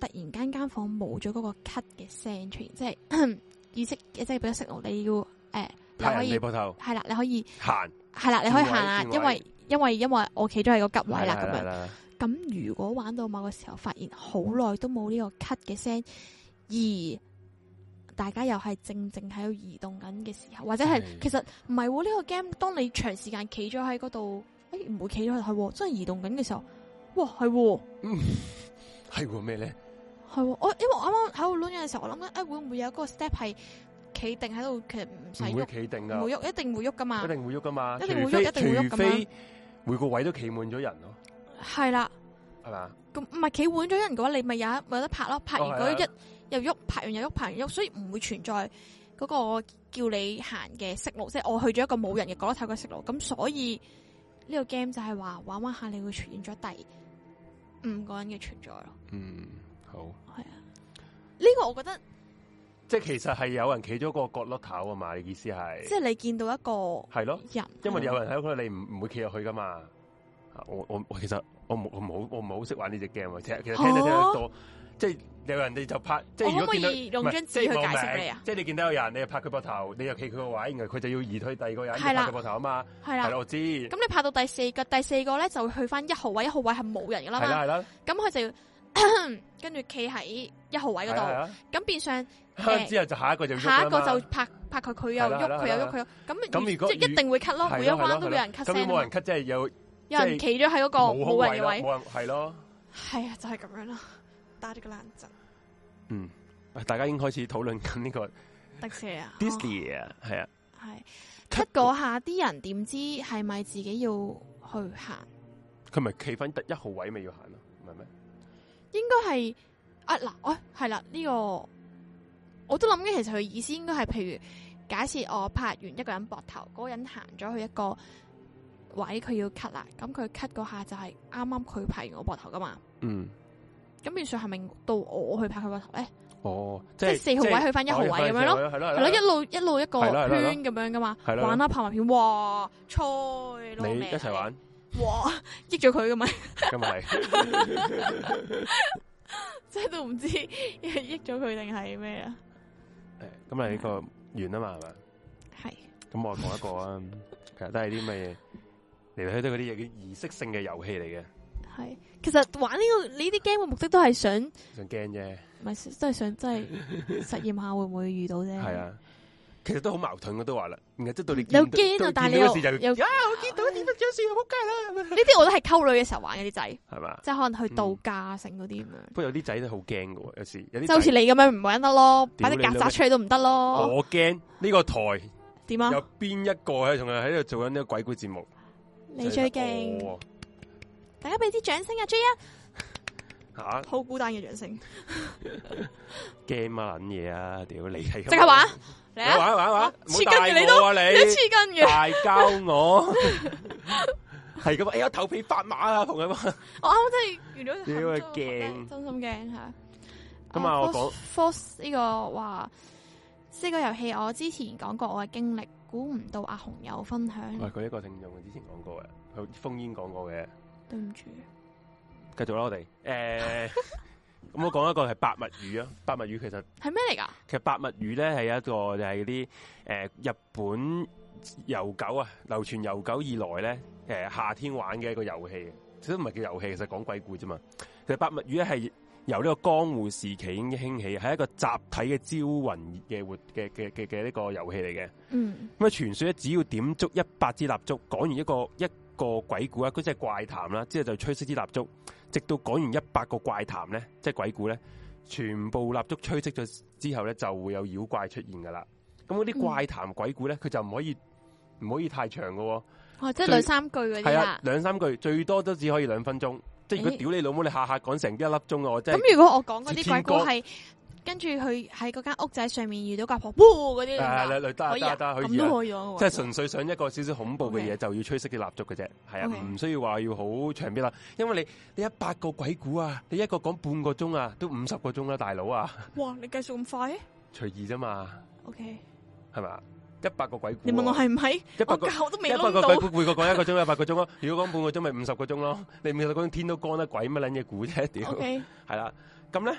Speaker 2: 突然間間房冇咗嗰個咳嘅聲出現，即係 (clears throat) 意識，即係俾咗 signal 你要誒、呃你
Speaker 1: 嗯拍
Speaker 2: 可
Speaker 1: 人哋
Speaker 2: 以
Speaker 1: 膊頭
Speaker 2: 係啦，你可以
Speaker 1: 行
Speaker 2: 係啦，你可以
Speaker 1: 轉位
Speaker 2: 行啦，
Speaker 1: 轉
Speaker 2: 因
Speaker 1: 位
Speaker 2: 為因為因為我企咗喺個吉位啦，
Speaker 1: 係
Speaker 2: 咁
Speaker 1: 係
Speaker 2: 樣。
Speaker 1: 係
Speaker 2: 咁如果玩到某個時候，發現好耐都冇呢個咳嘅聲，而大家又係靜靜喺度移動緊嘅時候，或者係
Speaker 1: 真係
Speaker 2: 其實唔係喎呢個 game，當你長時間企咗喺嗰度，誒唔會企咗喺度，係喎真係移動緊嘅時候，哇係喎。
Speaker 1: 係喎咩咧？
Speaker 2: 系喎，我因為我啱啱喺度攆嘅時候，我諗緊，哎诶會唔會有一個 step 係企定喺度，其實唔使
Speaker 1: 唔會
Speaker 2: 喐，
Speaker 1: 企定
Speaker 2: 唔
Speaker 1: 㗎。
Speaker 2: 會喐，一定會喐噶嘛
Speaker 1: 一，定會喐噶嘛，
Speaker 2: 一定會
Speaker 1: 除非
Speaker 2: 喐一定會喐咁樣
Speaker 1: 除非每個位都企滿咗人咯，
Speaker 2: 係啦，
Speaker 1: 係嘛？
Speaker 2: 咁唔係企滿咗人嘅話，你咪有一咪有得拍咯，拍完
Speaker 1: 哦
Speaker 2: 嗰
Speaker 1: 係
Speaker 2: 一又喐，拍完又喐，拍完又喐，所以唔會存在嗰個叫你行嘅息路，即係我去咗一個冇人嘅角落頭嘅息路，咁所以呢個 game 就係話玩玩下，你會出現咗第五個人嘅存在咯，
Speaker 1: 嗯，好。
Speaker 2: 係啊，呢個我覺得
Speaker 1: 即係其實係有人企咗個角落頭啊嘛，你意思係
Speaker 2: 即係你見到一個
Speaker 1: 係咯？
Speaker 2: 人，啊
Speaker 1: 因為有人喺嗰度，你唔唔會企入去噶嘛。啊我我我其實我唔我唔好我唔好識玩呢只 game 啊，其實其實聽得聽得多，即系有人哋就拍，即
Speaker 2: 我
Speaker 1: 系如
Speaker 2: 可唔
Speaker 1: 果
Speaker 2: 可
Speaker 1: 見到
Speaker 2: 以用
Speaker 1: 唔係
Speaker 2: 張紙
Speaker 1: 即係
Speaker 2: 去
Speaker 1: 冇
Speaker 2: 解釋
Speaker 1: 名
Speaker 2: 你啊
Speaker 1: 即系你見到有人，你就拍佢膊頭，你又企佢個位，然後佢就要移推第二個人，
Speaker 2: 係啦
Speaker 1: 拍佢膊頭啊嘛，
Speaker 2: 係
Speaker 1: 係啦，
Speaker 2: 啦。
Speaker 1: 我知，係
Speaker 2: 咁你拍到第四個，第四個咧就會去翻一號位，一號位係冇人噶啦嘛。
Speaker 1: 啦係啦，
Speaker 2: 咁佢就要 (coughs) 跟住企喺一號位
Speaker 1: 係
Speaker 2: 嗰度，
Speaker 1: 啦
Speaker 2: 咁變相
Speaker 1: 係啦，
Speaker 2: 誒
Speaker 1: 之後就下一個就要
Speaker 2: 下一個
Speaker 1: 個
Speaker 2: 就拍拍佢，佢又
Speaker 1: 係啦
Speaker 2: 喐，
Speaker 1: 係啦
Speaker 2: 佢又喐，
Speaker 1: 係
Speaker 2: 佢又咁，
Speaker 1: 咁如果
Speaker 2: 即係一定會 cut 咯，
Speaker 1: 係咯
Speaker 2: 每一
Speaker 1: 係咯
Speaker 2: 彎都會有人
Speaker 1: 係
Speaker 2: cut
Speaker 1: 咯咁
Speaker 2: 聲啊
Speaker 1: 冇
Speaker 2: 嘛
Speaker 1: 人，cut，即係有
Speaker 2: 有人企咗喺嗰個
Speaker 1: 冇空
Speaker 2: 冇人嘅
Speaker 1: 啦，
Speaker 2: 位，
Speaker 1: 冇人係咯，
Speaker 2: 係啊，就係咁樣啦，打咗個冷震，
Speaker 1: 嗯，大家已經開始討論緊呢
Speaker 2: 哦
Speaker 1: 個 (laughs)
Speaker 2: 得死啊！
Speaker 1: Disney 啊，係啊，
Speaker 2: 系出嗰下啲人點知係咪自己要去行？
Speaker 1: 佢咪企翻得一號位咪要行咯，唔係咩？
Speaker 2: 應該係啊嗱，我係啦呢個我都諗嘅，其實佢意思應該係譬如假設我拍完一個人膊頭，嗰、個人行咗去一個位，佢要 cut 啦，咁佢 cut 嗰下就係啱啱佢拍完我膊頭噶嘛，
Speaker 1: 嗯，
Speaker 2: 咁變相係咪到我去拍佢膊頭咧？
Speaker 1: 哦，
Speaker 2: 即
Speaker 1: 係
Speaker 2: 係四號位去返一號位咁樣咯，
Speaker 1: 係咯
Speaker 2: 係咯，一路一路一個
Speaker 1: 係啦係啦係啦
Speaker 2: 圈咁樣噶嘛，
Speaker 1: 係啦
Speaker 2: 玩啊啦拍埋片，哇，菜攞
Speaker 1: 你
Speaker 2: 命
Speaker 1: 一齊
Speaker 2: (laughs)
Speaker 1: 玩，
Speaker 2: 哇，益咗佢噶嘛。 (laughs)
Speaker 1: 咁咪係 (laughs)
Speaker 2: 即系都唔知益咗佢定系咩啊？
Speaker 1: 誒咁啊呢個完啊嘛係咪？
Speaker 2: 系
Speaker 1: 咁我講一個啊，其實都係啲咩嘢嚟嚟去去都係嗰啲嘢叫儀式性嘅遊戲嚟嘅，
Speaker 2: 系，其实玩呢、個呢啲 game 嘅目的都系想，唔
Speaker 1: 想驚啫，
Speaker 2: 系都系想真系实验下会唔会遇到啫。
Speaker 1: 係，啊，其實都好矛盾嘅都話啦，然後即係到你
Speaker 2: 你嗯又
Speaker 1: 見到
Speaker 2: 驚啊
Speaker 1: 到
Speaker 2: 但係
Speaker 1: 見
Speaker 2: 你
Speaker 1: 到
Speaker 2: 又
Speaker 1: 嗰時就
Speaker 2: 又
Speaker 1: 啊，我見到點樣樣算啊，仆街啦咁樣，
Speaker 2: 呢啲我都系沟女嘅时候玩嘅啲仔，
Speaker 1: 係嘛？
Speaker 2: 即系可能去度假啊成嗰啲咁样，
Speaker 1: 不過有啲仔都好驚嘅喎，有時有啲
Speaker 2: 即係好似
Speaker 1: 仔
Speaker 2: 你咁样唔玩得咯，
Speaker 1: 屌
Speaker 2: 摆
Speaker 1: 你
Speaker 2: 啲
Speaker 1: 老
Speaker 2: 曱
Speaker 1: 味
Speaker 2: 甴出嚟都唔得咯，
Speaker 1: 我驚呢個台
Speaker 2: 点啊
Speaker 1: 有？邊一個喺同佢喺度做緊呢個鬼故節目，
Speaker 2: 你最劲，
Speaker 1: 我
Speaker 2: 大家俾啲掌声啊！J 一
Speaker 1: 嚇
Speaker 2: 好孤单嘅掌声，
Speaker 1: 驚乜撚嘢啊！屌你係咁
Speaker 2: 即刻玩嚟
Speaker 1: 玩
Speaker 2: 啊！
Speaker 1: 玩玩玩，
Speaker 2: 黐
Speaker 1: 唔好
Speaker 2: 筋
Speaker 1: 帶
Speaker 2: 嘅你
Speaker 1: 我啊
Speaker 2: 你
Speaker 1: 你
Speaker 2: 黐。筋嘅，
Speaker 1: 大交
Speaker 2: (laughs)
Speaker 1: 我，系咁啊！哎呀，頭皮發麻啊，同佢嘛。
Speaker 2: 我啱啱真系完咗
Speaker 1: 屌
Speaker 2: 個
Speaker 1: 佢
Speaker 2: 口
Speaker 1: 勁
Speaker 2: 真心驚吓。Ờ,
Speaker 1: 咁啊我講
Speaker 2: Force 呢個話，呢個遊戲我之前講過我嘅經歷，估唔到阿紅有分
Speaker 1: 喂，
Speaker 2: 享，
Speaker 1: 佢呢個聽眾之前講過嘅，佢封煙講過嘅，
Speaker 2: 對唔住，
Speaker 1: 繼續啦，我哋
Speaker 2: (laughs)
Speaker 1: 诶，咁我講一個係百物語啊，百物語其實
Speaker 2: 係咩嚟㗎？
Speaker 1: 其實百物語咧係一個就係啲诶日本悠久啊，流傳悠久以來咧，诶、夏天玩嘅一個遊戲，其實唔係叫遊戲，其實講鬼故啫嘛。其實百物語咧係由呢個江户時期已經興起，係一個集體嘅招魂嘅活嘅嘅嘅嘅呢個遊戲嚟嘅。
Speaker 2: 嗯，
Speaker 1: 咁啊，傳說咧，只要點足一百支蠟燭，講完一個一個鬼故啊，佢即係怪談啦，之後就吹熄支蠟燭，直到講完一百個怪談咧，即係鬼故咧，全部蠟燭吹熄咗之後咧，就會有妖怪出現噶啦。咁嗰啲
Speaker 2: 嗯
Speaker 1: 怪談鬼故咧，佢就唔可以唔可以太長噶、喎。
Speaker 2: 哦，即係
Speaker 1: 最
Speaker 2: 兩三句
Speaker 1: 係
Speaker 2: 嗰啲
Speaker 1: 啊
Speaker 2: 啦，。
Speaker 1: 兩三句最多都只可以兩分鐘。即係如果
Speaker 2: 咦
Speaker 1: 屌你老母，你下下講成一粒鐘啊，我真係
Speaker 2: 咁如果我講嗰啲
Speaker 1: 天
Speaker 2: 鬼
Speaker 1: 光
Speaker 2: 故係跟住佢喺嗰間屋仔上面遇到個婆婆嗰啲
Speaker 1: 係
Speaker 2: 咁
Speaker 1: 係得
Speaker 2: 㗎，可
Speaker 1: 得
Speaker 2: 以啊
Speaker 1: 得得，可以
Speaker 2: 咁
Speaker 1: 啊
Speaker 2: 都可以講
Speaker 1: 即
Speaker 2: 喎
Speaker 1: 係純粹想一個少少恐怖嘅嘢，
Speaker 2: OK
Speaker 1: 就要吹熄啲蠟燭嘅啫，係啊，
Speaker 2: OK
Speaker 1: 唔需要話要好長篇啦。因為你你一百個鬼故啊，你一個講半個鐘啊，都五十個鐘啦，大佬啊，
Speaker 2: 哇，你計數咁快
Speaker 1: 隨意啫嘛，
Speaker 2: ？OK，
Speaker 1: 係咪啊？一百個鬼故啊，
Speaker 2: 你問我係唔係？
Speaker 1: 一
Speaker 2: 我
Speaker 1: 百個
Speaker 2: 教都未
Speaker 1: 一百
Speaker 2: 撈
Speaker 1: 個鬼
Speaker 2: 到，
Speaker 1: 故，每個講一個鐘，一百個鐘咯。如果講半個鐘，咪五十個鐘咯。你五十個鐘天都光啦，鬼乜撚嘢故啫？屌，
Speaker 2: OK，
Speaker 1: 係啦。咁咧，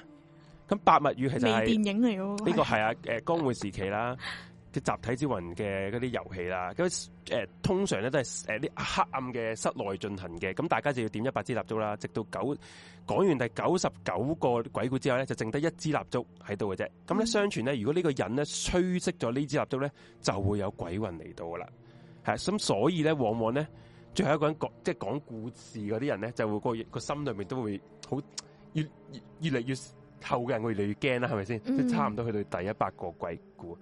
Speaker 1: 咁百物語其
Speaker 2: 微
Speaker 1: 實係。
Speaker 2: 電影嚟嘅喎，
Speaker 1: 呢個係啊，誒江户時期啦，嘅集體之魂嘅嗰啲遊戲啦，咁誒、通常咧都係誒啲黑暗嘅室內進行嘅，咁大家就要點一百支蠟燭啦，直到九講完第九十九個鬼故之後咧，就剩得一支蠟燭喺度嘅啫。咁咧
Speaker 2: 嗯
Speaker 1: 相傳咧，如果呢個人咧吹熄咗呢支蠟燭咧，就會有鬼魂嚟到噶啦。係啊咁，所以咧往往咧最後一個人講即係講故事嗰啲人咧，就會個個心裏面都會好越越越嚟越後嘅人會越嚟越驚啦，係咪先？
Speaker 2: 嗯
Speaker 1: 即係差唔多去到第一百個鬼故，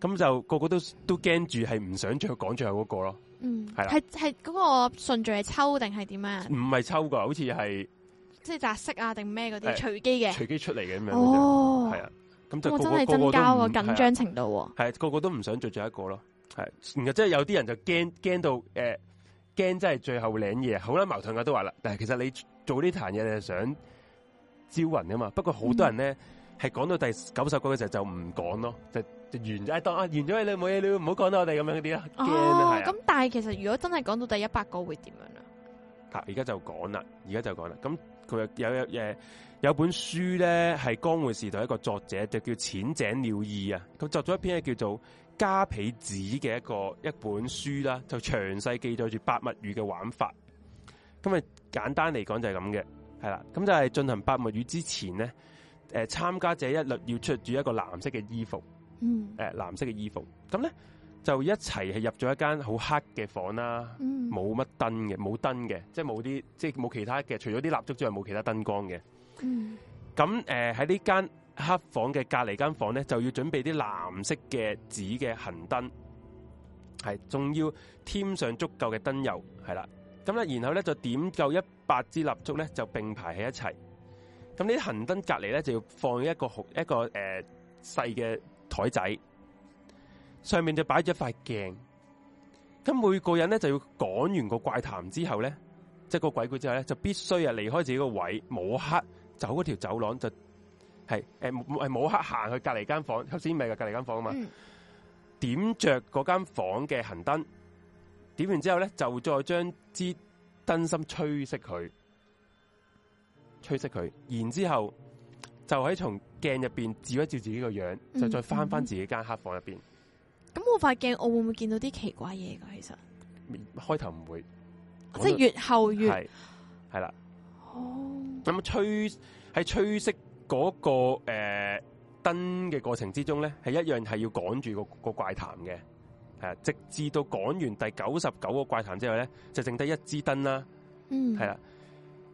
Speaker 1: 咁就個個都都驚住係唔想再講最後嗰個咯，
Speaker 2: 嗯，
Speaker 1: 係啦嗯
Speaker 2: 係係嗰個順序係抽定係點啊？
Speaker 1: 唔係抽噶，好似係
Speaker 2: 即係擲色啊定咩嗰啲
Speaker 1: 係
Speaker 2: 隨機嘅？
Speaker 1: 隨機出嚟嘅咁樣嘅啫，
Speaker 2: 哦，
Speaker 1: 係啊，咁
Speaker 2: 咁
Speaker 1: 就
Speaker 2: 我
Speaker 1: 個
Speaker 2: 真
Speaker 1: 個
Speaker 2: 係
Speaker 1: 個
Speaker 2: 增
Speaker 1: 個
Speaker 2: 加個
Speaker 1: 都啊
Speaker 2: 緊
Speaker 1: 緊
Speaker 2: 張程度喎。
Speaker 1: 係個個都唔想做最後一個咯，係，然後即係有啲人就驚驚到誒驚，真係最後領嘢，好啦，矛盾嘅都話啦，但係其實你做呢壇嘢你係想招魂噶嘛，不過好多人咧係講到第九十個嘅時候就唔講咯，就就完咗，哎當啊完咗你冇嘢你唔好講啦，我哋咁樣嗰啲啦，驚啊
Speaker 2: 哦，
Speaker 1: 係啊
Speaker 2: 咁但係其實如果真係講到第一百個會點樣啊？
Speaker 1: 嗱而家就講啦，而家就講啦，咁佢有有誒有本書咧係江戶時代一個作者就叫淺井了義啊，佢作咗一篇咧叫做《加皮子》嘅一個一本書啦，就詳細記載住八物語嘅玩法。咁啊簡單嚟講就係咁嘅，係啦。咁就係進行八物語之前咧，誒、呃、參加者一律要着住一個藍色嘅衣服。
Speaker 2: 嗯
Speaker 1: 誒、藍色嘅衣服，咁咧就一齊係入咗一間好黑嘅房啦，
Speaker 2: 嗯，
Speaker 1: 冇乜燈嘅，冇燈嘅，即係冇啲即係冇其他嘅，除咗啲蠟燭之外冇其他燈光嘅。
Speaker 2: 嗯
Speaker 1: 咁誒喺呢間黑房嘅隔離間房咧，就要準備啲藍色嘅紙嘅行燈，係仲要添上足夠嘅燈油，係啦。咁咧，然後咧就點夠一百支蠟燭咧，就並排喺一齊。咁呢啲行燈隔離咧就要放一個好一個誒、呃細嘅台仔，上面就擺咗一塊鏡。咁每個人咧就要講完個怪談之後咧，即係個鬼故之後咧，就必須啊離開自己個位，摸黑走嗰條走廊就呃係誒係摸黑行去隔離間房。頭先咪係隔離間房啊嘛。
Speaker 2: 嗯
Speaker 1: 點着嗰間房嘅行燈，點完之後咧，就再將支燈芯吹熄佢，吹熄佢，然之後就喺從鏡入邊照一照自己個樣，
Speaker 2: 嗯
Speaker 1: 就再翻翻自己間黑房入邊。
Speaker 2: 咁我塊鏡我會唔會見到啲奇怪嘢噶？其實
Speaker 1: 開頭唔會，
Speaker 2: 即係越後越
Speaker 1: 係係啦。
Speaker 2: 哦，
Speaker 1: 咁啊吹喺吹熄嗰、個誒燈嘅過程之中咧，係一樣係要趕住個個怪談嘅，係啊，直至到趕完第九十九個怪談之後咧，就剩低一支燈啦。
Speaker 2: 嗯
Speaker 1: 系啦。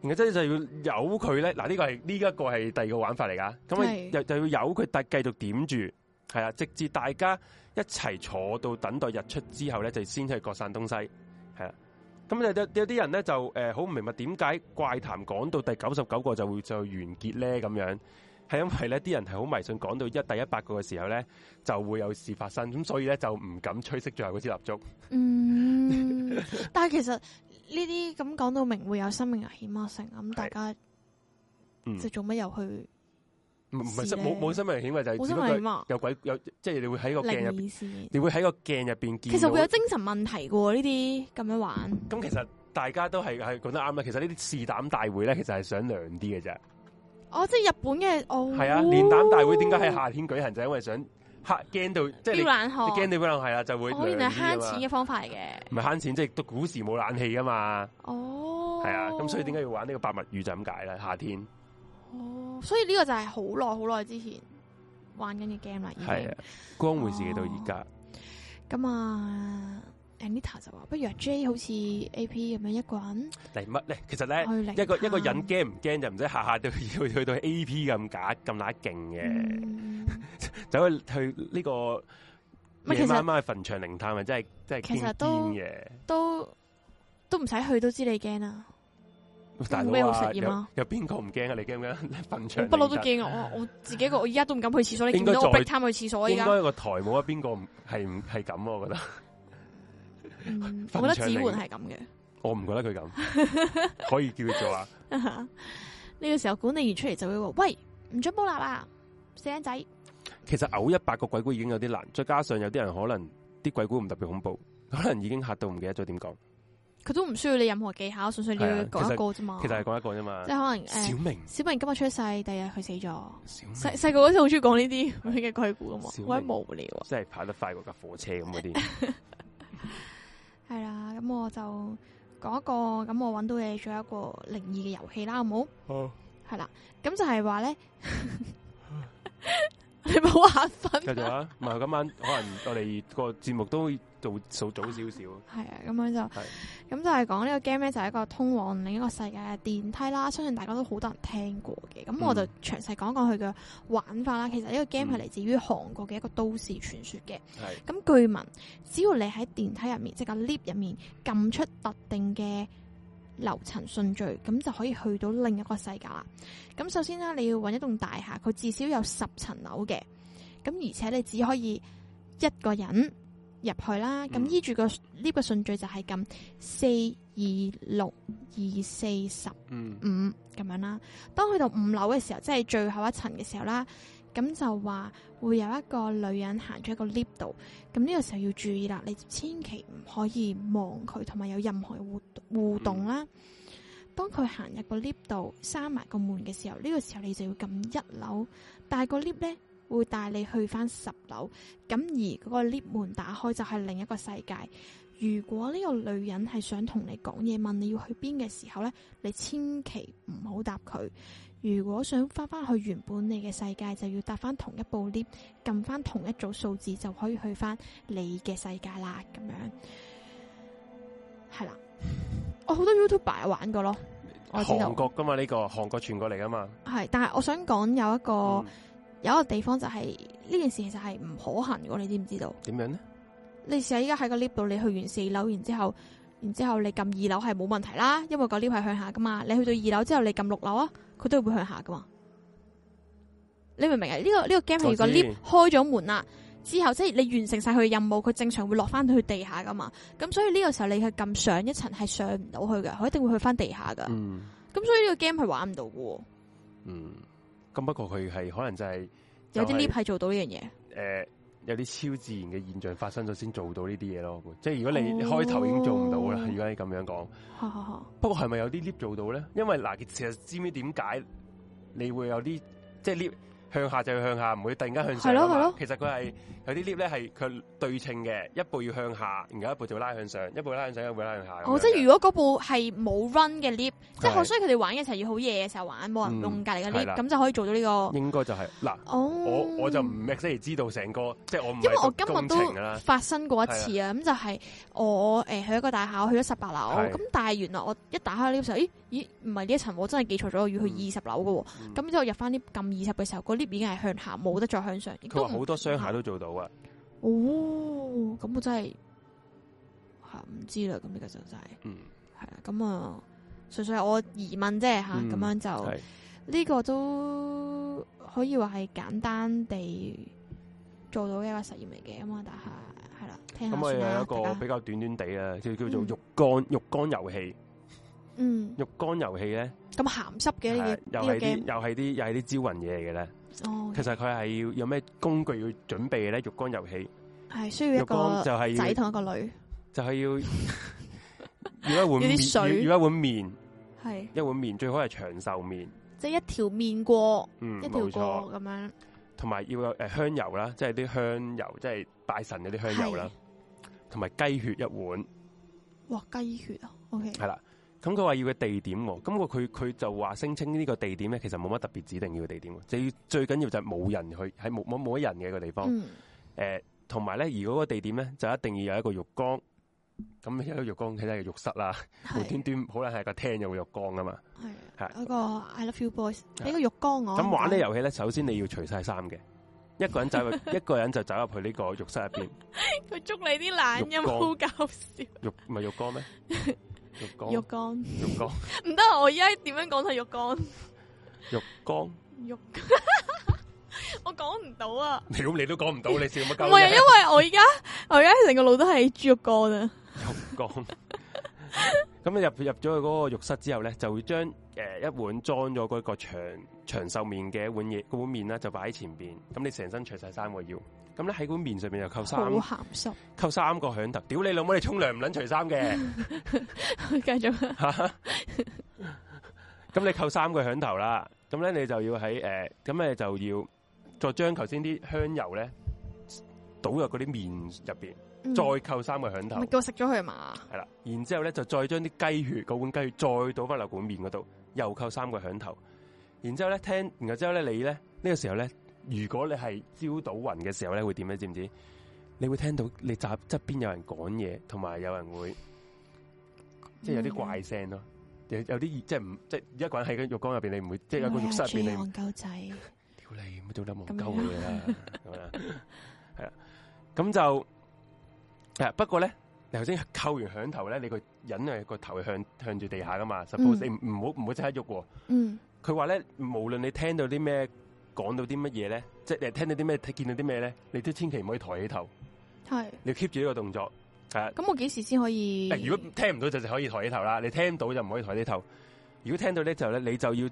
Speaker 1: 然後即係就要由佢咧，嗱呢個係呢一個係第二個玩法嚟噶，咁啊
Speaker 2: 係
Speaker 1: 又就要由佢但繼續點住，係啦，直至大家一齊坐到等待日出之後咧，就先去各散東西，係啦。咁有有有啲人咧就誒好唔明白點解怪談講到第九十九個就會就完結咧咁樣，係因為咧啲人係好迷信講到一第一百個嘅時候咧就會有事發生，咁所以咧就唔敢吹熄最後嗰支蠟燭。 (laughs)
Speaker 2: 嗯，但係其實呢啲咁講到明會有生命危險啊，成咁大家
Speaker 1: 嗯
Speaker 2: 就做乜又去
Speaker 1: 唔唔係
Speaker 2: 是
Speaker 1: 冇冇
Speaker 2: 咧
Speaker 1: 生命危險嘅就係
Speaker 2: 冇
Speaker 1: 只
Speaker 2: 生
Speaker 1: 不
Speaker 2: 命
Speaker 1: 過
Speaker 2: 危險啊？
Speaker 1: 有鬼有，即係你會喺個鏡
Speaker 2: 靈
Speaker 1: 入
Speaker 2: 異事件，
Speaker 1: 你會喺個鏡入邊見到。
Speaker 2: 其實會有精神問題噶喎，呢啲咁樣玩，
Speaker 1: 咁，其實大家都係係講得啱啦。其實呢啲試膽大會咧，其實係想涼啲嘅啫。
Speaker 2: 哦，即係日本嘅哦，
Speaker 1: 係啊，練膽大會點解喺夏天舉行？就係因為想嚇驚到，即係
Speaker 2: 飆
Speaker 1: 你
Speaker 2: 冷汗？
Speaker 1: 你驚到可能係啦，就會
Speaker 2: 哦，原
Speaker 1: 涼
Speaker 2: 來
Speaker 1: 啲
Speaker 2: 慳
Speaker 1: 啊
Speaker 2: 錢
Speaker 1: 嘛。
Speaker 2: 嘅方法嚟嘅。
Speaker 1: 唔係慳錢，即係都古時冇冷氣噶嘛。
Speaker 2: 哦，
Speaker 1: 係啊，咁所以點解要玩呢個百物語就咁解啦。夏天
Speaker 2: 哦，所以呢個就係好耐好耐之前玩緊嘅 game 啦，已
Speaker 1: 係
Speaker 2: 經
Speaker 1: 啊。，光回時期到而
Speaker 2: 哦
Speaker 1: 家
Speaker 2: 咁啊，Anita 就話，不如阿 J 好似 A P 咁樣一個人
Speaker 1: 嚟乜咧？其實咧。
Speaker 2: 去靈
Speaker 1: 一個一個人
Speaker 2: 探
Speaker 1: 驚唔驚就唔使下下都要去到 A P 咁假咁乸勁嘅，
Speaker 2: 嗯
Speaker 1: 走去去呢個
Speaker 2: 唔係
Speaker 1: 夜
Speaker 2: 其
Speaker 1: 媽
Speaker 2: 實
Speaker 1: 媽去墳場靈探咪真係真係
Speaker 2: 其實
Speaker 1: 驚
Speaker 2: 都
Speaker 1: 癲嘅，
Speaker 2: 都都唔使去都知你驚啊啦，
Speaker 1: 大
Speaker 2: 咩
Speaker 1: 佬
Speaker 2: 好
Speaker 1: 啊，
Speaker 2: 實驗啊
Speaker 1: 有有邊個唔驚啊？你驚唔驚？ (laughs) 墳
Speaker 2: 我
Speaker 1: 場
Speaker 2: 不嬲
Speaker 1: 靈
Speaker 2: 都
Speaker 1: 探，
Speaker 2: 驚我，我我自己個我而家都唔敢去廁所，你
Speaker 1: 應
Speaker 2: 見
Speaker 1: 該
Speaker 2: 到我
Speaker 1: 再
Speaker 2: 逼探去廁所依
Speaker 1: 應
Speaker 2: 家，
Speaker 1: 該個台冇啊，邊個唔係唔係咁啊？我覺得
Speaker 2: 嗯
Speaker 1: 墳
Speaker 2: 我覺得
Speaker 1: 場
Speaker 2: 子
Speaker 1: 嚟
Speaker 2: 媛係咁嘅。
Speaker 1: 我唔覺得佢咁，
Speaker 2: (laughs)
Speaker 1: 可以叫佢做啊。
Speaker 2: 呢個時候管理員出嚟就會話：喂，唔准煲蠟啊，死僆仔！
Speaker 1: 其實嘔一百個鬼故已經有啲難，再加上有啲人可能啲鬼故唔特別恐怖，可能已經嚇到唔記得咗點講。
Speaker 2: 哦佢都唔需要你任何技巧，純粹你要
Speaker 1: 係啊
Speaker 2: 講一個啫嘛。
Speaker 1: 其實係講一個啫嘛
Speaker 2: 即。係可能
Speaker 1: 小
Speaker 2: 誒，
Speaker 1: 明，
Speaker 2: 小明今日出世，第日佢死咗。
Speaker 1: 小明
Speaker 2: 細細個嗰時好中意講呢啲咁嘅鬼故噶嘛
Speaker 1: 小，明
Speaker 2: 好鬼無聊啊。
Speaker 1: 真係跑得快過架火車咁嗰啲。
Speaker 2: 係啦，咁我就講一個，咁我揾到你做一個靈異嘅遊戲啦，好冇？
Speaker 1: 好，
Speaker 2: 係啦，咁就係話咧，
Speaker 1: 啊
Speaker 2: 你冇眼
Speaker 1: 繼續
Speaker 2: 瞓啊。
Speaker 1: 啊。唔係今晚可能我哋個節目都會做做早少少。
Speaker 2: 係啊，咁樣就
Speaker 1: 係
Speaker 2: 咁就係講呢個 game 咧，就係一個通往另一個世界嘅電梯啦。相信大家都好多人聽過嘅，咁我就
Speaker 1: 嗯
Speaker 2: 詳細講講佢嘅玩法啦。其實呢個
Speaker 1: 嗯
Speaker 2: game 係嚟自於韓國嘅一個都市傳說嘅。
Speaker 1: 係。
Speaker 2: 咁據聞，只要你喺電梯入面，即係個 lift 入面撳出特定嘅樓層順序，咁就可以去到另一個世界啦。咁首先啦，你要揾一棟大廈，佢至少有十層樓嘅，咁而且你只可以一個人入去啦。咁
Speaker 1: 嗯
Speaker 2: 依住個 lift 嘅順序就係撳四二六二四十。
Speaker 1: 嗯
Speaker 2: 五咁樣啦。當去到五樓嘅時候，即係最後一層嘅時候啦，咁就話會有一個女人行咗一個 lift 度。咁呢個時候要注意啦，你千祈唔可以望佢，同埋有任何嘅互互動啦。當佢行入個 lift 度閂埋個門嘅時候，呢、個時候你就要撳一樓，但係個 lift 咧會帶你去翻十樓，咁而嗰個 lift 門打開就係另一個世界。如果呢個女人係想同你講嘢，問你要去邊嘅時候呢，你千祈唔好答佢。如果想翻翻去原本你嘅世界，就要搭翻同一部 lift，撳翻同一組數字就可以去翻你嘅世界啦。咁樣係啦，我好多 YouTuber 有玩過咯，我知道
Speaker 1: 韓國噶嘛呢個韓國傳過嚟噶嘛，
Speaker 2: 係。但係我想講有一個、
Speaker 1: 嗯
Speaker 2: 有一個地方就係、呢件事其實係唔可行嘅喎，你知唔知道？
Speaker 1: 點樣咧？
Speaker 2: 你試下依家喺個 lift 度，你去完四樓，然之後，然之後你撳二樓係冇問題啦，因為個 lift 係向下噶嘛。你去到二樓之後，你撳六樓啊，佢都會向下噶嘛。你明唔明啊？呢、個呢、個 game 係
Speaker 1: 我
Speaker 2: 個
Speaker 1: 知
Speaker 2: lift 開咗門啦，之後即係你完成晒佢嘅任務，佢正常會落翻去地下噶嘛。咁所以呢個時候你去撳上一層係上唔到去嘅，佢一定會去翻地下噶。咁、
Speaker 1: 嗯
Speaker 2: 所以呢個 game 係玩唔到嘅喎，
Speaker 1: 嗯，咁不過佢係可能就係
Speaker 2: 有
Speaker 1: 就
Speaker 2: 啲
Speaker 1: 係
Speaker 2: lift 係做到呢樣嘢。
Speaker 1: 诶有啲超自然嘅現象發生咗先做到呢啲嘢咯，我估即係如果你開頭已經做唔到啦
Speaker 2: 哦，
Speaker 1: 如果你咁樣講。
Speaker 2: 哈哈哈
Speaker 1: 不過係咪有啲 lift 做到咧？因為嗱，其實知唔知點解你會有啲即係 lift 向下就向下，唔會突然間向上
Speaker 2: 係咯
Speaker 1: 㗎嘛
Speaker 2: 係咯
Speaker 1: 其實佢係有啲 lift 咧係佢對稱嘅，一步要向下，然後一步就拉向上，一步拉向上，一步拉向下咁樣嘅。
Speaker 2: 哦，即係如果嗰部係冇 run 嘅 lift，即係
Speaker 1: 係
Speaker 2: 可所以佢哋玩嘅時候要好夜嘅時候玩，冇人用隔離嘅
Speaker 1: 係
Speaker 2: lift，
Speaker 1: 啦
Speaker 2: 咁就可以做到呢個。
Speaker 1: 應該就係、嗱，
Speaker 2: 哦，
Speaker 1: 我我就唔 exactly 知道成個即係我唔
Speaker 2: 因為我
Speaker 1: 係
Speaker 2: 今
Speaker 1: 讀
Speaker 2: 日
Speaker 1: 工程㗎啊啦
Speaker 2: 都，發生過一次啊，咁就係我诶去一個大廈，我去咗十八樓，
Speaker 1: 係
Speaker 2: 咁但係原來我一打開 lift 嘅時候，咦咦唔係呢一層，我真係記錯咗，我要去
Speaker 1: 嗯
Speaker 2: 二十樓嘅喎。
Speaker 1: 嗯
Speaker 2: 咁之後入翻 lift 撳二十嘅時候，個 lift 已經係向下，冇得再向上。亦
Speaker 1: 佢
Speaker 2: 都
Speaker 1: 話
Speaker 2: 唔
Speaker 1: 啊好多商廈都做到啊，
Speaker 2: 哦，咁我真係吓唔知啦，咁呢個就真係。
Speaker 1: 嗯，
Speaker 2: 系啦，咁啊，純粹係我疑問啫吓，
Speaker 1: 嗯
Speaker 2: 咁、樣就
Speaker 1: 係
Speaker 2: 呢個都可以話係簡單地做到嘅一個實驗嚟嘅，咁啊，但係係啦，聽下
Speaker 1: 咁我
Speaker 2: 算
Speaker 1: 哋有
Speaker 2: 啦，
Speaker 1: 一
Speaker 2: 大
Speaker 1: 個
Speaker 2: 家
Speaker 1: 比較短短地啊，叫叫做
Speaker 2: 嗯
Speaker 1: 浴缸浴缸遊戲，
Speaker 2: 嗯
Speaker 1: 浴缸遊戲咧。
Speaker 2: 咁鹹濕嘅呢
Speaker 1: 又
Speaker 2: 啲
Speaker 1: 係
Speaker 2: 呢
Speaker 1: 啲
Speaker 2: 個 game
Speaker 1: 又係啲又係啲招魂嘢嚟嘅咧。
Speaker 2: 哦，
Speaker 1: 其實佢係要有咩工具要準備嘅咧？浴缸遊戲，
Speaker 2: 係需要
Speaker 1: 浴
Speaker 2: 一
Speaker 1: 缸
Speaker 2: 個
Speaker 1: 就係
Speaker 2: 仔
Speaker 1: 要
Speaker 2: 同一個女，
Speaker 1: 就係
Speaker 2: (laughs)
Speaker 1: 要要一碗
Speaker 2: 要啲
Speaker 1: 麵，
Speaker 2: 水
Speaker 1: 要要一碗麵，
Speaker 2: 係
Speaker 1: 一碗麵最好係長壽麵。
Speaker 2: 即係一條面過
Speaker 1: 嗯，
Speaker 2: 一條
Speaker 1: 冇錯。
Speaker 2: 過咁樣，
Speaker 1: 同埋要有誒香油啦，即係啲香油，即係拜神嗰啲香油啦
Speaker 2: 係，
Speaker 1: 同埋雞血一碗，
Speaker 2: 哇雞血啊，OK，
Speaker 1: 係啦。咁佢話要嘅地點喎，咁我佢佢就話聲稱呢個地點咧，其實冇乜特別指定要嘅地點喎，最最緊要就係冇人去，喺冇冇冇乜人嘅一個地方。
Speaker 2: 嗯
Speaker 1: 诶、同埋咧，如果個地點咧，就一定要有一個浴缸。咁有一個浴缸，其實係浴室啦，無端
Speaker 2: 係哦
Speaker 1: 端好能係個廳有個浴缸噶嘛。
Speaker 2: 係
Speaker 1: 係
Speaker 2: 嗰個 I love you boys
Speaker 1: 係
Speaker 2: 俾個浴缸我，
Speaker 1: 咁玩呢
Speaker 2: (laughs) 唔該
Speaker 1: 遊戲咧，首先你要除晒衫嘅，一個人走入，一個人就走入去呢個浴室入邊，
Speaker 2: 佢捉你啲懶音
Speaker 1: 浴缸
Speaker 2: 好搞笑，
Speaker 1: 浴唔係浴缸
Speaker 2: (laughs)
Speaker 1: 咩？浴缸
Speaker 2: 浴缸。
Speaker 1: 浴缸
Speaker 2: 唔得，啊我而家點樣講佢浴缸？
Speaker 1: 浴
Speaker 2: (laughs)
Speaker 1: 缸，
Speaker 2: 浴缸，我講唔到啊！
Speaker 1: 你咁你都講唔到，你笑乜
Speaker 2: 唔
Speaker 1: 鳩
Speaker 2: 係啊，
Speaker 1: 嘢？
Speaker 2: 因為我而家我而家成個腦都係豬肉乾啊！
Speaker 1: 浴缸。 (laughs) 咁你入入咗去嗰個浴室之後咧，就會將誒、呃一碗裝咗嗰個長長壽面嘅一碗嘢，嗰碗面啦就擺喺前邊。咁你成身除晒衫喎要。咁咧喺碗面上面又扣三
Speaker 2: 好啊鹹濕，
Speaker 1: 扣三個響頭，屌你老母！你沖涼唔撚除衫嘅，
Speaker 2: (laughs) 繼續
Speaker 1: (laughs)
Speaker 2: 啊！
Speaker 1: 咁你扣三個響頭啦，咁咧你就要喺誒，咁、你就要再將頭先啲香油咧倒入嗰啲面入邊，
Speaker 2: 嗯
Speaker 1: 再扣三個響頭
Speaker 2: 咪，叫我食咗佢嘛？
Speaker 1: 係啦，然之後咧就再將啲雞血嗰碗雞血再倒翻落碗面嗰度，又扣三個響頭，然之後咧聽，然後之後咧你咧呢、呢個時候咧，如果你係朝到暈嘅時候咧，會點咧？知唔知？你會聽到你側側邊有人講嘢，同埋有人會。即係有啲怪聲咯，有有啲即係唔即係一個人喺個浴缸入邊，你唔會即係有
Speaker 2: 嗯
Speaker 1: 個浴室入邊，你唔
Speaker 2: 憨鳩仔，
Speaker 1: 屌你乜做得望鳩佢啦，咁樣係啦，咁就誒不過咧，你頭先扣完響頭咧，你個人係個頭係向向住地下噶嘛，suppose 你
Speaker 2: 嗯
Speaker 1: 唔唔好唔好即刻喐喎。
Speaker 2: 嗯，
Speaker 1: 佢話咧，無論你聽到啲咩，講到啲乜嘢咧，即係你聽到啲咩，見到啲咩咧，你都千祈唔可以抬起頭，
Speaker 2: 係。
Speaker 1: 你要 keep 住呢個動作，係啊。
Speaker 2: 咁我幾時先可以？
Speaker 1: 誒如果聽唔到就就可以抬起頭啦，你聽到就唔可以抬起頭。如果聽到咧就咧，你就要誒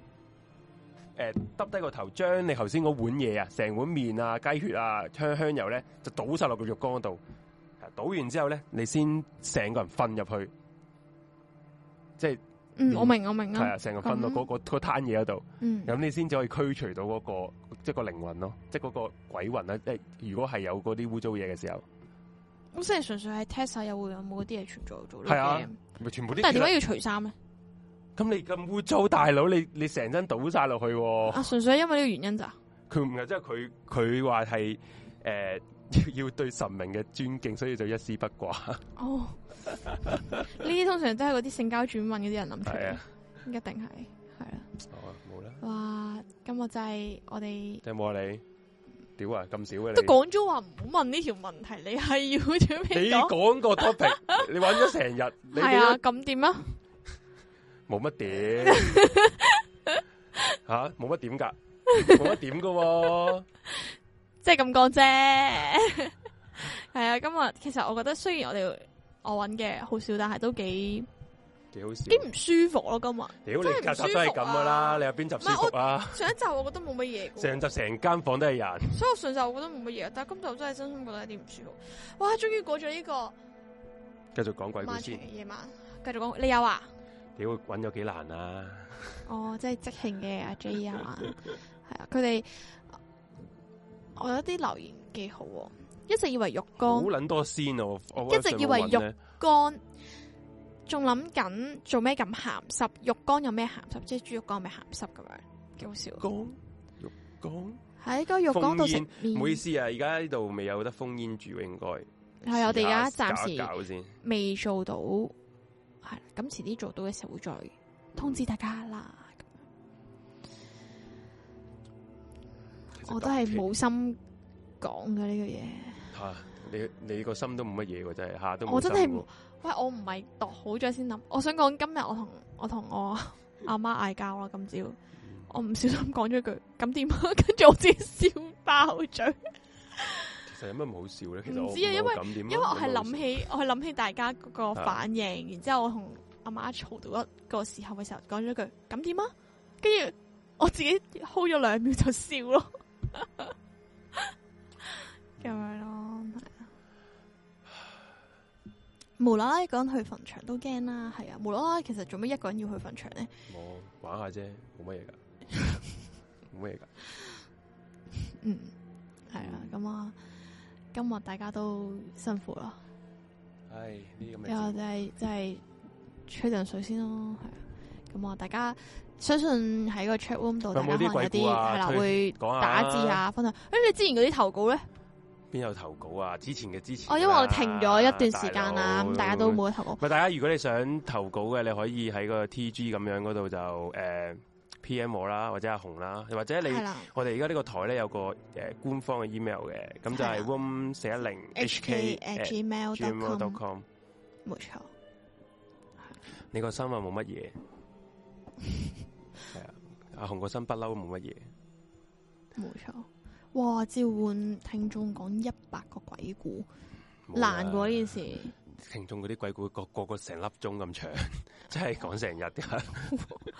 Speaker 1: 耷低個頭，將你頭先嗰碗嘢啊，成碗面啊、雞血啊、香香油咧，就倒晒落個浴缸度。啊倒完之後咧，你先成個人瞓入去，即係
Speaker 2: 嗯，
Speaker 1: 嗯
Speaker 2: 我明我明
Speaker 1: 系
Speaker 2: 啊，
Speaker 1: 啊，成個分到嗰、個嗰攤嘢嗰度，
Speaker 2: 嗯
Speaker 1: 咁你先至可以驅除到嗰、個即係個靈魂咯，即係嗰個鬼魂啊啦。即係如果係有嗰啲污糟嘢嘅時候，
Speaker 2: 咁即係純粹係 test 下有會有冇啲嘢存在做呢
Speaker 1: 係啊
Speaker 2: 啲嘢
Speaker 1: 咪全部啲。
Speaker 2: 但係點解要除衫咧？
Speaker 1: 咁你咁污糟，大佬你你成身倒晒落去、喎。
Speaker 2: 啊，純粹係因為呢個原因咋？
Speaker 1: 佢唔係即係佢佢話係诶 (laughs) 要對神明嘅尊敬，所以就一絲不掛。
Speaker 2: 哦，呢啲通常都係嗰啲性交轉運嗰啲人諗出
Speaker 1: 係
Speaker 2: 嚟
Speaker 1: 啊，，
Speaker 2: 一定係係哦啦。
Speaker 1: 好啊，冇啦，
Speaker 2: 哇，今日就係我哋
Speaker 1: 有冇啊你？屌啊，咁少嘅
Speaker 2: 都
Speaker 1: 你。
Speaker 2: 講咗話唔好問呢條問題，你係要準
Speaker 1: 你
Speaker 2: 備
Speaker 1: 講
Speaker 2: 講
Speaker 1: 個 topic，你玩咗成日，
Speaker 2: (laughs)
Speaker 1: 你
Speaker 2: 係啊？咁點啊？
Speaker 1: 冇乜點
Speaker 2: (laughs)
Speaker 1: 吓，冇乜點㗎，冇乜點㗎喎。
Speaker 2: 即係咁講啫。 (laughs) 係啊，今日其實我覺得雖然我哋我揾嘅好少，但係都幾
Speaker 1: 幾好笑。
Speaker 2: 幾唔舒服咯。今日
Speaker 1: 屌你
Speaker 2: 真係唔
Speaker 1: 集集都係
Speaker 2: 舒服
Speaker 1: 咁
Speaker 2: 啊
Speaker 1: 噶啦，你有邊集舒服啊？
Speaker 2: 上一集我覺得冇乜嘢嘅，
Speaker 1: (laughs) 成集成間房都係人，
Speaker 2: 所以我上集我覺得冇乜嘢，但係今集我真係真心覺得有啲唔舒服。哇！終於過咗呢個
Speaker 1: 繼續講鬼故
Speaker 2: 漫長
Speaker 1: 先。
Speaker 2: 嘅夜晚，繼續講你有啊？
Speaker 1: 屌揾咗幾難啊！
Speaker 2: 哦，即係即興嘅阿 J 啊嘛，係啊，佢哋我有啲留言幾好、喎，一直以為浴
Speaker 1: 好
Speaker 2: 缸
Speaker 1: 撚多先啊！我
Speaker 2: 一直以為肉乾，仲諗緊做咩咁鹹濕，浴缸有咩鹹濕，即係豬肉乾有咩鹹濕咁樣，幾好笑。
Speaker 1: 講肉講，
Speaker 2: 喺個浴缸度食
Speaker 1: 唔好意
Speaker 2: 麵，
Speaker 1: 思啊！而家呢度未有得封煙住，應該
Speaker 2: 係我哋而家
Speaker 1: 試下
Speaker 2: 暫時
Speaker 1: 搞一搞先。
Speaker 2: 未做到，係啦咁遲啲做到嘅時候會再通知大家啦。
Speaker 1: 其實
Speaker 2: 我都係
Speaker 1: 特別
Speaker 2: 冇心講嘅呢個嘢。
Speaker 1: 吓，你你個心都冇乜嘢喎，真係吓都冇
Speaker 2: 我真係
Speaker 1: 心喎
Speaker 2: 喂，我唔係度好咗先諗，我想講今日我同我同我 (laughs) 阿媽嗌交啦，今朝
Speaker 1: 嗯
Speaker 2: 我唔小心講咗句咁點啊， (laughs) 跟住我自己笑爆嘴，
Speaker 1: 其實有乜唔好笑咧？其實
Speaker 2: 唔
Speaker 1: (laughs) 我
Speaker 2: 知啊因為
Speaker 1: 為因
Speaker 2: 因為我係諗起我係諗起大家嗰個
Speaker 1: 啊
Speaker 2: 反應，然之後我同阿媽嘈到一個時候嘅時候講咗句咁點啊，跟住我自己 hold 咗兩秒就笑咯， (laughs) 咁樣咯，係啊，無啦啦講去墳場都驚啦，係啊，無啦啦其實做咩一個人要去墳場咧？
Speaker 1: 我玩下啫，冇乜嘢噶，冇乜嘢噶。
Speaker 2: 嗯，係啦，咁啊，今日大家都辛苦啦，
Speaker 1: 唉，呢啲咁嘅
Speaker 2: 然後
Speaker 1: 節
Speaker 2: 就
Speaker 1: 目
Speaker 2: 係就係吹陣水先咯，係啊，咁啊，大家相信喺個 chat room 度，
Speaker 1: 有
Speaker 2: 大
Speaker 1: 冇
Speaker 2: 家
Speaker 1: 啲
Speaker 2: 可能
Speaker 1: 鬼
Speaker 2: 有啲
Speaker 1: 故啊
Speaker 2: 係啦
Speaker 1: 推
Speaker 2: 會
Speaker 1: 講下
Speaker 2: 打字啊，分享。誒，你之前嗰啲投稿咧？
Speaker 1: 邊有投稿啊？之前嘅之前啦，
Speaker 2: 哦，因為我停咗一段時間啦，咁大家都
Speaker 1: 冇。
Speaker 2: 冇得投稿。
Speaker 1: 喂，大家如果你想投稿嘅，你可以喺個 T G 咁樣嗰度就诶、呃 P M 我啦，或者阿紅啦，又或者你
Speaker 2: 係啦
Speaker 1: 我哋而家呢個台咧有個诶、呃官方嘅 email 嘅，咁就係
Speaker 2: 係啦
Speaker 1: room 四一零 h
Speaker 2: ，hk
Speaker 1: k
Speaker 2: at
Speaker 1: at
Speaker 2: gmail dot
Speaker 1: gmail
Speaker 2: com，
Speaker 1: com。
Speaker 2: 冇錯。
Speaker 1: 你個心啊冇乜嘢，係啊，阿紅個心不嬲都冇乜嘢。
Speaker 2: 冇錯，哇！召喚聽眾講一百個鬼故，
Speaker 1: 冇啊啦
Speaker 2: 難過呢件事。
Speaker 1: 聽眾嗰啲鬼故個個個成粒鐘咁長， (laughs) 真係講
Speaker 2: (laughs)
Speaker 1: 成日㗎。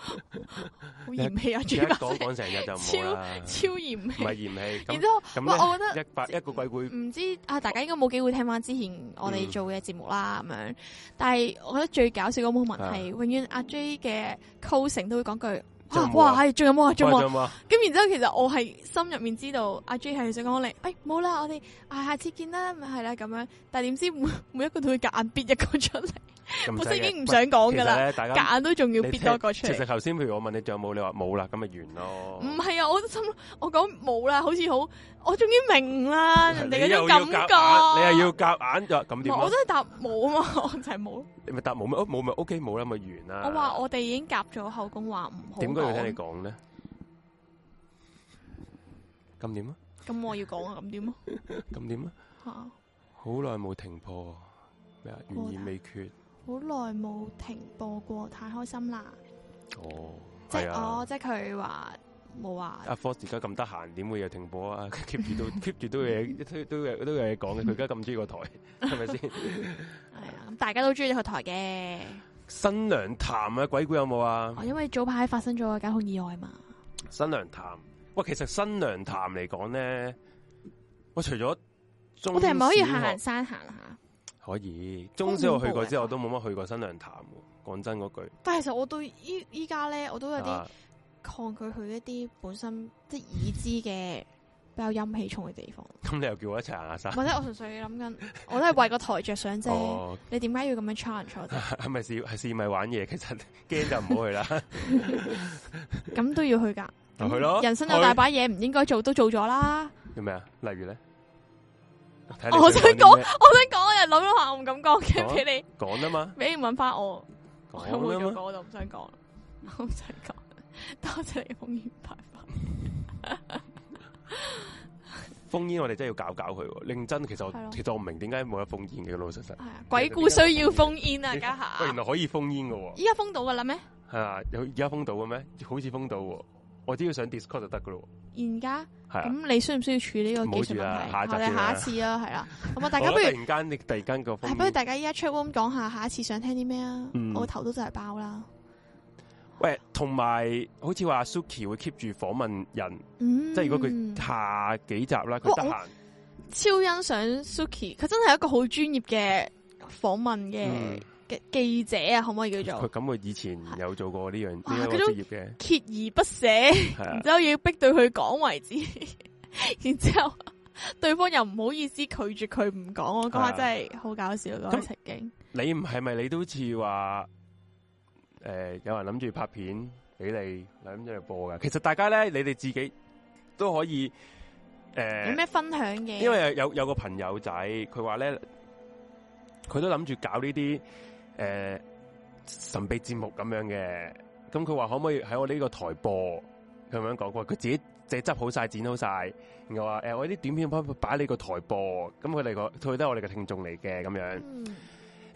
Speaker 2: 好嫌棄啊！
Speaker 1: 一
Speaker 2: 主把
Speaker 1: 講
Speaker 2: 聲
Speaker 1: 講成日就唔好啦，
Speaker 2: 超
Speaker 1: 唔
Speaker 2: 嫌棄。
Speaker 1: 係嫌棄。
Speaker 2: 然
Speaker 1: 咁
Speaker 2: 之後，喂，
Speaker 1: 咁
Speaker 2: 我覺
Speaker 1: 咧，
Speaker 2: 得
Speaker 1: 一百一個鬼故
Speaker 2: 唔知啊，大家應該冇機會聽翻之前我哋做嘅節目啦，咁
Speaker 1: 嗯
Speaker 2: 樣。但係我覺得最搞笑嗰 moment
Speaker 1: 啊
Speaker 2: 係永遠阿 J 嘅 closing 都會講句。
Speaker 1: 仲有
Speaker 2: 啊！
Speaker 1: 冇啊
Speaker 2: 哇，係仲有冇啊？仲有冇啊？
Speaker 1: 有冇？
Speaker 2: 咁然之後，其實我係心入面知道阿 J 係想講你，哎冇啦，我哋啊下次見啦，咪係啦咁樣。但係點知每每一個都會夾硬逼一個出嚟，
Speaker 1: 咁
Speaker 2: 本
Speaker 1: 犀
Speaker 2: 身
Speaker 1: 利
Speaker 2: 已經唔想講
Speaker 1: 其
Speaker 2: 噶
Speaker 1: 實
Speaker 2: 啦，
Speaker 1: 咧，大家
Speaker 2: 夾硬都仲要
Speaker 1: 你
Speaker 2: 逼
Speaker 1: 聽
Speaker 2: 多個出
Speaker 1: 其實
Speaker 2: 嚟。
Speaker 1: 頭先譬如我問你仲有冇，你話冇啦，咁咪完咯。
Speaker 2: 唔係啊，我都心諗我講冇啦，好似好，我終於明
Speaker 1: 啊
Speaker 2: 啦人哋嗰種感覺。
Speaker 1: 覺，啊你又要夾硬就咁
Speaker 2: 唔
Speaker 1: 點
Speaker 2: 係
Speaker 1: 啊
Speaker 2: 我真係答冇啊 (laughs) 嘛，我就係冇。
Speaker 1: 你咪答冇咩？哦冇咪 OK 冇啦，咪完啦。
Speaker 2: 我話我哋已經夾咗後宮話唔好
Speaker 1: 啊點解要聽你
Speaker 2: 講，
Speaker 1: 講咧？咁點啊？
Speaker 2: 咁我要講啊，咁點啊？
Speaker 1: 咁點啊？
Speaker 2: 吓，
Speaker 1: 好耐冇停播咩啊？懸而未決
Speaker 2: 好耐冇停播過，太開心啦！
Speaker 1: 哦，
Speaker 2: 即係
Speaker 1: 係啊
Speaker 2: 哦，。即係佢話冇話
Speaker 1: 阿 Force 而家咁得閒，點會又停播啊 (laughs) ？keep 住都 keep 住都有嘢，都有都有嘢講嘅。佢而家咁中意個台，係咪先？
Speaker 2: 係啊，咁大家都中意呢個台嘅，
Speaker 1: 新娘潭啊，鬼故有冇啊？
Speaker 2: 哦因為早排發生咗交通意外嘛，
Speaker 1: 新娘潭，喂，其實新娘潭嚟講咧，我除咗中
Speaker 2: 我哋係咪可以行
Speaker 1: 小學
Speaker 2: 行山行下？
Speaker 1: 可以中小學去過之後，我都冇乜去過新娘潭喎。講真嗰句，
Speaker 2: 但係其實我對依依家咧，我都有啲
Speaker 1: 啊
Speaker 2: 抗拒佢一啲本身即係已知嘅比較陰氣重嘅地方，
Speaker 1: 咁你又叫我一齊行下山？
Speaker 2: 或者我純粹諗緊， (laughs) 我都係為個台着想啫。
Speaker 1: 啊哦，
Speaker 2: 你點解要咁樣 challenge
Speaker 1: (laughs)
Speaker 2: 我啫？
Speaker 1: 係咪試係試咪玩嘢？其實 (laughs) 驚就唔好去啦， (laughs)
Speaker 2: 咁都要去噶。
Speaker 1: 就去咯。
Speaker 2: 人生有大把嘢唔應該做，都做咗
Speaker 1: (laughs)
Speaker 2: 啦。
Speaker 1: 有咩啊？例如咧，睇你
Speaker 2: 我想
Speaker 1: 講啲
Speaker 2: (laughs) 講，我
Speaker 1: 咩
Speaker 2: 想講，我又諗咗下，我唔敢講
Speaker 1: 講啊
Speaker 2: 嘅，俾你
Speaker 1: 講啊嘛，
Speaker 2: 俾你問翻我，我冇
Speaker 1: 講
Speaker 2: 咗
Speaker 1: 啊嘛，
Speaker 2: 講，我就唔想講， (laughs) 我唔想講。 (laughs) 多謝你奉獻
Speaker 1: (laughs)
Speaker 2: 拜拜。
Speaker 1: 封煙我哋真係要搞搞佢喎。認真，其實
Speaker 2: 係
Speaker 1: 我
Speaker 2: 咯
Speaker 1: 其實我唔明點解冇得封煙嘅，老實實。
Speaker 2: 係啊，鬼故需要封煙啊，家
Speaker 1: (laughs) 喂，原
Speaker 2: 下。
Speaker 1: 來可以封煙嘅喎，
Speaker 2: 依家封到噶啦咩？
Speaker 1: 係啊，有而家封到嘅咩？好似封到喎，我只要上 Discord 就得嘅咯
Speaker 2: 而家
Speaker 1: 喎，係啊。
Speaker 2: 咁你需唔需要處理呢個技術
Speaker 1: 唔好住啦啊下一
Speaker 2: 問題？
Speaker 1: 集
Speaker 2: 我哋
Speaker 1: 先啦
Speaker 2: 下一次啦，係
Speaker 1: (laughs)
Speaker 2: 啦。咁啊，大家
Speaker 1: 好
Speaker 2: 不
Speaker 1: 啦
Speaker 2: 如
Speaker 1: 突然間你突然間個封
Speaker 2: 係
Speaker 1: 煙
Speaker 2: 不如大家依家 chat room 講下，下一次想聽啲咩啊
Speaker 1: 嗯？
Speaker 2: 我頭都就係包啦。
Speaker 1: 喂，同埋好似話 Suki 會 keep 住訪問人，
Speaker 2: 嗯，哦
Speaker 1: 即係如果佢下幾集啦，佢得
Speaker 2: 哇
Speaker 1: 閒，
Speaker 2: 超欣賞 Suki，佢真係一個好專業嘅訪問嘅
Speaker 1: 嗯
Speaker 2: 嘅、記者啊，可唔可以叫
Speaker 1: 佢
Speaker 2: 做
Speaker 1: 咁佢以前有做過呢樣呢
Speaker 2: 哇
Speaker 1: 一個
Speaker 2: 佢都
Speaker 1: 職業嘅，
Speaker 2: 鍥而不捨，
Speaker 1: 係啊
Speaker 2: 然，之後要逼到佢講為止， (laughs) 然之後對方又唔好意思拒絕佢唔講，我嗰下
Speaker 1: 係啊
Speaker 2: 真係好搞笑嗰個
Speaker 1: 咁
Speaker 2: 情景。
Speaker 1: 你唔係咪你都似話诶，有人諗住拍片俾你諗住嚟播噶？其實大家咧，你哋自己都可以诶
Speaker 2: 有，咩分享嘅？
Speaker 1: 因為有有有個朋友仔，佢話咧，佢都諗住搞呢啲诶神秘節目咁樣嘅。咁佢話可唔可以喺我呢個台播？佢咁樣講過，佢自己自己執好晒、剪好晒，然後話诶、誒我啲短片可唔可以擺喺你個台播？咁佢哋個佢都係我哋嘅聽眾嚟嘅咁樣。
Speaker 2: 嗯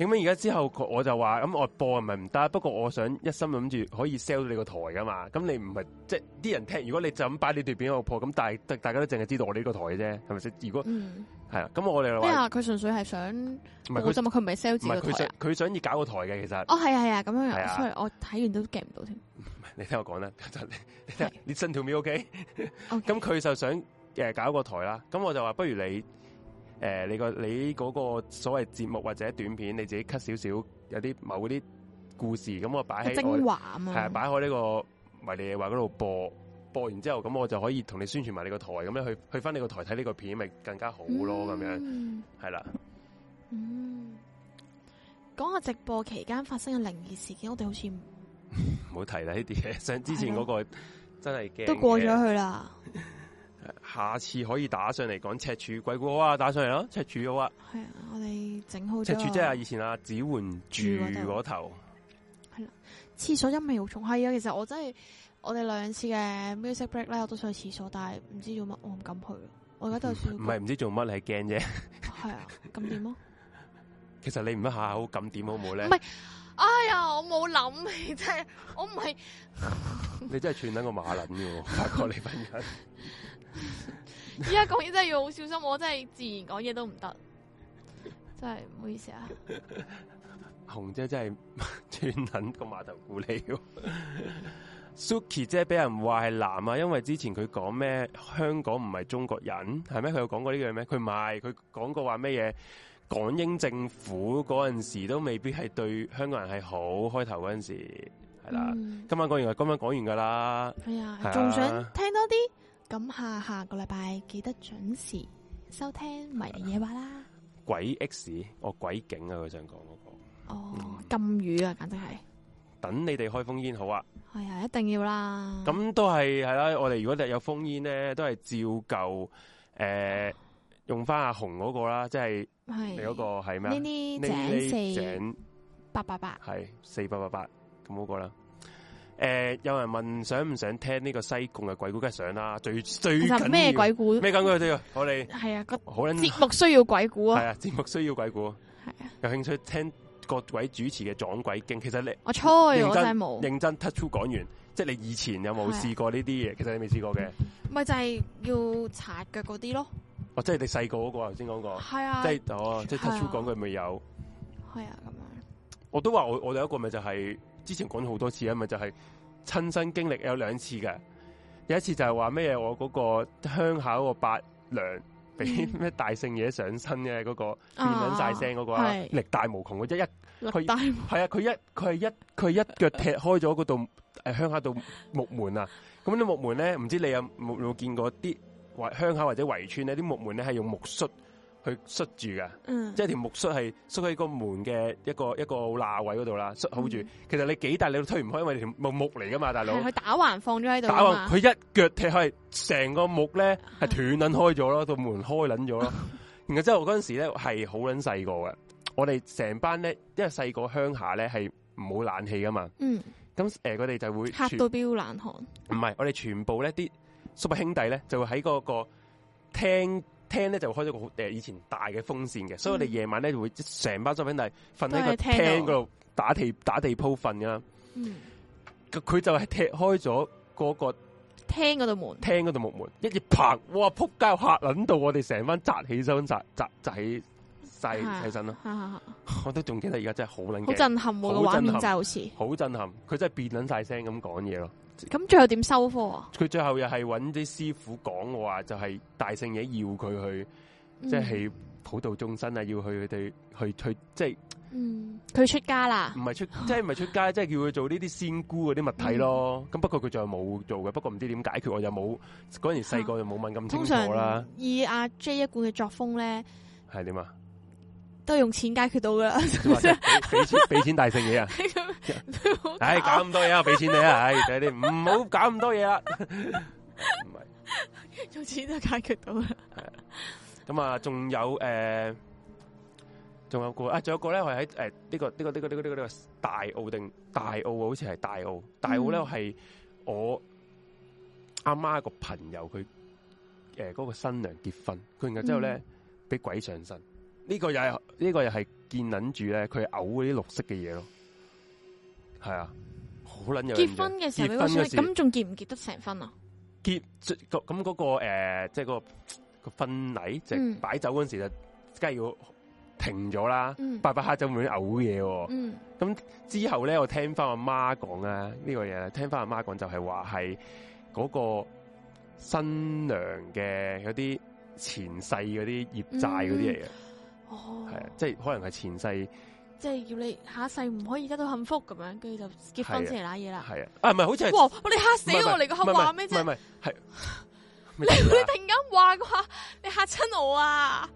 Speaker 1: 咁樣而家之後佢我就話咁我播係咪唔得？不過我想一心諗住可以 sell 到你個台噶嘛。咁你唔係即係啲人聽，如果你就咁擺你段片喺度播，咁但係大家都淨係知道我呢個台嘅啫，係咪先？如果
Speaker 2: 嗯，
Speaker 1: 係啊，咁我哋就
Speaker 2: 咩
Speaker 1: 話
Speaker 2: 啊？佢純粹係想
Speaker 1: 唔係
Speaker 2: 冇
Speaker 1: 佢
Speaker 2: 啫嘛，佢唔係 sell 自
Speaker 1: 唔
Speaker 2: 己
Speaker 1: 係
Speaker 2: 個
Speaker 1: 佢
Speaker 2: 台
Speaker 1: 想
Speaker 2: 啊。
Speaker 1: 佢想要搞個台嘅，其實 (laughs)
Speaker 2: 哦，係啊，係啊，咁樣
Speaker 1: 係啊
Speaker 2: 樣。sorry，我睇完都 get 唔到
Speaker 1: (laughs)
Speaker 2: 添。
Speaker 1: 你聽我講啦， (laughs) 你聽
Speaker 2: 係
Speaker 1: 你信條 me OK？
Speaker 2: OK
Speaker 1: 咁佢就想誒、呃搞個台啦，咁我就話不如你誒、呃你個你嗰個所謂節目或者短片，你自己 cut 少少有啲某啲故事，咁我擺
Speaker 2: 個
Speaker 1: 喺我
Speaker 2: 精華啊嘛。
Speaker 1: 係啊，擺開呢個迷你嘢話嗰度播，播完之後咁我就可以同你宣傳埋你個台，咁咧去去翻你個台睇呢個片咪更加好咯，咁、樣
Speaker 2: 嗯
Speaker 1: 係啦。
Speaker 2: 嗯，講下直播期間發生嘅靈異事件，我哋好似
Speaker 1: 唔好提啦呢啲嘢，想之前嗰個真係驚嘅
Speaker 2: 都過咗去啦，
Speaker 1: 下次可以打上嚟講赤柱鬼故好啊，打上嚟咯，赤柱好啊，
Speaker 2: 係啊，我哋整好
Speaker 1: 赤
Speaker 2: 咗
Speaker 1: 柱即係以前啊，指換住嗰頭，
Speaker 2: 廁所陰味好重，係啊，其實我真係我哋兩次嘅 music break 咧，我都想去廁所，但係唔知做乜，我唔敢去，我而家都有少少
Speaker 1: 唔係唔知做乜你係驚啫。
Speaker 2: 係啊，咁點啊？
Speaker 1: 其實你唔一下好咁點好唔好咧
Speaker 2: 唔？係哎呀，我冇諗起，真係我唔係
Speaker 1: 你真係串緊個馬撚嘅喎，發覺你份人。
Speaker 2: 依家講嘢真係要好小心，我真係自然講嘢都唔
Speaker 1: (laughs)
Speaker 2: 得，真係唔好意思啊。
Speaker 1: 紅姐 (laughs) 真係專撚個碼頭鼓嚟喎 Suki 姐俾人話係男啊，因為之前佢講咩香港唔係中國人，係咩？佢有講過呢樣咩？佢唔係，佢講過話咩嘢？港英政府嗰陣時都未必係對香港人係好，開頭嗰陣時係啦。
Speaker 2: 嗯
Speaker 1: 今晚講完啦，今晚講完噶啦，
Speaker 2: 系啊
Speaker 1: 係啊，
Speaker 2: 仲想聽多啲，咁下下個禮拜記得準時收聽迷人夜話啦。
Speaker 1: 鬼 X 哦鬼景啊！佢想講嗰、個，
Speaker 2: 哦
Speaker 1: 嗯，
Speaker 2: 禁語啊，簡直係，
Speaker 1: 等你哋開封煙好啊！
Speaker 2: 係啊，一定要啦。
Speaker 1: 咁都係係啦，我哋如果有封煙咧，都係照舊诶、呃用翻阿紅嗰個啦，即係
Speaker 2: 系
Speaker 1: 你嗰個係咩啊
Speaker 2: 呢？啲
Speaker 1: 呢
Speaker 2: 井四
Speaker 1: 井
Speaker 2: 八八八，
Speaker 1: 係四八八八咁嗰個啦。诶、有人問想唔想聽呢個西貢嘅鬼故，梗係想啦，最最
Speaker 2: 其
Speaker 1: 緊要
Speaker 2: 實咩鬼故？
Speaker 1: 咩鬼故都要，我哋
Speaker 2: 係啊，個
Speaker 1: 好捻
Speaker 2: 節目需要鬼故
Speaker 1: 係
Speaker 2: 啊，
Speaker 1: 啊，節目需要鬼故，
Speaker 2: 係啊，
Speaker 1: 有興趣聽各位主持嘅撞鬼經，其實你。
Speaker 2: 我吹我
Speaker 1: 認
Speaker 2: 真係
Speaker 1: 真
Speaker 2: 冇，
Speaker 1: 認真 touch 講完，即係你以前有冇
Speaker 2: 哦係啊
Speaker 1: 試過呢啲嘢？其實你未試過嘅，
Speaker 2: 咪就係要擦腳嗰啲咯。
Speaker 1: 哦，即係你細個嗰個頭先講過，
Speaker 2: 係啊，
Speaker 1: 即
Speaker 2: 係
Speaker 1: 系哦，即系
Speaker 2: 係啊
Speaker 1: touch 講句咪有，
Speaker 2: 啊，咁樣
Speaker 1: 我都話我我有一個咪就係之前講咗好多次啊，咪就係親身經歷有兩次嘅，有一次就係話咩嘢，我嗰個鄉下嗰個伯娘俾 (laughs)
Speaker 2: 嗯
Speaker 1: 咩大聖嘢上身嘅嗰個變撚晒聲嗰個
Speaker 2: 啊
Speaker 1: 啊，
Speaker 2: 係
Speaker 1: 力大無窮嘅一一佢
Speaker 2: 力大無
Speaker 1: 係啊，佢一佢係一佢係一腳踢開咗嗰度诶鄉下度木門啊，咁啲木門咧，唔知你有冇有冇見過啲圍鄉下或者圍村咧，啲木門咧係用木栓去栓住㗎。
Speaker 2: 嗯，
Speaker 1: 即係條木栓係縮喺個門嘅一個一個罅位嗰度啦，縮好啊住。
Speaker 2: 嗯
Speaker 1: 其實你幾大你都推唔開，因為條木木嚟噶嘛，大佬
Speaker 2: 係。佢打橫放咗啊喺度
Speaker 1: 打
Speaker 2: 㗎
Speaker 1: 橫
Speaker 2: 嘛，啊
Speaker 1: 佢一腳踢開，成個木咧係斷撚開咗咯，道門開撚咗
Speaker 2: (laughs)
Speaker 1: 咯。然後之後嗰陣時咧係好撚細個嘅，我哋成班咧，因為細個鄉下咧係冇冷氣噶嘛，
Speaker 2: 嗯，
Speaker 1: 咁誒佢哋就會
Speaker 2: 嚇
Speaker 1: 全
Speaker 2: 到飆冷汗，
Speaker 1: 唔係，我哋全部咧啲叔伯兄弟咧就會喺嗰個廳廳咧就會開咗個好誒以前大嘅風扇嘅，所以我哋夜晚咧就會成班叔伯兄弟瞓喺個
Speaker 2: 嗯都係廳
Speaker 1: 廳嗰
Speaker 2: 度
Speaker 1: 度打地打地鋪瞓㗎啦。
Speaker 2: 嗯，
Speaker 1: 佢佢就係踢開咗嗰個
Speaker 2: 廳嗰度門，
Speaker 1: 廳嗰度木門，一嘢砰！哇！撲街嚇撚到我哋成班扎起身，扎扎扎起晒
Speaker 2: 係啊
Speaker 1: 起身啦！
Speaker 2: 嚇嚇嚇
Speaker 1: 我都仲記得而家真係好撚
Speaker 2: 好
Speaker 1: 驚，
Speaker 2: 震撼喎個
Speaker 1: 好
Speaker 2: 畫
Speaker 1: 震
Speaker 2: 面
Speaker 1: 撼
Speaker 2: 就好似，
Speaker 1: 好震撼！佢真係變撚晒聲咁講嘢咯。
Speaker 2: 咁最後點收科啊？
Speaker 1: 佢最後又係揾啲師傅講我話，就係、大聖嘢要佢去。
Speaker 2: 嗯
Speaker 1: 即係普度眾生啊，要去佢哋去去，即係
Speaker 2: 嗯，佢出家啦
Speaker 1: 唔，係出，即係唔係出街，即係叫佢做呢啲仙姑嗰啲物體咯。咁、不過佢就冇做嘅，不過唔知點解決，我就冇嗰陣時細個就冇問咁
Speaker 2: 通
Speaker 1: 清楚啦
Speaker 2: 常。以阿 J 一貫嘅作風咧，
Speaker 1: 係點啊？
Speaker 2: 都係用錢解決到噶
Speaker 1: (laughs)
Speaker 2: 啦，
Speaker 1: 即係話俾俾錢俾錢大聖嘢啊！
Speaker 2: 咁
Speaker 1: 唉，搞咁多嘢啊！俾錢你啊！唉，睇你唔好搞咁多嘢啊啦。唔係
Speaker 2: 用錢就解決到啦。
Speaker 1: 咁啊，仲有誒。呃仲有個啊，仲有個咧，我係喺誒呢個呢、個呢、個呢、個呢、個呢、個大澳定大澳啊，好似係大澳。大澳咧
Speaker 2: 嗯
Speaker 1: 係我阿媽個朋友佢誒嗰個新娘結婚，佢然後之後咧
Speaker 2: 嗯
Speaker 1: 俾鬼上身，呢、個又係呢、個又係見撚住咧，佢係嘔嗰啲綠色嘅嘢咯，係啊，好撚有印象
Speaker 2: 結婚嘅時候俾個
Speaker 1: 結婚
Speaker 2: 孫，
Speaker 1: 嗰時
Speaker 2: 咁仲結唔結得成婚啊？
Speaker 1: 結即咁嗰、個呃即係、個個婚禮，即
Speaker 2: 嗯
Speaker 1: 係擺酒嗰陣時就梗係要停咗啦。
Speaker 2: 嗯
Speaker 1: 拜拜下就會嘔嘢喎。
Speaker 2: 嗯
Speaker 1: 之後咧，我聽翻阿媽講啊，呢、個嘢聽翻阿媽講就係話係嗰個新娘嘅嗰啲前世嗰啲業債嗰
Speaker 2: 嗯
Speaker 1: 啲嚟嘅，係、
Speaker 2: 哦，
Speaker 1: 啊，即係可能係前世
Speaker 2: 即係要你下一世唔可以得到幸福咁樣，跟住就
Speaker 1: 係
Speaker 2: 結
Speaker 1: 啊
Speaker 2: 婚先嚟揦嘢啦。
Speaker 1: 係啊，啊唔係好似係
Speaker 2: 哇！你嚇死
Speaker 1: 唔係唔係
Speaker 2: 我！你個
Speaker 1: 唔係
Speaker 2: 口
Speaker 1: 唔係
Speaker 2: 話咩啫
Speaker 1: 唔？係唔係
Speaker 2: (laughs)
Speaker 1: 係咩
Speaker 2: 你
Speaker 1: 事
Speaker 2: 你
Speaker 1: 啊
Speaker 2: 突然間話嘅話，你嚇親我啊！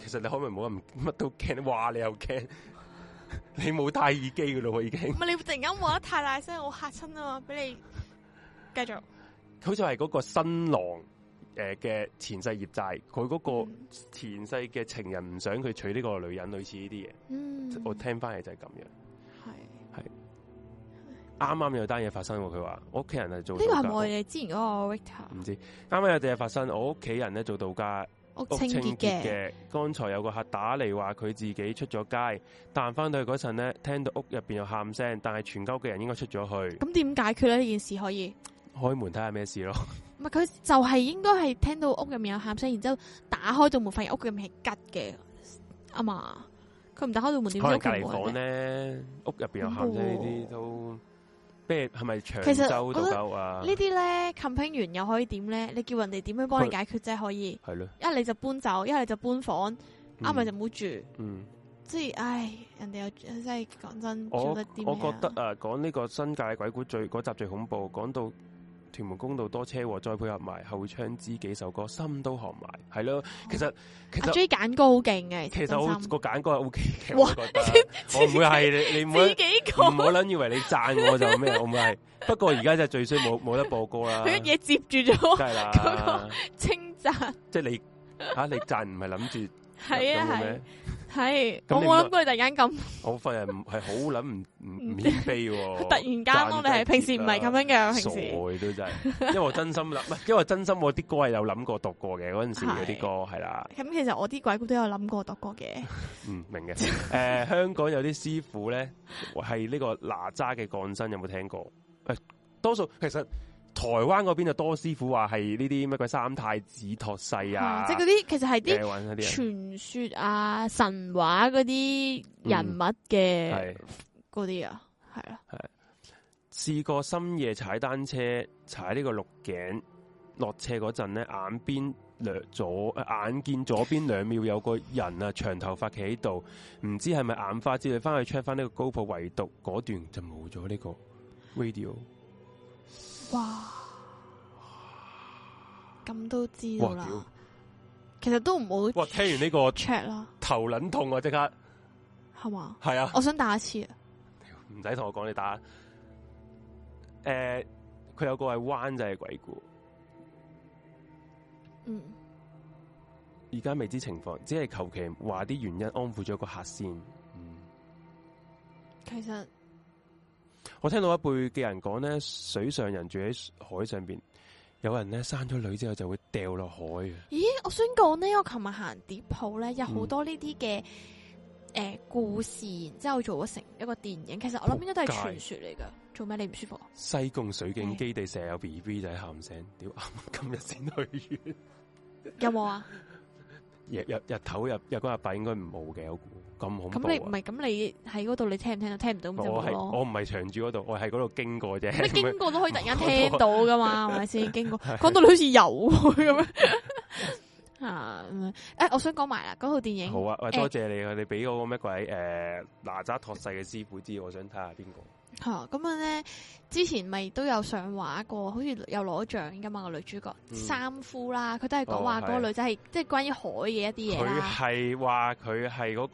Speaker 1: 其實你可唔可以唔好咁乜都驚？哇！你又驚， (laughs) 你冇戴耳機嘅咯喎，已經
Speaker 2: 唔。係你突然間話得太大聲，我嚇親啊！俾你繼續。
Speaker 1: 好似係嗰個新郎诶嘅、前世業債，佢嗰個前世嘅情人唔想佢娶呢個女人，類似呢啲嘢。
Speaker 2: 嗯，
Speaker 1: 我聽翻嚟就係咁樣，
Speaker 2: 係
Speaker 1: 啱啱有單嘢發生喎，佢話我屋企人係做
Speaker 2: 呢個係
Speaker 1: 道
Speaker 2: 咪我
Speaker 1: 家，
Speaker 2: 哋之前嗰個 Victor
Speaker 1: 唔知啱啱有單嘢發生，我屋企人咧做道家
Speaker 2: 屋
Speaker 1: 屋
Speaker 2: 清
Speaker 1: 清潔
Speaker 2: 潔嘅？
Speaker 1: 嘅，剛才有個客打嚟話佢自己出咗街，但翻到去嗰陣咧，聽到屋入邊有喊聲，但係全家屋嘅人應該出咗去，
Speaker 2: 咁點解決咧？呢件事可以？
Speaker 1: 開門睇下咩事咯。
Speaker 2: 唔係佢就係應該係聽到屋入面有喊聲，然之後打開道門，發現屋入面係吉嘅啊嘛。佢唔打開道門點
Speaker 1: 可能
Speaker 2: 知
Speaker 1: 隔
Speaker 2: 屋企
Speaker 1: 離
Speaker 2: 冇
Speaker 1: 房
Speaker 2: 人嘅？
Speaker 1: 咧，屋入邊有喊聲呢啲都咩係咪長
Speaker 2: 其實
Speaker 1: 洲
Speaker 2: 我
Speaker 1: 度
Speaker 2: 覺得
Speaker 1: 狗啊？
Speaker 2: 呢啲咧 c o m p a i n 完又可以點咧？你叫人哋點樣幫你解決啫？可以
Speaker 1: 係咯，
Speaker 2: 一係你就搬走，一係你就搬房，啱咪
Speaker 1: 嗯
Speaker 2: 就唔好住。
Speaker 1: 嗯，
Speaker 2: 即係唉，人哋又真係講真
Speaker 1: 我
Speaker 2: 做得啲咩
Speaker 1: 我覺得啊，講呢個新界鬼故最嗰集最恐怖，講到屯門公路多車禍，再配合埋後窗知幾首歌，心都寒埋，係咯。其實其
Speaker 2: 阿
Speaker 1: 實
Speaker 2: J 揀歌好勁嘅，
Speaker 1: 其實
Speaker 2: 哦啊真
Speaker 1: 我
Speaker 2: 心
Speaker 1: 個揀歌係 O K 嘅，
Speaker 2: 哇
Speaker 1: 我覺得我唔會係你你唔
Speaker 2: 自
Speaker 1: 會
Speaker 2: 己
Speaker 1: 唔
Speaker 2: 講，
Speaker 1: 好撚以為你讚我就咩，我唔會係。不過而家真係最衰冇冇得播歌啦，
Speaker 2: 佢一嘢接住咗
Speaker 1: 梗係
Speaker 2: 嗰
Speaker 1: 啦
Speaker 2: 個， (laughs) 稱讚。
Speaker 1: 即係你 (laughs) 嚇你讚唔係諗住。
Speaker 2: 係啊
Speaker 1: 有冇
Speaker 2: 係
Speaker 1: 咩。
Speaker 2: 係，
Speaker 1: 咁
Speaker 2: 我
Speaker 1: 你
Speaker 2: 冇
Speaker 1: 冇
Speaker 2: 諗過你突然間咁。
Speaker 1: 我份人係好撚唔
Speaker 2: (laughs)
Speaker 1: 唔唔謙卑喎，
Speaker 2: 突然間
Speaker 1: 讚
Speaker 2: 咯，
Speaker 1: 啊
Speaker 2: 你係
Speaker 1: 真
Speaker 2: 平時唔係
Speaker 1: 結啦
Speaker 2: 咁樣嘅，
Speaker 1: 傻
Speaker 2: 平時
Speaker 1: 嘅都真係，因為我真心諗，唔 (laughs) 係因為我真心我啲歌係有諗過讀過嘅，嗰陣時嗰啲歌係啦，
Speaker 2: 咁其實我啲鬼故都有諗過讀過嘅，
Speaker 1: 嗯明
Speaker 2: (laughs)
Speaker 1: 嘅。誒、香港有啲師傅咧係呢個哪吒嘅降生，有冇聽過？誒、多數其實台灣嗰邊就多師傅話係呢啲乜鬼三太子托世啊，
Speaker 2: 哦即係嗰啲其實係
Speaker 1: 啲
Speaker 2: 啲
Speaker 1: 嗰啲
Speaker 2: 傳說啊、神話嗰啲人物
Speaker 1: 啊
Speaker 2: 嘅
Speaker 1: 係。
Speaker 2: 嗰啲啊，係啦，
Speaker 1: 試過深夜踩單車踩呢個鹿頸落斜嗰陣咧，眼邊兩左呃眼見左邊兩秒有個人啊，長頭髮企喺度，唔知係咪眼花之類，翻去 check 翻呢個高普，唯獨嗰段就冇咗呢個 radio。
Speaker 2: 哇，咁都知道
Speaker 1: 哇
Speaker 2: 啦
Speaker 1: 屌。
Speaker 2: 其實都唔好
Speaker 1: 哇！聽完呢個
Speaker 2: check 啦，
Speaker 1: 頭撚痛啊，即刻
Speaker 2: 係嘛？
Speaker 1: 係啊，
Speaker 2: 我想打一次啊！
Speaker 1: 唔使同我講你打。誒，佢有個係灣仔嘅鬼故，
Speaker 2: 嗯，
Speaker 1: 而家未知情況，只係求其話啲原因安撫咗個客先。嗯。
Speaker 2: 其實
Speaker 1: 我聽到一輩嘅人講咧，水上人住喺海上邊，有人咧生咗女之後就會掉落海啊嘅。
Speaker 2: 咦，我想講呢，我琴日行碟鋪咧，有好多呢啲
Speaker 1: 嗯
Speaker 2: 嘅誒故事，然之後做咗成一個電影。其實我諗應該都係
Speaker 1: 仆街
Speaker 2: 傳說嚟噶。做咩你唔舒服啊？
Speaker 1: 西貢水
Speaker 2: 嗯
Speaker 1: 警基地成日有 B B 仔喊醒，屌 (laughs) 啱今日先去完，
Speaker 2: 有冇啊？
Speaker 1: 日日日頭日日光日白應該唔冇嘅，我估咁恐怖
Speaker 2: 咁你唔
Speaker 1: 啊！
Speaker 2: 係咁你喺嗰度你聽唔聽到？聽唔到咁就
Speaker 1: 我
Speaker 2: 冇
Speaker 1: 係
Speaker 2: 咯。
Speaker 1: 我唔係長住嗰度，我係嗰度經過
Speaker 2: (laughs)
Speaker 1: 啫。
Speaker 2: 你
Speaker 1: 咁
Speaker 2: 經
Speaker 1: 樣
Speaker 2: 過都可以突然間聽到噶嘛？係
Speaker 1: (laughs)
Speaker 2: 咪先？經過講到你好似有咁樣 (laughs) 啊！誒、我想講埋啦，嗰套電影
Speaker 1: 好啊，喂，
Speaker 2: 誒
Speaker 1: 多謝你啊！你俾嗰個咩鬼誒哪吒托世嘅師傅知，我想睇下邊個。
Speaker 2: 吓咁樣咧，之前咪都有上畫過，好似有攞獎噶嘛個女主角、
Speaker 1: 嗯
Speaker 2: 三夫啦，佢都係講話
Speaker 1: 哦
Speaker 2: 嗰個
Speaker 1: 係
Speaker 2: 女仔係即係關於海嘅一啲嘢
Speaker 1: 佢
Speaker 2: 啦，
Speaker 1: 係話佢係嗰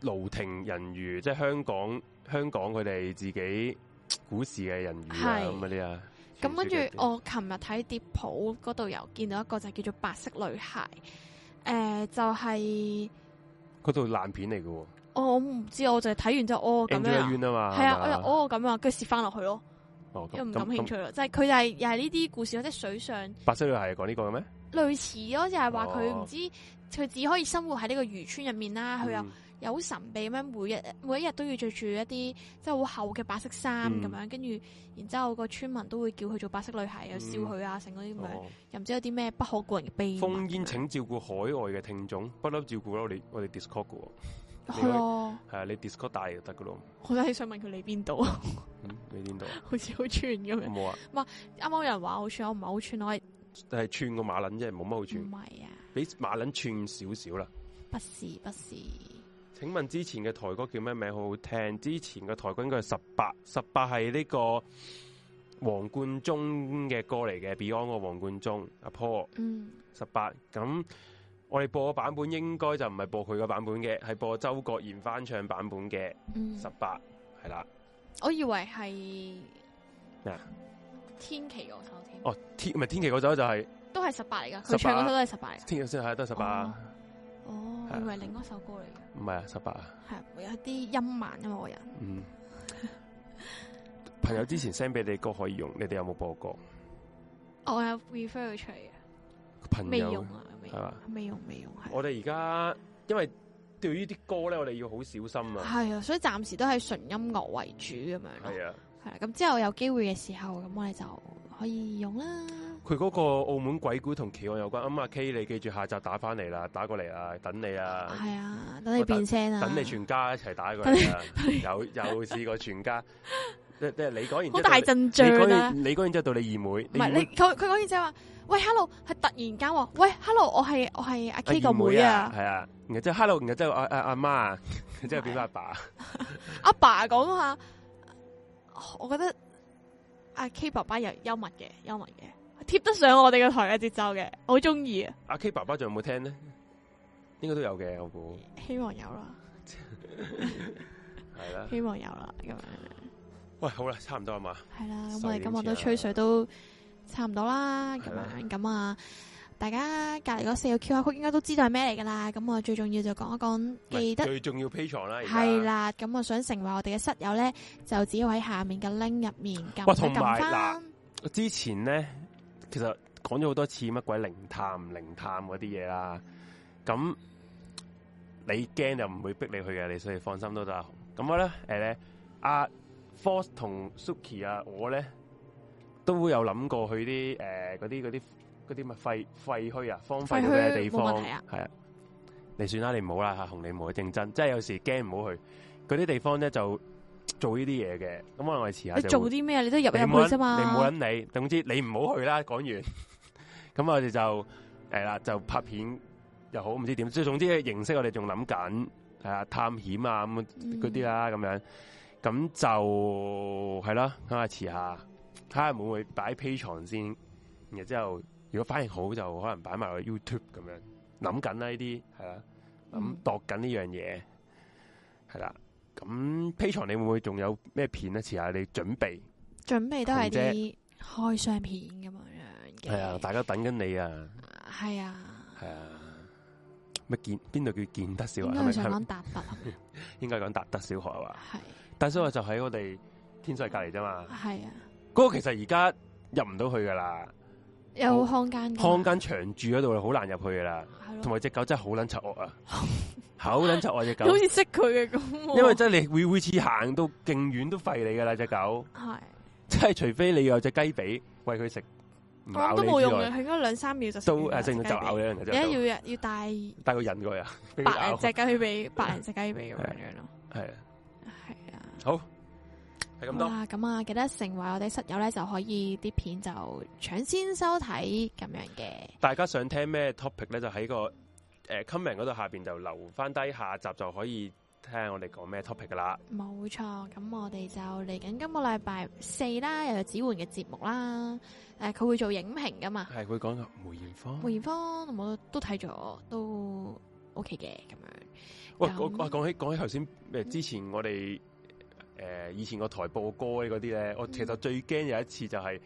Speaker 1: 個盧亭人魚，即係香港香港佢哋自己股市嘅人魚啊
Speaker 2: 係
Speaker 1: 咁嗰啲啊。
Speaker 2: 咁跟住
Speaker 1: 傳說嘅
Speaker 2: 我琴日睇碟譜嗰度有見到一個就叫做白色女孩，誒、就係、
Speaker 1: 嗰套爛片嚟嘅喎
Speaker 2: 哦我唔知，我就係睇完之後哦咁樣啊
Speaker 1: Angela Yuen 啊嘛，
Speaker 2: 係啊，我
Speaker 1: 係
Speaker 2: 又
Speaker 1: 嘛
Speaker 2: 哦咁啊，跟住蝕翻落去咯，
Speaker 1: 哦
Speaker 2: 因為
Speaker 1: 咁
Speaker 2: 唔
Speaker 1: 咁
Speaker 2: 感興趣
Speaker 1: 咁
Speaker 2: 啦。就係佢就係又係呢啲故事咯，即係水上
Speaker 1: 白色女孩係講呢個嘅咩？
Speaker 2: 類似咯，就係話佢
Speaker 1: 哦
Speaker 2: 唔知佢只可以生活喺呢個漁村入面啦，佢又
Speaker 1: 嗯
Speaker 2: 有好神秘咁樣，每日每一日都要着住一啲即係好厚嘅白色衫
Speaker 1: 嗯
Speaker 2: 咁樣，跟住、然之後個村民都會叫佢做白色女孩，又笑佢啊，成嗰啲咁樣，
Speaker 1: 嗯哦
Speaker 2: 又唔知有啲咩不可告人嘅秘密。
Speaker 1: 烽煙請照顧海外嘅聽眾，不嬲照顧啦，我哋我哋 Discord 嘅喎，
Speaker 2: 係啊，
Speaker 1: 係啊，你 Discord 大就得嘅咯，
Speaker 2: (laughs) 我都係想問佢你邊度，好
Speaker 1: 嗯你邊度啊？
Speaker 2: 似好串咁樣。
Speaker 1: 冇啊，
Speaker 2: 啱啱有人話好串，我唔係好串，我係
Speaker 1: 係串個馬撚啫，冇乜好
Speaker 2: 唔
Speaker 1: 串，
Speaker 2: 係啊？
Speaker 1: 俾馬撚串少少啦。
Speaker 2: 不是不是，
Speaker 1: 請問之前嘅台歌叫咩名？好好聽。之前嘅台歌應該係十八，十八係呢個黃貫中嘅歌嚟嘅，Beyond 個黃貫中阿 Paul
Speaker 2: 嗯，
Speaker 1: 十八。咁我哋播嘅版本應該就唔係播佢嘅版本嘅，係播周國賢翻唱版本嘅
Speaker 2: 嗯
Speaker 1: 十八，係啦。
Speaker 2: 我以為係
Speaker 1: 咩啊
Speaker 2: 天琪嗰首添，
Speaker 1: 哦，天唔係天琪嗰首就係
Speaker 2: 都係十八嚟噶，
Speaker 1: 18
Speaker 2: 佢唱嗰首都係十八嚟㗎。
Speaker 1: 天琪先係得十八啊，
Speaker 2: 哦，
Speaker 1: 係啊
Speaker 2: 以為另一首歌嚟
Speaker 1: 唔
Speaker 2: 嘅
Speaker 1: 係啊十八啊。，
Speaker 2: 係啊有啲陰慢因嘛，個人。
Speaker 1: 嗯，朋友之前 send 俾你歌可以用，你哋有冇播過？
Speaker 2: 哦我有 refer 佢出嚟嘅，
Speaker 1: 朋
Speaker 2: 未
Speaker 1: 友
Speaker 2: 用。啊，未
Speaker 1: 係嘛
Speaker 2: 未用未用係。
Speaker 1: 我哋而家因為對於啲歌咧，我哋要好小心啊。
Speaker 2: 係啊，所以暫時都係純音樂為主咁樣咯。
Speaker 1: 係啊，
Speaker 2: 係啦，咁之後有機會嘅時候，咁我哋就可以用啦。
Speaker 1: 佢嗰個澳門鬼故同奇案有關。咁、阿 K，你記住下集打翻嚟啦，打過嚟啦，等你啊，
Speaker 2: 係啊，等你變聲啊，
Speaker 1: 等你全家一齊打過
Speaker 2: (laughs)
Speaker 1: 嚟啊！有有試過全家，即即係你講完之後
Speaker 2: 好大
Speaker 1: 你
Speaker 2: 陣
Speaker 1: 你
Speaker 2: 仗
Speaker 1: 講
Speaker 2: 啊
Speaker 1: 完！你講完之後到你二妹，
Speaker 2: 唔係
Speaker 1: 二
Speaker 2: 你
Speaker 1: 妹啊
Speaker 2: 佢佢講完之後話，喂，hello，係突然間喎，喂，hello，我係我係阿
Speaker 1: 阿
Speaker 2: K 個
Speaker 1: 二
Speaker 2: 妹
Speaker 1: 啊，
Speaker 2: 啊，
Speaker 1: 係啊，然後之後 hello，然後之後阿阿阿媽啊，然後之後變翻阿爸，
Speaker 2: 阿爸講下，我覺得阿 K 爸爸又幽默嘅，幽默嘅，貼得上我哋嘅台嘅節奏嘅，我好中意啊，
Speaker 1: 阿 K 爸爸仲有冇聽呢？應該都有嘅，我估
Speaker 2: 希望有啦，
Speaker 1: 係啦。
Speaker 2: 希望有啦，咁樣。
Speaker 1: 喂，好啦，差唔多啊嘛。
Speaker 2: 系啦，咁
Speaker 1: 十
Speaker 2: 我
Speaker 1: 二
Speaker 2: 哋
Speaker 1: 點
Speaker 2: 今日
Speaker 1: 前啊
Speaker 2: 都吹水都差唔多啦，咁
Speaker 1: 係啦
Speaker 2: 樣咁啊，大家隔離嗰四個 Q R code 應該都知道係咩嚟㗎啦。咁我最重要就講一講，
Speaker 1: 喂
Speaker 2: 記得
Speaker 1: 最重要 P 床啦，而家
Speaker 2: 係。啦。咁我想成為我哋嘅室友咧，就只要喺下面嘅 link 入面撳
Speaker 1: 哇
Speaker 2: 一
Speaker 1: 同埋
Speaker 2: 撳
Speaker 1: 嗱
Speaker 2: 翻。
Speaker 1: 之前咧，其實講咗好多次乜鬼靈探靈探嗰啲嘢啦。咁你驚就唔會逼你去嘅，你所以放心都得。啊咁我咧，誒、咧，阿、Force 同 Suki 啊，我咧都會有諗過去啲誒嗰啲嗰啲嗰啲乜廢廢墟啊，荒廢咗嘅地
Speaker 2: 廢墟
Speaker 1: 方
Speaker 2: 冇問題啊，
Speaker 1: 係啊。你算啦，你唔好啦吓，紅你唔好認真，即係有時驚唔好去嗰啲地方咧，就做呢啲嘢嘅。咁可能我哋遲下
Speaker 2: 你
Speaker 1: 就會
Speaker 2: 做啲咩？啊你都入入
Speaker 1: 你唔好
Speaker 2: 去啫
Speaker 1: 撚你唔
Speaker 2: 嘛
Speaker 1: (laughs) 好。撚你，總之你唔好去啦。講完，咁我哋就誒、係啦，就拍片又好，唔知點，即係總之形式我哋仲諗緊，係啊，探險啊咁
Speaker 2: 嗯
Speaker 1: 嗰啲啦，咁樣，咁就係啦，睇下遲下，睇下會唔會擺 P 床先，然之後如果反應好就可能擺埋去 YouTube 咁樣，諗緊啦呢啲係啦，咁
Speaker 2: 嗯
Speaker 1: 度緊呢樣嘢係啦，咁 P 床你會唔會仲有咩片咧？遲下你準備
Speaker 2: 準備都係
Speaker 1: 紅
Speaker 2: 啲開箱片咁樣樣嘅。
Speaker 1: 係啊，大家等緊你啊！
Speaker 2: 係啊，
Speaker 1: 系啊，咩建邊度叫建德小
Speaker 2: 應
Speaker 1: 學？
Speaker 2: 該
Speaker 1: 啊係咪
Speaker 2: 係想
Speaker 1: 係
Speaker 2: 講
Speaker 1: 咪
Speaker 2: 達佛啊，
Speaker 1: 應該講達德小學啊嘛？ (laughs)
Speaker 2: 係
Speaker 1: 達德小學就喺我哋天水隔離啫嘛。
Speaker 2: 係啊，
Speaker 1: 嗰、個其實而家入唔到去噶啦，
Speaker 2: 有康間㗎
Speaker 1: 康
Speaker 2: 嘛，
Speaker 1: 間長住嗰度好難入去噶啦。同
Speaker 2: 係咯，
Speaker 1: 埋只狗真係好撚柒惡
Speaker 2: (laughs)
Speaker 1: 啊，好撚柒惡啊只狗
Speaker 2: 你，好似識佢嘅咁喎。
Speaker 1: (laughs) 因為真係你會每次行到勁遠都吠你噶啦只狗，
Speaker 2: 係
Speaker 1: 即係除非你有隻雞髀喂佢食，唔咬
Speaker 2: 哦我諗都
Speaker 1: 你
Speaker 2: 冇用
Speaker 1: 之
Speaker 2: 嘅，
Speaker 1: 外，
Speaker 2: 佢應該兩三秒就食
Speaker 1: 都
Speaker 2: 完
Speaker 1: 誒
Speaker 2: 啦
Speaker 1: 正
Speaker 2: 隻
Speaker 1: 就
Speaker 2: 雞
Speaker 1: 咬
Speaker 2: 髀
Speaker 1: 你啦，然之
Speaker 2: 而家
Speaker 1: 後
Speaker 2: 要
Speaker 1: 就
Speaker 2: 要帶
Speaker 1: 帶個引過去啊，俾佢
Speaker 2: 白
Speaker 1: 咬
Speaker 2: 人隻雞髀，白人隻雞髀咁樣樣咯，
Speaker 1: (laughs) 係啊
Speaker 2: 係啊。
Speaker 1: 係咁
Speaker 2: 好
Speaker 1: 多。
Speaker 2: 啦，咁啊，記得成為我哋室友咧，就可以啲片就搶先收睇咁樣嘅。
Speaker 1: 大家想聽咩 topic 咧，就喺個诶 comment 嗰度下边就留翻低下集就可以聽下我哋講咩 topic 噶啦。
Speaker 2: 冇錯，咁我哋就嚟緊今個禮拜四啦，又有子焕嘅節目啦。诶、佢會做影評噶嘛？
Speaker 1: 係會講梅艷芳。
Speaker 2: 梅艷芳我都睇咗，都 OK 嘅咁樣。
Speaker 1: 喂，
Speaker 2: 咁
Speaker 1: 我我講起講起頭先诶，之前我哋诶、誒以前個台播歌嗰啲咧，
Speaker 2: 嗯
Speaker 1: 我其實最驚有一次就係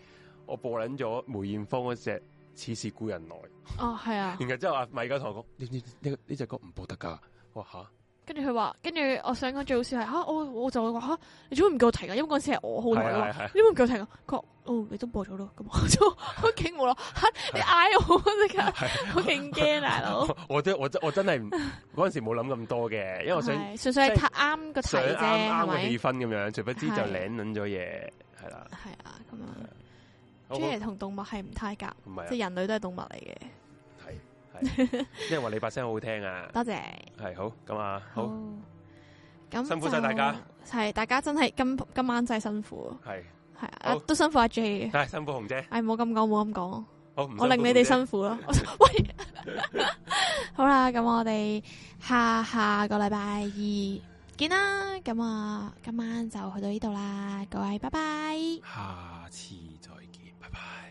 Speaker 1: 我播撚咗梅艷芳嗰只《似是故人來》，
Speaker 2: 哦，係 (laughs) 啊，
Speaker 1: 然後之後阿米家同我講：呢呢呢呢只歌唔播得㗎。我話吓
Speaker 2: 跟住佢話，跟住我想講最好笑係吓，我我就話吓，你做咩唔叫我停啊？因為嗰陣時係我好
Speaker 1: 係
Speaker 2: 耐啊嘛
Speaker 1: 啊係啊
Speaker 2: 你會唔夠停啊？佢話：哦，你都播咗咯，咁我就 (laughs) 我勁無啦，嚇你嗌我
Speaker 1: (laughs)
Speaker 2: 即刻，我勁驚大佬。
Speaker 1: 係啊，我真我真我真係
Speaker 2: (laughs)
Speaker 1: 唔嗰陣時冇諗咁多嘅，因為我想。
Speaker 2: 係純粹係
Speaker 1: 即係
Speaker 2: 睇啱個題
Speaker 1: 想啱
Speaker 2: 啫，
Speaker 1: 啱
Speaker 2: 係
Speaker 1: 個
Speaker 2: 咪
Speaker 1: 氣？氛咁樣，除不知就
Speaker 2: 係
Speaker 1: 領撚咗嘢，係啦。
Speaker 2: 係啊，咁樣。
Speaker 1: 好好
Speaker 2: 雖然同動物係唔太夾，
Speaker 1: 唔係啊
Speaker 2: 即係人類都係動物嚟嘅。
Speaker 1: 係係，因為話你把聲好好聽啊。
Speaker 2: 多謝。
Speaker 1: 係好咁啊，好
Speaker 2: 咁
Speaker 1: 辛苦晒大家，
Speaker 2: 係大家真係今今晚真係辛苦，
Speaker 1: 係，
Speaker 2: 係啊
Speaker 1: 好，
Speaker 2: 都辛苦阿 J 嘅。
Speaker 1: 唉，辛苦紅姐，
Speaker 2: 唉，冇咁講，冇咁講。
Speaker 1: 好唔辛苦
Speaker 2: 我令你哋
Speaker 1: 紅姐
Speaker 2: 辛苦咯。 (laughs) 我喂，好啦，咁我哋下下個禮拜二見啦。咁啊，今晚就去到呢度啦，各位，拜拜。
Speaker 1: 下次再見，拜拜。